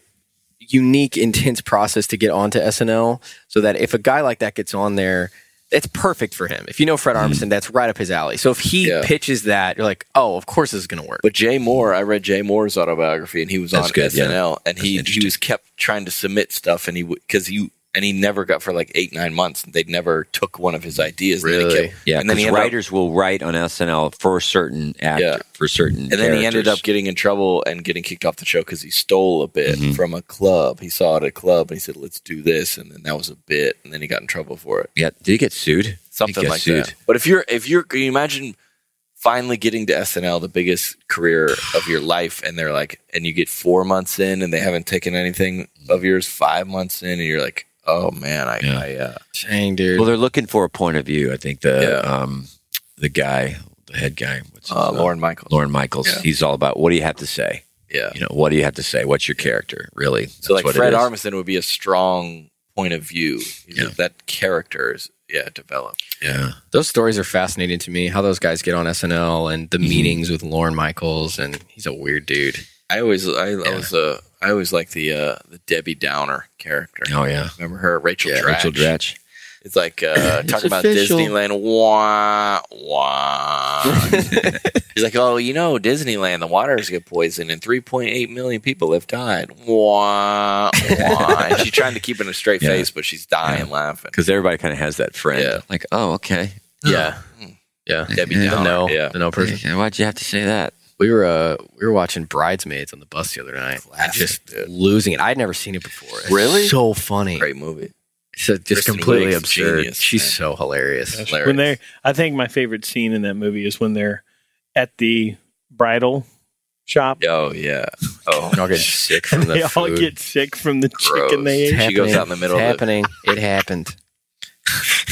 Speaker 5: unique, intense process to get onto SNL. So that if a guy like that gets on there, it's perfect for him. If you know Fred Armisen, that's right up his alley. So if he
Speaker 7: Yeah.
Speaker 5: pitches that, you're like, oh, of course this is going to work.
Speaker 7: But Jay Moore, I read Jay Moore's autobiography, and he was
Speaker 1: That's
Speaker 7: on
Speaker 1: good, yeah.
Speaker 7: SNL, and he
Speaker 1: interesting.
Speaker 7: he was kept trying to submit stuff, and he because he and he never got for like eight nine months. They never took one of his ideas. and then he
Speaker 5: Really?
Speaker 7: kept-
Speaker 1: Yeah,
Speaker 7: and then he
Speaker 1: because
Speaker 7: ended up-
Speaker 1: writers will write on SNL for certain actor,
Speaker 7: Yeah.
Speaker 1: for certain.
Speaker 7: and then he ended up
Speaker 1: characters.
Speaker 7: getting in trouble and getting kicked off the show because he stole a bit
Speaker 1: Mm-hmm.
Speaker 7: from a club. He saw it at a club, and he said, "Let's do this," and then that was a bit, and then he got in trouble for it.
Speaker 1: Yeah, did he get sued?
Speaker 7: Something
Speaker 1: He got
Speaker 7: like
Speaker 1: sued.
Speaker 7: that. But if you're if you're can you imagine finally getting to SNL, the biggest career of your life, and they're like, and you get four months in, and they haven't taken anything of yours. Five months in, and you're like, oh man, I,
Speaker 1: Yeah.
Speaker 7: I uh,
Speaker 5: Dang, dude.
Speaker 1: Well, they're looking for a point of view. I think the
Speaker 7: Yeah.
Speaker 1: um, the guy, the head guy, what's his,
Speaker 7: uh,
Speaker 1: uh,
Speaker 7: Lauren Michaels.
Speaker 1: Lauren Michaels.
Speaker 7: Yeah.
Speaker 1: He's all about what do you have to say?
Speaker 7: Yeah.
Speaker 1: You know, what do you have to say? What's your character really?
Speaker 7: so
Speaker 1: That's
Speaker 7: like
Speaker 1: what it
Speaker 7: Fred
Speaker 1: is.
Speaker 7: Armisen would be a strong point of view. He's
Speaker 1: Yeah.
Speaker 7: like, that character is yeah developed.
Speaker 1: Yeah,
Speaker 5: those stories are fascinating to me. How those guys get on SNL and the meetings with Lauren Michaels, and he's a weird dude.
Speaker 7: I always I, I was uh, I always like the uh, the Debbie Downer character.
Speaker 1: Oh, yeah.
Speaker 7: remember her Rachel
Speaker 1: yeah.
Speaker 7: Dratch.
Speaker 1: Rachel Dratch.
Speaker 7: It's like uh,
Speaker 10: It's
Speaker 7: talking about
Speaker 10: official.
Speaker 7: Disneyland. Wah, wah. He's like, oh, you know, Disneyland, the waters get poisoned, and 3.8 million people have died. Wah, wah. and she's trying to keep it in a straight
Speaker 1: Yeah.
Speaker 7: face, but she's dying laughing.
Speaker 1: Because everybody kind of has that friend. Like, oh, okay.
Speaker 5: Yeah. Yeah.
Speaker 1: Debbie
Speaker 5: The
Speaker 1: Downer.
Speaker 5: no,
Speaker 1: Yeah.
Speaker 5: the no person.
Speaker 1: why'd you have to say that?
Speaker 5: We were uh, we were watching Bridesmaids on the bus the other night. just losing it. I'd never seen it before. It's
Speaker 7: Really?
Speaker 5: So funny.
Speaker 7: Great movie.
Speaker 5: So just
Speaker 7: Kristen
Speaker 5: completely
Speaker 7: Wiig's
Speaker 5: absurd.
Speaker 7: genius,
Speaker 5: She's so hilarious.
Speaker 2: When they, I think my favorite scene in that movie is when they're at the bridal shop.
Speaker 7: Oh, yeah. Oh,
Speaker 5: Y'all get sick from
Speaker 2: and
Speaker 5: the
Speaker 2: they all
Speaker 5: food.
Speaker 2: get sick from the chicken they
Speaker 5: It's
Speaker 2: ate.
Speaker 5: happening. It's happening. It happened.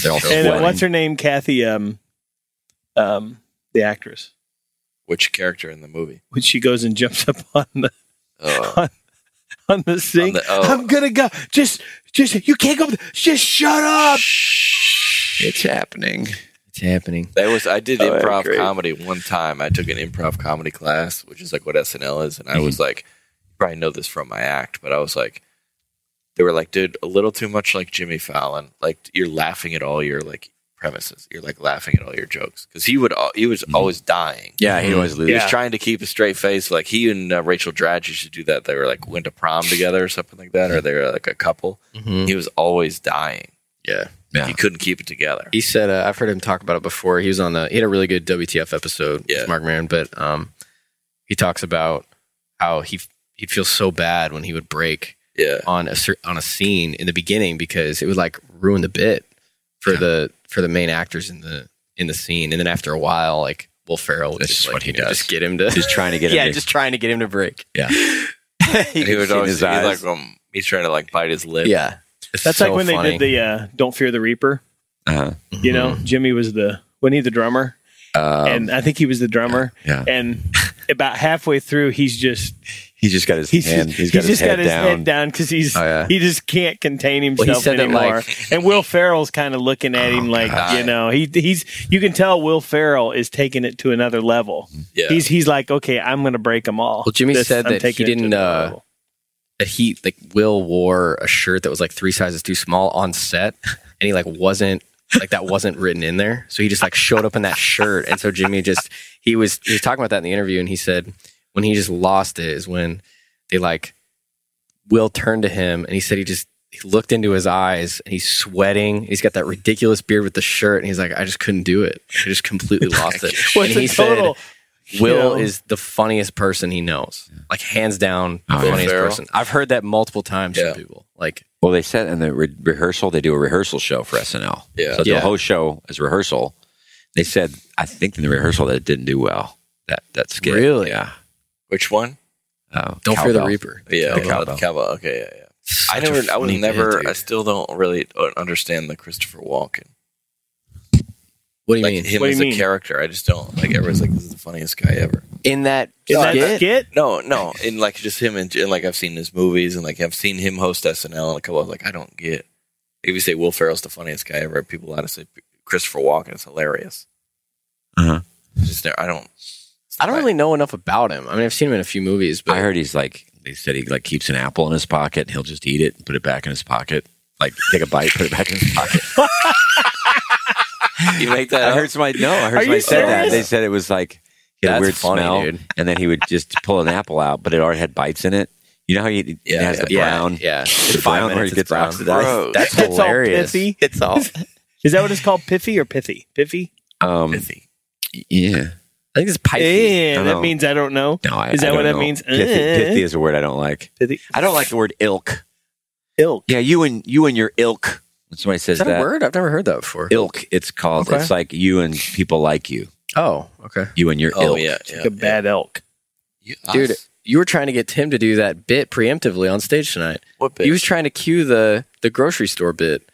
Speaker 5: They're all
Speaker 2: And uh,
Speaker 5: sweating.
Speaker 2: what's her name? Kathy, um, um, the actress.
Speaker 7: Which character in the movie?
Speaker 2: When she goes and jumps up on the
Speaker 7: Oh.
Speaker 2: on, on the sink,
Speaker 7: the- oh.
Speaker 2: I'm gonna go. Just, just you can't go. Just shut up.
Speaker 5: It's happening. It's happening.
Speaker 7: That was I
Speaker 5: [laughs]
Speaker 7: did
Speaker 5: Oh, yeah,
Speaker 7: improv
Speaker 5: great.
Speaker 7: comedy one time. I took an improv comedy class, which is like what SNL is, and I
Speaker 5: Mm-hmm.
Speaker 7: was like, you probably know this from my act, but I was like, they were like, dude, a little too much like Jimmy Fallon. Like you're laughing at all your like premises. You're like laughing at all your jokes because he would al- he was
Speaker 5: Mm-hmm.
Speaker 7: always dying.
Speaker 1: Yeah, he'd always lose.
Speaker 7: He was
Speaker 1: Yeah.
Speaker 7: trying to keep a straight face. Like he and uh, Rachel Dratch used to do that. They were like went to prom together or something like that, or they were like a couple.
Speaker 5: Mhm.
Speaker 7: He was always dying.
Speaker 5: Yeah.
Speaker 7: He couldn't keep it together.
Speaker 5: He said, uh, I've heard him talk about it before. He was on the, he had a really good WTF episode with Mark Maron, but um, he talks about how he he'd feel so bad when he would break
Speaker 7: yeah.
Speaker 5: on a cer- on a scene in the beginning because it would like ruin the bit for the for the main actors in the in the scene, and then after a while, like Will Ferrell, would just, like, what he does, just get him to,
Speaker 1: Just trying to
Speaker 5: [laughs]
Speaker 1: get him
Speaker 5: yeah,
Speaker 1: to-
Speaker 5: just trying to get him to break,
Speaker 1: yeah.
Speaker 7: And he
Speaker 5: can
Speaker 7: would
Speaker 5: see in
Speaker 7: always
Speaker 5: his
Speaker 7: he's
Speaker 5: eyes.
Speaker 7: like um, he's trying to like bite his lip.
Speaker 5: yeah. It's
Speaker 2: That's
Speaker 5: so
Speaker 2: like when
Speaker 5: funny.
Speaker 2: they did the uh, "Don't Fear the Reaper."
Speaker 1: Uh-huh.
Speaker 2: You know, Jimmy was the wasn't he the drummer? and I think he was the drummer.
Speaker 1: yeah.
Speaker 2: And about halfway through, he's just
Speaker 1: He's just got his
Speaker 2: he's
Speaker 1: hand.
Speaker 2: just,
Speaker 1: he's got his
Speaker 2: just
Speaker 1: head
Speaker 2: got his
Speaker 1: down.
Speaker 2: head down because he's
Speaker 1: Oh, yeah.
Speaker 2: he just can't contain
Speaker 5: he
Speaker 2: himself
Speaker 5: said that, like-
Speaker 2: anymore. and Will Ferrell's kind of looking at him like you know he he's you can tell Will Ferrell is taking it to another level.
Speaker 5: Yeah.
Speaker 2: He's he's like okay, I'm going to break them all.
Speaker 5: Well, Jimmy
Speaker 2: This-
Speaker 5: said
Speaker 2: I'm
Speaker 5: that he
Speaker 2: taking it to
Speaker 5: didn't.
Speaker 2: another
Speaker 5: Uh,
Speaker 2: level.
Speaker 5: that he like Will wore a shirt that was like three sizes too small on set, and he like wasn't like that wasn't written in there. So he just like showed up in that shirt, and so Jimmy just he was he was talking about that in the interview, and he said when he just lost it is when they like Will turned to him, and he said he just. He looked into his eyes and he's sweating. He's got that ridiculous beard with the shirt, and he's like, "I just couldn't do it. I just completely lost it."
Speaker 2: Well,
Speaker 5: and
Speaker 2: it's a
Speaker 5: he
Speaker 2: total-
Speaker 5: said, "Will
Speaker 2: you know.
Speaker 5: is the funniest person he knows, like hands down,
Speaker 1: Oh, yeah.
Speaker 5: funniest
Speaker 1: Ferrell?
Speaker 5: person." I've heard that multiple times
Speaker 1: Yeah.
Speaker 5: from people. Like,
Speaker 1: Well, they said in the re- rehearsal, they do a rehearsal show for SNL.
Speaker 5: Yeah.
Speaker 1: So
Speaker 5: Yeah.
Speaker 1: the whole show is rehearsal. They said, I think in the rehearsal that it didn't do well. That that skit.
Speaker 5: Really?
Speaker 1: Yeah.
Speaker 7: Which one?
Speaker 1: Oh,
Speaker 5: Don't Fear the
Speaker 1: Cowbell.
Speaker 5: Reaper.
Speaker 7: Yeah,
Speaker 1: The
Speaker 7: the cowbell.
Speaker 1: cowbell.
Speaker 7: Okay, yeah, yeah.
Speaker 5: Such
Speaker 7: I never.
Speaker 5: a
Speaker 7: I was
Speaker 5: funny bit,
Speaker 7: never.
Speaker 5: dude.
Speaker 7: I still don't really uh, understand the Christopher Walken.
Speaker 5: what do you
Speaker 7: like
Speaker 5: mean?
Speaker 7: him
Speaker 5: What do
Speaker 7: as
Speaker 5: you
Speaker 7: a
Speaker 5: mean?
Speaker 7: character, I just don't like. Everyone's like, "This is the funniest guy ever."
Speaker 5: In that,
Speaker 7: No,
Speaker 5: skit?
Speaker 7: I- No, no. In like just him and, and like I've seen his movies and like I've seen him host SNL and a couple. Of, like I don't get. If you say Will Ferrell's the funniest guy ever, people honestly Christopher Walken is hilarious.
Speaker 1: Uh-huh.
Speaker 5: Mm-hmm.
Speaker 7: It's Just there, I don't.
Speaker 5: I don't really know enough about him. I mean, I've seen him in a few movies, but
Speaker 1: I heard he's like, they said he like keeps an apple in his pocket and he'll just eat it and put it back in his pocket. Like take a bite, put it back in his
Speaker 2: [laughs]
Speaker 1: pocket.
Speaker 7: You make that.
Speaker 1: I heard somebody. No, I
Speaker 7: Are
Speaker 1: heard
Speaker 7: you
Speaker 1: somebody said that.
Speaker 7: serious?
Speaker 1: They said it was like he had
Speaker 5: That's
Speaker 1: a weird
Speaker 5: funny,
Speaker 1: smell,
Speaker 5: dude.
Speaker 1: and then he would just pull an apple out, but it already had bites in it. You know how you, it
Speaker 5: Yeah,
Speaker 1: has
Speaker 5: yeah,
Speaker 1: the
Speaker 5: yeah,
Speaker 1: brown,
Speaker 5: yeah.
Speaker 1: the
Speaker 5: Five
Speaker 1: brown where
Speaker 5: minutes,
Speaker 1: it gets
Speaker 5: it's brown.
Speaker 1: oxidized.
Speaker 5: Gross. That's
Speaker 2: It's all
Speaker 5: hilarious.
Speaker 2: pithy.
Speaker 5: It's all.
Speaker 2: [laughs] Is that what it's called? Piffy or pithy? Piffy.
Speaker 1: Um, yeah.
Speaker 5: I think it's
Speaker 2: Yeah,
Speaker 1: I don't
Speaker 2: that
Speaker 1: know.
Speaker 2: means I don't know.
Speaker 1: No, I,
Speaker 2: is
Speaker 1: I
Speaker 2: that what
Speaker 1: don't
Speaker 2: that
Speaker 1: know.
Speaker 2: means?
Speaker 1: Pithy,
Speaker 2: Eh.
Speaker 1: pithy is a word I don't like.
Speaker 2: Pithy.
Speaker 1: I don't like the word ilk.
Speaker 2: Ilk.
Speaker 1: Yeah, you and you and your ilk. When somebody says
Speaker 5: Is that a word? I've never heard that before.
Speaker 1: Ilk. It's called.
Speaker 5: Okay.
Speaker 1: It's like you and people like you.
Speaker 5: Oh, okay.
Speaker 1: You and your
Speaker 7: Oh
Speaker 1: ilk.
Speaker 7: yeah, yeah.
Speaker 2: Like a bad elk.
Speaker 5: Dude, you were trying to get Tim to do that bit preemptively on stage tonight.
Speaker 7: What bit?
Speaker 5: He was trying to cue the the grocery store bit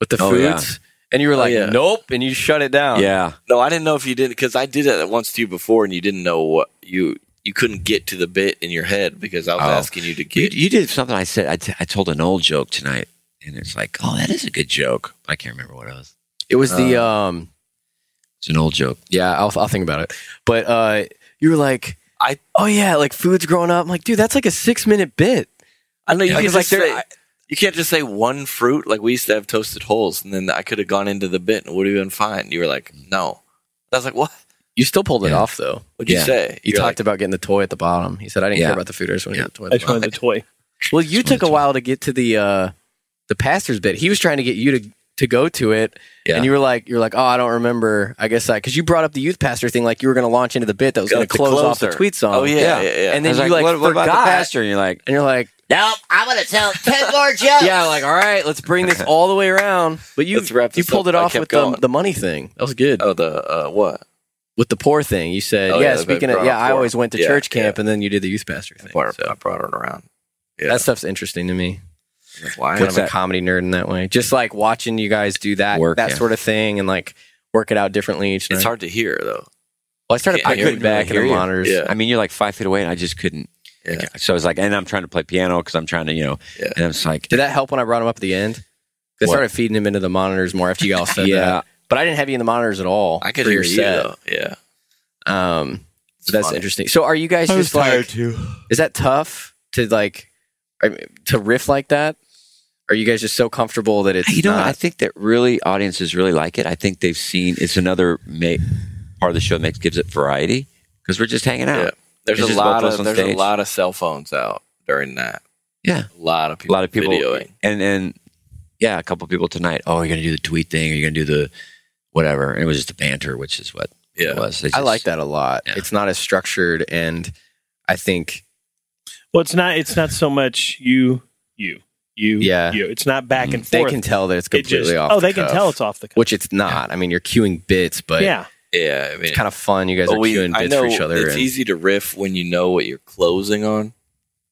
Speaker 5: with the
Speaker 1: Oh, yeah.
Speaker 5: foods, and you were like,
Speaker 7: yeah.
Speaker 5: "Nope," and you shut it down.
Speaker 1: Oh. Yeah.
Speaker 7: No, I didn't know if you did because I did that once to you before, and you didn't know what you you couldn't get to the bit in your head because I was
Speaker 1: Oh.
Speaker 7: asking you to
Speaker 1: You,
Speaker 7: get.
Speaker 1: you did something I said. I, t- I told an old joke tonight, and it's like, oh, that is a good joke. I can't remember what it was.
Speaker 5: It was
Speaker 7: Uh.
Speaker 5: the um.
Speaker 1: It's an old joke.
Speaker 5: Yeah, I'll I'll think about it. But uh, you were like, "I oh yeah, like foods growing up." I'm like, dude, that's like a six minute bit.
Speaker 7: I know you
Speaker 5: Like,
Speaker 7: could
Speaker 5: it's like
Speaker 7: just
Speaker 5: there-
Speaker 7: say-
Speaker 5: I-
Speaker 7: You can't just say one fruit. Like we used to have toasted holes, and then I could have gone into the bit and would have been fine. You were like, no. I was like, what?
Speaker 5: You still pulled it off though.
Speaker 7: What'd you say?
Speaker 5: You
Speaker 7: You're
Speaker 5: talked
Speaker 7: like-
Speaker 5: about getting the toy at the bottom. He said I didn't
Speaker 7: Yeah.
Speaker 5: care about the food. I just wanted to get the toy. At
Speaker 2: I
Speaker 5: the
Speaker 2: just wanted the toy.
Speaker 5: Well, you took a while to get to the uh, the pastor's bit. He was trying to get you to to go to it, and you were like, you were like, oh, I don't remember. I guess I because you brought up the youth pastor thing, like you were going to launch into the bit that was going
Speaker 1: Like
Speaker 5: to
Speaker 1: the
Speaker 5: close off the
Speaker 1: closer.
Speaker 5: tweet song.
Speaker 1: Oh, yeah, yeah, yeah.
Speaker 5: And
Speaker 1: I
Speaker 5: then
Speaker 1: was
Speaker 5: you
Speaker 1: like,
Speaker 5: like,
Speaker 1: what- what about the
Speaker 5: forgot,
Speaker 1: pastor? And you're like,
Speaker 5: and you're like,
Speaker 11: Nope, I'm gonna tell ten more jokes.
Speaker 5: [laughs] yeah, like all right, let's bring this all the way around. But you you pulled it
Speaker 7: I
Speaker 5: off
Speaker 7: kept
Speaker 5: with the,
Speaker 7: going.
Speaker 5: the money thing. That was good.
Speaker 7: Oh, the uh, what?
Speaker 5: With the poor thing, you said,
Speaker 7: Oh,
Speaker 5: yeah.
Speaker 7: yeah, the
Speaker 5: Speaking of,
Speaker 7: brought
Speaker 5: yeah, I
Speaker 7: poor.
Speaker 5: always went to
Speaker 7: Yeah,
Speaker 5: church camp, and then you did the youth pastor thing.
Speaker 7: Brought, I brought it around.
Speaker 5: That stuff's interesting to me.
Speaker 7: Why?
Speaker 5: kind
Speaker 7: What's
Speaker 5: of a
Speaker 7: that?
Speaker 5: comedy nerd in that way. Just like watching you guys do that
Speaker 7: Work,
Speaker 5: that
Speaker 7: yeah.
Speaker 5: sort of thing and like work it out differently each night.
Speaker 7: It's hard to hear though.
Speaker 5: Well, I started
Speaker 7: I
Speaker 5: putting
Speaker 7: couldn't
Speaker 5: it back in
Speaker 7: really
Speaker 5: the
Speaker 7: hear you.
Speaker 5: monitors.
Speaker 7: Yeah.
Speaker 1: I mean, you're like five feet away, and I just couldn't.
Speaker 7: Yeah.
Speaker 1: So I was like, and I'm trying to play piano because I'm trying to, you know, and I was like,
Speaker 5: Did that help when I brought him up at the end? 'Cause I
Speaker 1: What?
Speaker 5: started feeding him into the monitors more after you all said
Speaker 1: Yeah.
Speaker 5: that. But I didn't have you in the monitors at all.
Speaker 7: I could
Speaker 5: for
Speaker 7: hear
Speaker 5: your
Speaker 7: you
Speaker 5: set.
Speaker 7: though. Yeah.
Speaker 5: Um, but that's
Speaker 7: funny.
Speaker 5: interesting. So are you guys
Speaker 7: I was
Speaker 5: just like
Speaker 7: tired, too.
Speaker 5: Is that tough to like I mean, to riff like that? Are you guys just so comfortable that it's
Speaker 1: you know, what?
Speaker 5: not-
Speaker 1: I think that really audiences really like it. I think they've seen it's another ma- part of the show that makes gives it variety because we're just hanging out.
Speaker 7: Yeah. There's
Speaker 1: It's
Speaker 7: a
Speaker 1: just
Speaker 7: lot
Speaker 1: both us
Speaker 7: of
Speaker 1: on
Speaker 7: there's
Speaker 1: stage.
Speaker 7: a lot of cell phones out during that.
Speaker 1: Yeah,
Speaker 7: A lot of
Speaker 1: a
Speaker 7: people.
Speaker 1: lot of people,
Speaker 7: videoing.
Speaker 1: and and yeah, a couple people tonight. Oh, you're gonna do the tweet thing, or you're gonna do the whatever. And it was just the banter, which is what it was. They
Speaker 5: I
Speaker 1: just-
Speaker 5: like that a lot. It's not as structured, and I think
Speaker 2: Well, it's not. It's not so much you, you, you,
Speaker 5: Yeah.
Speaker 2: you. It's not back and
Speaker 5: they
Speaker 2: forth.
Speaker 5: can tell that it's
Speaker 2: It just-
Speaker 5: completely off.
Speaker 2: Oh,
Speaker 5: the
Speaker 2: they can
Speaker 5: cuff,
Speaker 2: tell it's off the. cuff.
Speaker 5: which it's not. I mean, you're cueing bits, but
Speaker 2: Yeah.
Speaker 7: Yeah, I mean,
Speaker 5: it's kind of fun. You guys
Speaker 7: But
Speaker 5: are
Speaker 7: we-
Speaker 5: cueing
Speaker 7: I
Speaker 5: bits for
Speaker 7: know
Speaker 5: each other.
Speaker 7: It's
Speaker 5: and-
Speaker 7: easy to riff when you know what you're closing on.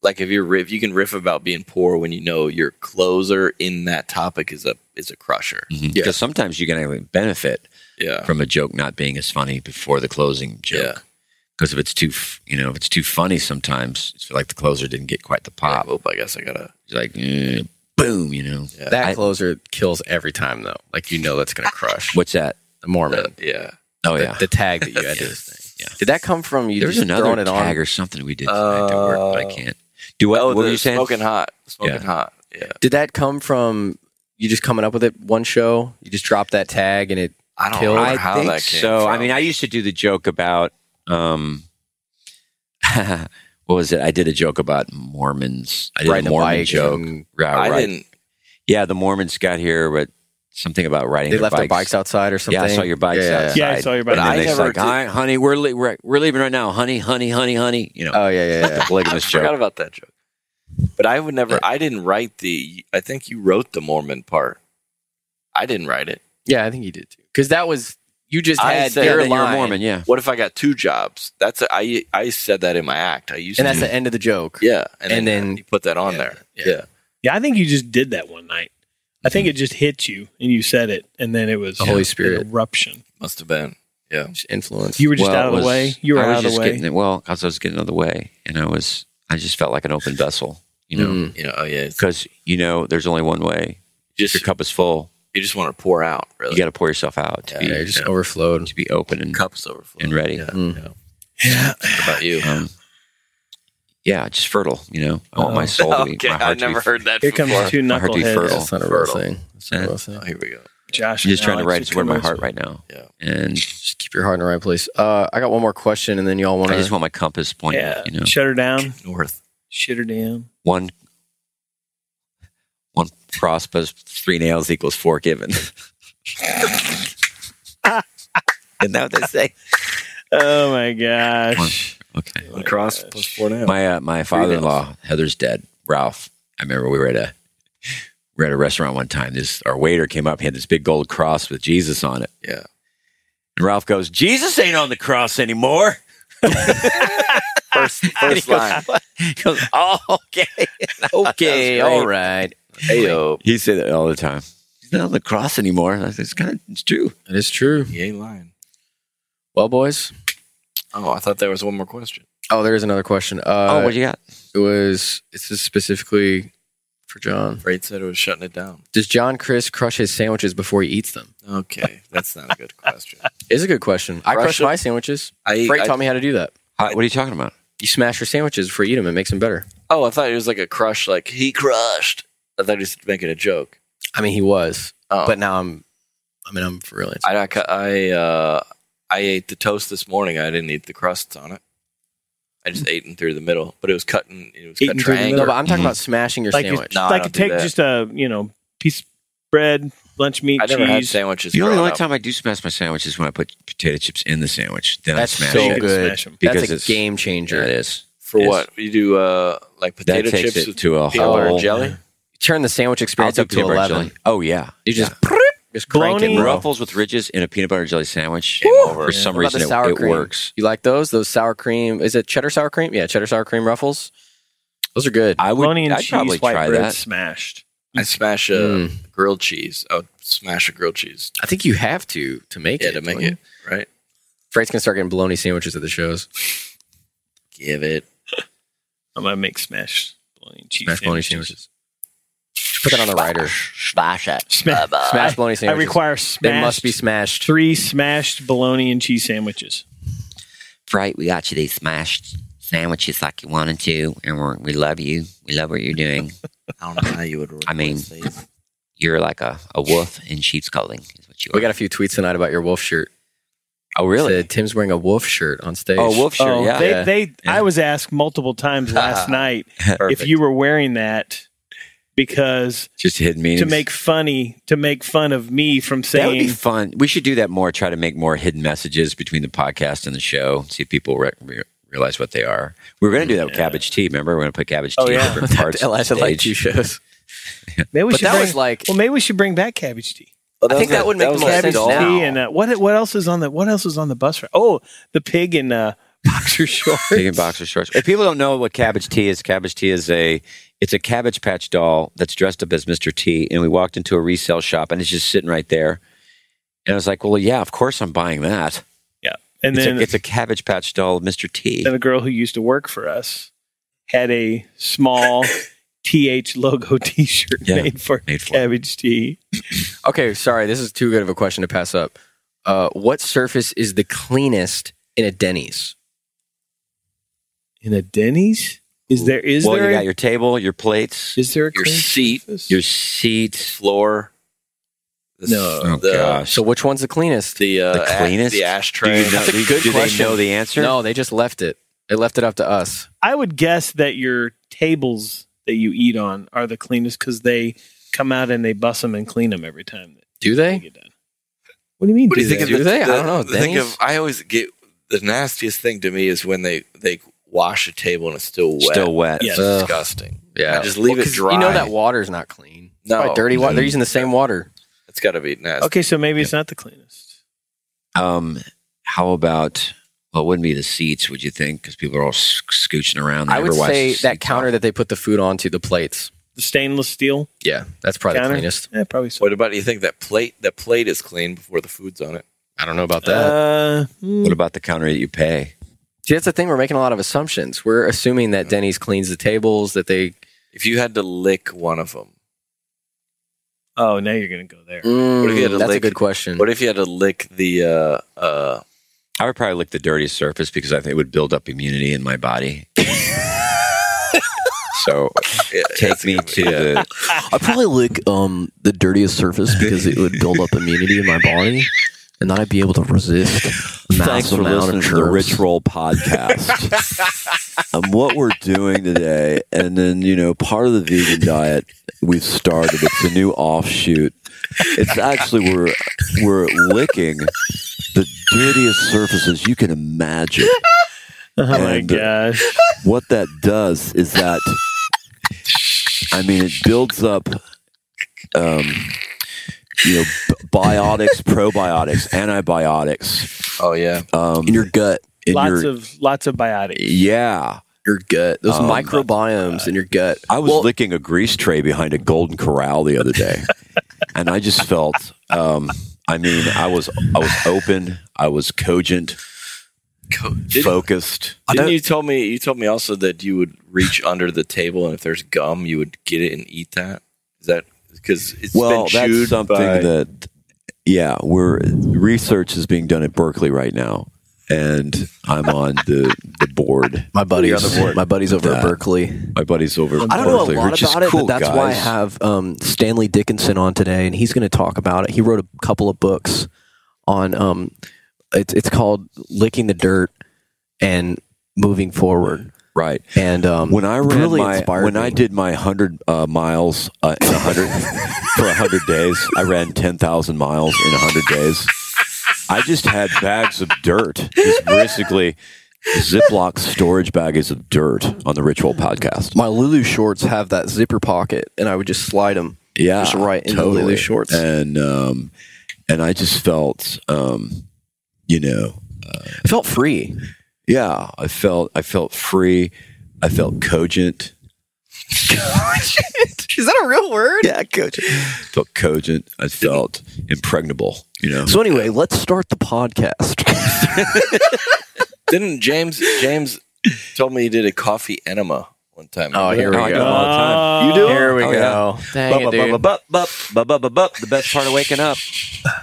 Speaker 7: Like if you're ri- if you can riff about being poor when you know your closer in that topic is a is a crusher.
Speaker 1: Mhm. because sometimes you can actually benefit
Speaker 7: Yeah.
Speaker 1: from a joke not being as funny before the closing joke. Because if it's too, f- you know, if it's too funny, sometimes it's like the closer didn't get quite the pop.
Speaker 7: oh, I guess I gotta.
Speaker 1: It's like eh, boom, you know.
Speaker 5: that closer kills every time, though. Like you know that's gonna crush.
Speaker 1: What's that?
Speaker 5: The Mormon.
Speaker 7: uh, yeah.
Speaker 1: Oh
Speaker 5: the,
Speaker 1: yeah.
Speaker 5: The tag that you [laughs] had to this thing. Did that come from you?
Speaker 1: there was
Speaker 5: just
Speaker 1: another
Speaker 5: throwing it
Speaker 1: tag
Speaker 5: on? Uh,
Speaker 1: or something we did tonight that worked, but I can't. Do what?
Speaker 7: Oh,
Speaker 1: what were
Speaker 7: the
Speaker 1: you saying?
Speaker 7: Smoking hot, smoking
Speaker 1: Yeah.
Speaker 7: hot. Yeah.
Speaker 5: Did that come from you just coming up with it one show? You just dropped that tag and it
Speaker 7: I don't
Speaker 5: killed.
Speaker 7: know how
Speaker 1: think
Speaker 7: that came
Speaker 1: so. I
Speaker 7: from.
Speaker 1: mean, I used to do the joke about um, [laughs] what was it? I did a joke about Mormons. I did
Speaker 5: Riding a
Speaker 1: a Mormon
Speaker 5: bike
Speaker 1: joke.
Speaker 5: and-
Speaker 1: Right,
Speaker 7: I
Speaker 1: right.
Speaker 7: didn't.
Speaker 1: Yeah, the Mormons got here, but something about riding.
Speaker 5: They
Speaker 1: their
Speaker 5: left
Speaker 1: bikes.
Speaker 5: their bikes outside or something.
Speaker 1: Yeah, I saw your bikes
Speaker 5: Yeah, yeah, yeah.
Speaker 1: outside.
Speaker 2: Yeah, I saw your bikes.
Speaker 1: But
Speaker 2: And
Speaker 1: I
Speaker 2: then
Speaker 1: never
Speaker 2: they
Speaker 1: like,
Speaker 2: did-
Speaker 1: "Hi, honey, we're, li- we're we're leaving right now, honey, honey, honey, honey. You know,
Speaker 5: Oh yeah, yeah, [laughs]
Speaker 1: the
Speaker 5: yeah.
Speaker 1: polygamous
Speaker 7: I forgot
Speaker 1: joke.
Speaker 7: about that joke. But I would never. I didn't write the. I think you wrote the Mormon part. I didn't write it.
Speaker 5: yeah, I think you did too. Because that was you just
Speaker 7: I
Speaker 5: had
Speaker 7: said
Speaker 5: your
Speaker 7: that you're a
Speaker 5: line,
Speaker 1: Mormon, yeah.
Speaker 7: What if I got two jobs? That's a, I. I said that in my act. I used
Speaker 5: and
Speaker 7: to.
Speaker 5: that's the end of the joke.
Speaker 7: yeah, and,
Speaker 5: and
Speaker 7: then,
Speaker 5: then-
Speaker 7: you put that on there. Yeah.
Speaker 2: Yeah, I think you just did that one night. I think it just hit you and you said it, and then it was
Speaker 5: The Holy
Speaker 2: an
Speaker 5: Spirit.
Speaker 2: eruption.
Speaker 7: must have been. Yeah,
Speaker 5: influence.
Speaker 2: You were just
Speaker 1: Well,
Speaker 2: out of
Speaker 1: it
Speaker 2: the
Speaker 1: was-
Speaker 2: way. You were
Speaker 1: I was
Speaker 2: out of the
Speaker 1: just
Speaker 2: way.
Speaker 1: Getting it, well, because I was getting out of the way, and I was, I just felt like an open vessel, you know,
Speaker 7: you know. Oh yeah, it's-
Speaker 1: because you know, there's only one way.
Speaker 7: Just-
Speaker 1: mm. your cup is full.
Speaker 7: you just want to pour out. Really,
Speaker 1: You got to pour yourself out to
Speaker 5: yeah,
Speaker 1: be
Speaker 5: you just overflowed.
Speaker 1: to be open and
Speaker 7: cups overflow.
Speaker 1: and ready.
Speaker 7: Yeah.
Speaker 5: Mm.
Speaker 7: What about you? [laughs]
Speaker 1: Um, yeah, just fertile. You know, I want my soul to be.
Speaker 7: [laughs] okay,
Speaker 1: my heart to
Speaker 7: I
Speaker 1: be
Speaker 7: never heard that.
Speaker 2: Here comes
Speaker 7: before.
Speaker 2: two
Speaker 1: my heart to be
Speaker 2: knuckleheads.
Speaker 1: fertile.
Speaker 5: That's not a real thing. That's not a real thing.
Speaker 7: Oh, here we go.
Speaker 2: Josh,
Speaker 1: I'm just
Speaker 2: and
Speaker 1: trying to
Speaker 2: Alex
Speaker 1: write
Speaker 2: would
Speaker 1: just where
Speaker 2: come
Speaker 1: my
Speaker 2: over.
Speaker 1: heart right now.
Speaker 7: Yeah.
Speaker 1: And
Speaker 5: Just keep your heart in the right place. Uh, I got one more question, and then y'all want
Speaker 1: I just
Speaker 5: to.
Speaker 1: want my compass pointing.
Speaker 2: Yeah,
Speaker 1: You know,
Speaker 2: shut her down.
Speaker 7: North.
Speaker 2: Shut her down.
Speaker 1: one one prosperous three nails equals four given. [laughs] Isn't that what they say?
Speaker 2: Oh my gosh.
Speaker 1: Okay.
Speaker 7: Cross plus four now.
Speaker 1: My uh, my father in law, Heather's dad, Ralph. I remember we were at a we were at a restaurant one time. This our waiter came up, he had this big gold cross with Jesus on it.
Speaker 7: yeah.
Speaker 1: And Ralph goes, Jesus ain't on the cross anymore.
Speaker 7: First,
Speaker 1: And he
Speaker 7: first line.
Speaker 1: goes, "What?" [laughs] He goes, oh, okay. [laughs]
Speaker 5: Okay, all right.
Speaker 7: Ayo.
Speaker 1: He said that all the time. He's not on the cross anymore. I said, It's kind of it's true.
Speaker 5: It is true.
Speaker 7: He ain't lying.
Speaker 5: Well, boys.
Speaker 7: Oh, I thought there was one more question.
Speaker 5: Oh, there is another question. Uh,
Speaker 1: oh, what you got?
Speaker 5: it was. This is specifically for John.
Speaker 7: Braid said it was shutting it down.
Speaker 5: Does John Chris crush his sandwiches before he eats them?
Speaker 7: Okay, that's not a good [laughs] question.
Speaker 5: It's a good question. I
Speaker 7: Crush
Speaker 5: crush
Speaker 7: it?
Speaker 5: my sandwiches.
Speaker 7: I-
Speaker 5: Freight
Speaker 7: I-
Speaker 5: taught me how to do that.
Speaker 1: Hi, what are you talking about?
Speaker 5: You smash your sandwiches before you eat them. It makes them better.
Speaker 7: Oh, I thought it was like a crush, like he crushed. I thought he was making a joke.
Speaker 5: I mean, he was, but now I'm. I mean, I'm for real.
Speaker 7: I I cu- I, uh, I ate the toast this morning. I didn't eat the crusts on it. I just ate them through the middle, but it was cutting. It was cut triangular.
Speaker 5: No, but I'm talking about smashing your
Speaker 7: Like you-
Speaker 5: sandwich.
Speaker 7: No, I
Speaker 2: like
Speaker 7: don't do
Speaker 2: take
Speaker 7: that.
Speaker 2: just a you know piece of bread, lunch meat,
Speaker 7: I never had
Speaker 2: cheese.
Speaker 7: sandwiches
Speaker 1: The only,
Speaker 7: growing
Speaker 1: only
Speaker 7: up.
Speaker 1: time I do smash my sandwich is when I put potato chips in the sandwich. Then
Speaker 5: That's
Speaker 1: I smash
Speaker 5: so
Speaker 1: it.
Speaker 5: good. Smash 'em. That's a game changer.
Speaker 1: It is.
Speaker 7: For
Speaker 1: It is.
Speaker 7: what you do, uh, like potato
Speaker 1: takes it
Speaker 7: chips with
Speaker 1: to a
Speaker 7: peanut butter
Speaker 1: whole-
Speaker 7: and jelly.
Speaker 1: Yeah.
Speaker 5: Turn the sandwich
Speaker 1: I'll
Speaker 5: experience
Speaker 1: do
Speaker 5: up to
Speaker 1: peanut butter jelly.
Speaker 5: eleven.
Speaker 1: Oh yeah,
Speaker 5: You just just crank it,
Speaker 1: Bologna.
Speaker 5: bro.
Speaker 1: ruffles with ridges in a peanut butter jelly sandwich. For some
Speaker 5: What about
Speaker 1: reason,
Speaker 5: the
Speaker 1: it,
Speaker 5: sour
Speaker 1: it
Speaker 5: cream?
Speaker 1: works.
Speaker 5: You like those? Those sour cream? Is it cheddar sour cream? Yeah, cheddar sour cream ruffles. Those are good.
Speaker 1: I would.
Speaker 2: Bologna and
Speaker 1: I'd
Speaker 2: cheese,
Speaker 1: probably
Speaker 2: white
Speaker 1: try
Speaker 2: bread
Speaker 1: that.
Speaker 2: smashed.
Speaker 7: I smash a
Speaker 1: Mm.
Speaker 7: grilled cheese. I would smash a grilled cheese.
Speaker 5: I think you have to to make
Speaker 7: Yeah,
Speaker 5: it.
Speaker 7: to make
Speaker 5: don't you?
Speaker 7: it right.
Speaker 5: Freight's gonna start getting bologna sandwiches at the shows.
Speaker 7: Give it.
Speaker 2: I'm gonna make smashed bologna and cheese.
Speaker 5: Smash bologna sandwiches. Put that on the rider.
Speaker 11: Smash it.
Speaker 2: Smash,
Speaker 5: Smash bologna
Speaker 2: I
Speaker 5: sandwiches.
Speaker 2: require
Speaker 5: They must
Speaker 2: smashed-
Speaker 5: be smashed.
Speaker 2: Three smashed bologna and cheese sandwiches.
Speaker 11: Right, we got you these smashed sandwiches like you wanted to, and we're, we love you. We love what you're
Speaker 5: [laughs]
Speaker 11: doing.
Speaker 7: I don't know how you would.
Speaker 11: I mean, you're like a, a wolf in sheep's clothing. Is what you
Speaker 5: We got a few tweets tonight about your wolf shirt.
Speaker 1: Oh really?
Speaker 5: Said, Tim's wearing a wolf shirt on stage.
Speaker 1: Oh,
Speaker 5: [laughs]
Speaker 1: wolf shirt, yeah.
Speaker 2: They, they, I was asked multiple times last night if you were wearing that because
Speaker 1: Just hidden meanings.
Speaker 2: to make funny to make fun of me from
Speaker 1: that would be
Speaker 2: saying
Speaker 1: fun. We should do that more. Try to make more hidden messages between the podcast and the show. See if people re- re- realize what they are. We were going to do that with Cabbage Tea. Remember, we are going to put Cabbage
Speaker 2: Oh,
Speaker 1: Tea
Speaker 2: yeah.
Speaker 1: in different
Speaker 2: [laughs]
Speaker 1: parts.
Speaker 5: The last,
Speaker 1: of the
Speaker 5: like,
Speaker 1: stage.
Speaker 5: two shows.
Speaker 2: maybe we
Speaker 5: But
Speaker 2: should
Speaker 5: that
Speaker 2: bring,
Speaker 5: was like-
Speaker 2: well maybe we should bring back cabbage tea.
Speaker 5: I think that would make the most
Speaker 2: cabbage
Speaker 5: sense
Speaker 2: tea
Speaker 5: now.
Speaker 2: and uh, what what else is on the what else is on the bus? ride? Oh, the pig in uh, [laughs] boxer shorts.
Speaker 1: Pig
Speaker 5: [laughs]
Speaker 1: in boxer shorts. If people don't know what Cabbage Tea is, Cabbage Tea is a it's a Cabbage Patch doll that's dressed up as Mr. T. And we walked into a resale shop, and it's just sitting right there. And I was like, "Well, yeah, of course I'm buying that."
Speaker 2: Yeah, and
Speaker 1: it's
Speaker 2: then
Speaker 1: a, it's a Cabbage Patch doll of Mr. T.
Speaker 2: then a girl who used to work for us had a small th logo [laughs] T-shirt
Speaker 1: Yeah,
Speaker 2: made for cabbage tea.
Speaker 5: Okay, sorry, this is too good of a question to pass up. Uh, what surface is the cleanest in a Denny's?
Speaker 2: In a Denny's, is there is
Speaker 1: well,
Speaker 2: there
Speaker 1: you
Speaker 2: a-
Speaker 1: got your table, your plates,
Speaker 2: is there a
Speaker 7: Your
Speaker 2: clean
Speaker 7: seat,
Speaker 2: surface?
Speaker 1: your seat.
Speaker 7: floor. The,
Speaker 2: No.
Speaker 1: Oh
Speaker 7: the,
Speaker 1: gosh,
Speaker 5: So which one's the cleanest?
Speaker 7: The, uh,
Speaker 1: the
Speaker 7: a-
Speaker 1: cleanest.
Speaker 7: the ashtray.
Speaker 1: Do, you know,
Speaker 5: That's a
Speaker 1: do-
Speaker 5: good
Speaker 1: uh, do
Speaker 5: question.
Speaker 1: they know the answer?
Speaker 5: No, they just left it. They left it up to us.
Speaker 2: I would guess that your tables that you eat on are the cleanest because they come out and they bus them and clean them every time that
Speaker 5: Do
Speaker 2: they
Speaker 5: they?
Speaker 2: get done. What do you mean?
Speaker 7: What do you think of
Speaker 5: Do
Speaker 7: the-
Speaker 5: they? I
Speaker 7: the-
Speaker 5: don't know.
Speaker 7: the thing
Speaker 5: Denny's?
Speaker 7: of I always get the nastiest thing to me is when they they wash a table and it's still wet.
Speaker 1: Still wet.
Speaker 2: Yes.
Speaker 7: It's
Speaker 5: Ugh.
Speaker 7: disgusting.
Speaker 5: Yeah,
Speaker 7: I just leave
Speaker 5: Well,
Speaker 7: it
Speaker 5: 'cause
Speaker 7: dry.
Speaker 5: You know that water's not clean. It's
Speaker 7: No.
Speaker 5: probably dirty water. They're using the same water.
Speaker 7: it's got to be nasty.
Speaker 2: Okay, so maybe it's not the cleanest.
Speaker 1: Um, how about well, it wouldn't be the seats? Would you think? Because people are all sc- scooching around. They
Speaker 5: I would
Speaker 1: never watch
Speaker 5: say
Speaker 1: the
Speaker 5: that
Speaker 1: seats.
Speaker 5: counter that they put the food onto the plates.
Speaker 2: The stainless steel
Speaker 5: Yeah, that's probably
Speaker 2: counter,
Speaker 5: the cleanest.
Speaker 2: yeah, probably so.
Speaker 7: What about you think that plate that plate is clean before the food's on it?
Speaker 5: I don't know about that.
Speaker 2: Uh, hmm.
Speaker 1: What about the counter that you pay?
Speaker 5: See, that's the thing. We're making a lot of assumptions. We're assuming that Denny's cleans the tables, that they.
Speaker 7: If you had to lick one of them,
Speaker 2: oh, now you're gonna go there.
Speaker 5: Mm.
Speaker 7: if you had to
Speaker 5: that's a
Speaker 7: lick-
Speaker 5: good question.
Speaker 7: what if you had to lick the uh uh
Speaker 1: I would probably lick the dirtiest surface because I think it would build up immunity in my [laughs] body. so
Speaker 7: yeah,
Speaker 1: take me to [laughs] the
Speaker 5: I probably lick um the dirtiest surface because it would build up immunity in my body, and then I'd be able to [laughs] resist a
Speaker 14: Thanks for listening to the Rich Roll podcast. and what we're doing today, and then you know, part of the vegan diet we've started. It's a new offshoot. It's actually we're we're licking the dirtiest surfaces you can imagine.
Speaker 2: [laughs] Oh my
Speaker 14: And, uh,
Speaker 2: gosh!
Speaker 14: What that does is that, I mean, it builds up. Um, you know, b- biotics, probiotics, antibiotics
Speaker 7: oh yeah
Speaker 14: um,
Speaker 5: in your gut.
Speaker 14: in
Speaker 2: Lots
Speaker 14: your-
Speaker 2: of lots of biotics.
Speaker 14: yeah.
Speaker 5: Your gut, those
Speaker 14: Oh, my
Speaker 5: microbiomes in your gut.
Speaker 14: I was licking a grease tray behind a Golden Corral the other
Speaker 5: [laughs]
Speaker 14: day, and I just felt. Um, I mean, I was I was open. I was cogent,
Speaker 7: Co- did,
Speaker 14: focused.
Speaker 7: didn't you told me you told me also that you would reach under the table and if there's gum you would get it and eat that is that because it's
Speaker 14: well,
Speaker 7: been chewed
Speaker 14: that's something
Speaker 7: by-
Speaker 14: that yeah, we're research is being done at Berkeley right now, and I'm on the the board. My
Speaker 5: buddy's- You're on the board. my buddy's over at
Speaker 14: Berkeley. My buddy's over. at
Speaker 5: I don't know
Speaker 14: Berkeley,
Speaker 5: a lot
Speaker 14: which is
Speaker 5: about it,
Speaker 14: cool,
Speaker 5: but that's why I
Speaker 14: guys.
Speaker 5: have um, Stanley Dickinson on today, and he's going to talk about it. He wrote a couple of books on um, it's it's called "Licking the Dirt" and moving forward.
Speaker 14: Right.
Speaker 5: And um,
Speaker 14: when I ran
Speaker 5: really
Speaker 14: my,
Speaker 5: inspired
Speaker 14: when
Speaker 5: me.
Speaker 14: I did my hundred uh, miles uh, in a hundred [laughs] for a hundred days, I ran ten thousand miles in a hundred days. I just had bags of dirt, just basically Ziploc storage bags of dirt on the Ritual podcast.
Speaker 5: my Lulu shorts have that zipper pocket, and I would just slide them.
Speaker 14: Yeah,
Speaker 5: just right in the Lulu shorts.
Speaker 14: and um, and I just felt, um, you know, uh, I
Speaker 5: felt free.
Speaker 14: Yeah, I felt I felt free. I felt cogent.
Speaker 5: [laughs] Is that a real word?
Speaker 14: Yeah, cogent. felt cogent. I felt impregnable. You know.
Speaker 5: So anyway, let's start the podcast.
Speaker 7: Didn't James James told me he did a coffee enema one time?
Speaker 5: Oh, here we
Speaker 7: I do
Speaker 5: go.
Speaker 7: it all the time.
Speaker 5: You do? Here we go. Dang
Speaker 1: Bub,
Speaker 5: it,
Speaker 1: bub, bub,
Speaker 5: dude.
Speaker 1: bub, bub, bub, bub, bub, bub. The best part of waking up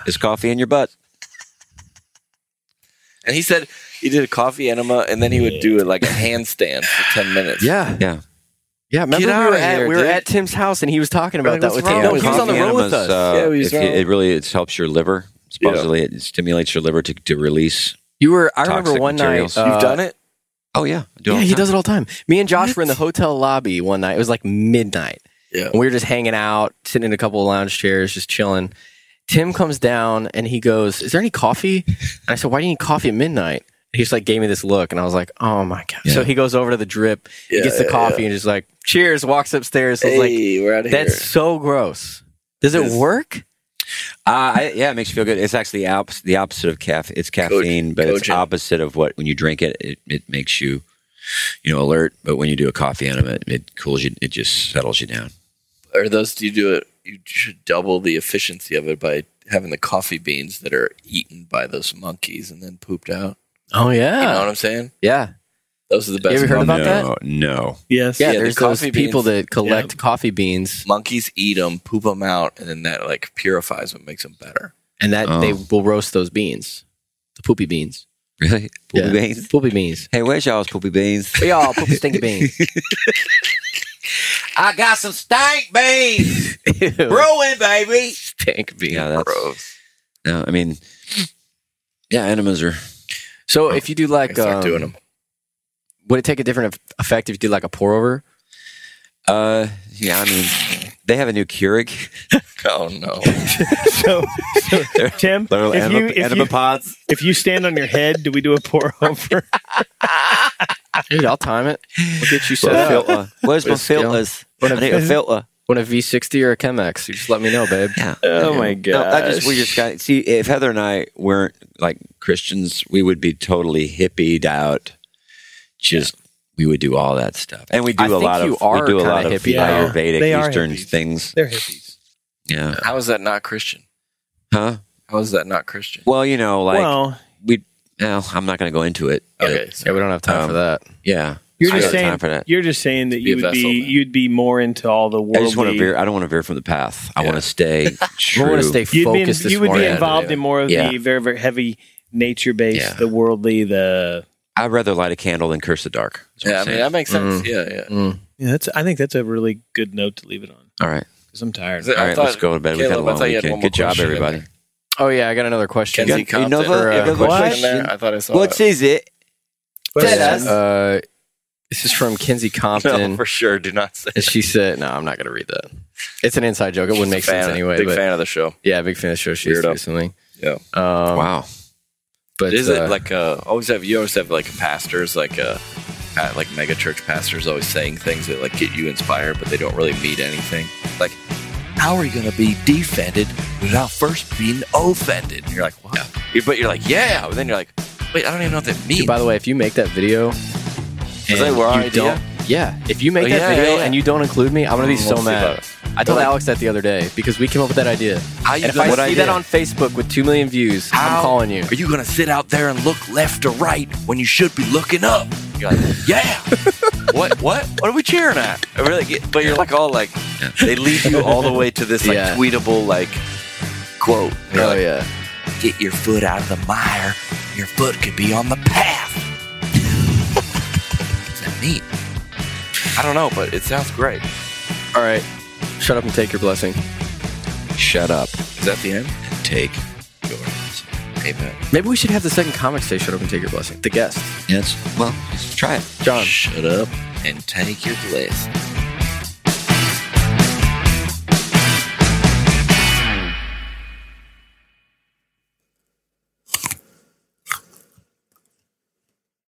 Speaker 1: is coffee in your butt.
Speaker 7: And he said he did a coffee enema, and then he would do it like a handstand for ten minutes.
Speaker 5: Yeah,
Speaker 14: yeah.
Speaker 5: Yeah, remember
Speaker 7: Get
Speaker 5: we were
Speaker 7: out of
Speaker 5: at
Speaker 7: here,
Speaker 5: we were
Speaker 7: dude.
Speaker 5: at Tim's house and he was talking about
Speaker 7: Like,
Speaker 5: that
Speaker 7: what's
Speaker 5: with
Speaker 7: wrong
Speaker 5: him.
Speaker 7: with
Speaker 5: he was on the road with us.
Speaker 14: Enemas, uh,
Speaker 5: yeah, he was
Speaker 14: if you-
Speaker 5: on-
Speaker 14: it really it helps your liver. Supposedly, it stimulates your liver to, to release.
Speaker 5: You were. I
Speaker 14: toxic
Speaker 5: remember one
Speaker 14: materials.
Speaker 5: night. uh,
Speaker 14: Oh yeah, I do it
Speaker 5: yeah,
Speaker 14: all the
Speaker 5: he
Speaker 14: time.
Speaker 5: does it all the time. Me and Josh were in the hotel lobby one night. It was like midnight.
Speaker 7: Yeah.
Speaker 5: And we were just hanging out, sitting in a couple of lounge chairs, just chilling. Tim comes down and he goes, "Is there any coffee?" And I said, "Why do you need coffee at midnight?" And he just like gave me this look, and I was like, "Oh my god!" So he goes over to the drip, he
Speaker 7: Yeah,
Speaker 5: gets the
Speaker 7: yeah,
Speaker 5: coffee,
Speaker 7: yeah.
Speaker 5: and just like cheers, walks upstairs. So I was
Speaker 7: Hey,
Speaker 5: like,
Speaker 7: we're outta
Speaker 5: "That's
Speaker 7: here."
Speaker 5: so gross." Does it
Speaker 1: Yes.
Speaker 5: work?
Speaker 1: Uh, I, yeah, it makes you feel good. It's actually op- the opposite of caffeine. It's caffeine, but it's
Speaker 14: cogent.
Speaker 1: opposite of what when you drink it, it, it makes you, you know, alert. But when you do a coffee enema, it, it cools you. It just settles you down.
Speaker 7: Or those do you do it? You should double the efficiency of it by having the coffee beans that are eaten by those monkeys and then pooped out.
Speaker 5: Oh yeah.
Speaker 7: You know what I'm saying?
Speaker 5: Yeah.
Speaker 7: Those are the best.
Speaker 5: You ever heard about
Speaker 7: monkeys.
Speaker 5: that?
Speaker 14: No.
Speaker 2: Yes.
Speaker 5: Yeah,
Speaker 7: Yeah, the
Speaker 5: there's those
Speaker 7: coffee
Speaker 5: people
Speaker 7: beans.
Speaker 5: that collect coffee beans
Speaker 7: Monkeys eat them, poop them out, and then that like purifies them, makes them better.
Speaker 5: and that they
Speaker 7: Oh.
Speaker 5: will roast those beans, the poopy beans.
Speaker 1: Really? Poopy
Speaker 5: Yeah.
Speaker 1: beans?
Speaker 5: Poopy beans.
Speaker 1: Hey, where's y'all's poopy beans?
Speaker 5: We all poopy
Speaker 2: [laughs]
Speaker 5: stinky beans.
Speaker 1: [laughs] I got some stank [laughs] beans brewing, baby.
Speaker 5: Stank beans.
Speaker 1: Yeah, that's gross. No, I mean, yeah, enemas are.
Speaker 5: So if you do like,
Speaker 1: start
Speaker 5: um,
Speaker 1: doing 'em.
Speaker 5: would it take a different eff- effect if you did like a pour over?
Speaker 1: Uh, yeah, I mean, they have a new Keurig. [laughs]
Speaker 7: oh no!
Speaker 2: So, so Tim,
Speaker 1: They're
Speaker 2: if you,
Speaker 1: anima-
Speaker 2: if, you,
Speaker 1: anima
Speaker 2: [laughs]
Speaker 1: Oh pods.
Speaker 2: if you stand on your head, do we do a pour
Speaker 1: [laughs]
Speaker 2: over?
Speaker 5: Dude, I'll time it. We'll get you set
Speaker 2: What a
Speaker 5: up.
Speaker 2: filter. Where's
Speaker 5: With
Speaker 2: my
Speaker 5: a scale.
Speaker 1: filters?
Speaker 5: Want
Speaker 1: I need a filter.
Speaker 5: Want a V60 or a Chemex? You just let me know, babe.
Speaker 1: Yeah.
Speaker 2: Oh my
Speaker 1: No, I just we
Speaker 2: gosh.
Speaker 1: just got see if Heather and I weren't like Christians, we would be totally hippied out. Just we would do all that stuff, and we do
Speaker 5: I
Speaker 1: a
Speaker 5: think
Speaker 1: lot
Speaker 5: you
Speaker 1: of we
Speaker 5: are
Speaker 1: do a
Speaker 5: kinda
Speaker 1: lot of
Speaker 5: hippied out.
Speaker 1: Ayurvedic
Speaker 5: They are
Speaker 1: Eastern
Speaker 5: hippies.
Speaker 1: things.
Speaker 2: They're hippies.
Speaker 1: Yeah,
Speaker 7: How is that not Christian?
Speaker 1: huh?
Speaker 7: How is that not Christian?
Speaker 1: Well, you know, like
Speaker 2: Well-
Speaker 1: we. No, I'm not going to go into it.
Speaker 7: Okay,
Speaker 5: yeah, we don't have time for that.
Speaker 1: Yeah,
Speaker 2: You're
Speaker 1: I don't
Speaker 2: just
Speaker 1: have
Speaker 2: saying
Speaker 1: time for that.
Speaker 2: you're just saying
Speaker 1: Be
Speaker 2: that
Speaker 1: a
Speaker 2: you would
Speaker 1: vessel,
Speaker 2: be you'd be more into all the worldly.
Speaker 1: I just want to veer. I don't want to veer from the path. [laughs] I want to stay true.
Speaker 5: wanna stay
Speaker 2: You'd be, in- you would be involved in more of
Speaker 1: Yeah.
Speaker 2: the very very heavy nature based, the worldly, the
Speaker 1: I'd rather light a candle than curse the dark. is what I'm
Speaker 7: Yeah, I mean
Speaker 1: saying.
Speaker 7: that makes sense.
Speaker 1: Mm-hmm.
Speaker 7: Yeah, yeah.
Speaker 5: Mm.
Speaker 2: Yeah, that's. I think that's a really good note to leave it on
Speaker 1: All right.
Speaker 2: because I'm tired.
Speaker 7: Is it- I
Speaker 1: All right, let's
Speaker 7: thought-
Speaker 1: go to bed. We got a
Speaker 7: Caleb, I
Speaker 1: long
Speaker 7: thought you had
Speaker 1: weekend.
Speaker 7: one more
Speaker 1: Good job,
Speaker 7: question in
Speaker 1: everybody.
Speaker 7: there.
Speaker 5: Oh yeah, I got another question.
Speaker 7: Kenzie
Speaker 5: You got-
Speaker 7: Compton.
Speaker 5: or, uh,
Speaker 7: another question in there? I thought I saw that.
Speaker 1: is [laughs] it?
Speaker 5: Uh, this is from Kenzie Compton.
Speaker 7: No, for sure. Do not say.
Speaker 5: And she said, "No, I'm not going to read that. It's an inside joke. It wouldn't make
Speaker 7: Fan
Speaker 5: sense
Speaker 7: of-
Speaker 5: anyway."
Speaker 7: Big
Speaker 5: but-
Speaker 7: fan of the show.
Speaker 5: Yeah, big fan of the show. She used to
Speaker 7: Weirdo.
Speaker 5: do something.
Speaker 7: Yeah.
Speaker 5: Um,
Speaker 1: wow.
Speaker 5: But
Speaker 7: is
Speaker 5: uh,
Speaker 7: it like uh, always have you always have like pastors like uh, uh like mega church pastors always saying things that like get you inspired, but they don't really mean anything. Like, how are you gonna be defended without first being offended? And you're like, what? You- But you're like, yeah. But then you're like, wait, I don't even know what that means.
Speaker 5: Dude, by the way, if you make that video, and
Speaker 7: that our
Speaker 5: you
Speaker 7: idea?
Speaker 5: don't, yeah, if you make
Speaker 7: Oh,
Speaker 5: that
Speaker 7: yeah,
Speaker 5: video
Speaker 7: yeah, yeah.
Speaker 5: and you don't include me, I'm gonna be
Speaker 7: Mm,
Speaker 5: so
Speaker 7: we'll see about
Speaker 5: mad.
Speaker 7: it.
Speaker 5: I told
Speaker 7: But, like-
Speaker 5: Alex that the other day because we came up with that idea.
Speaker 7: How you
Speaker 5: and if
Speaker 7: gonna-
Speaker 5: I see
Speaker 7: what
Speaker 5: that
Speaker 7: idea?
Speaker 5: on Facebook with two million views, I'm
Speaker 7: How
Speaker 5: calling you.
Speaker 7: Are you gonna sit out there and look left or right when you should be looking up? You're [laughs] like, yeah. what? What? What are we cheering at? I really get- but you're like all like, they lead you all the way to this like
Speaker 5: Yeah.
Speaker 7: tweetable like quote.
Speaker 5: Oh yeah.
Speaker 7: Get your foot out of the mire Your foot could be on the path. [laughs] Is that neat?
Speaker 5: I don't know, but it sounds great. All right. Shut up and take your blessing.
Speaker 1: Shut up.
Speaker 5: Is that the end?
Speaker 1: Take.
Speaker 5: Amen. Maybe we should have the second comic say shut up and take your blessing. The guest.
Speaker 1: Yes. Well, try it.
Speaker 5: John.
Speaker 7: Shut up and take your blessing.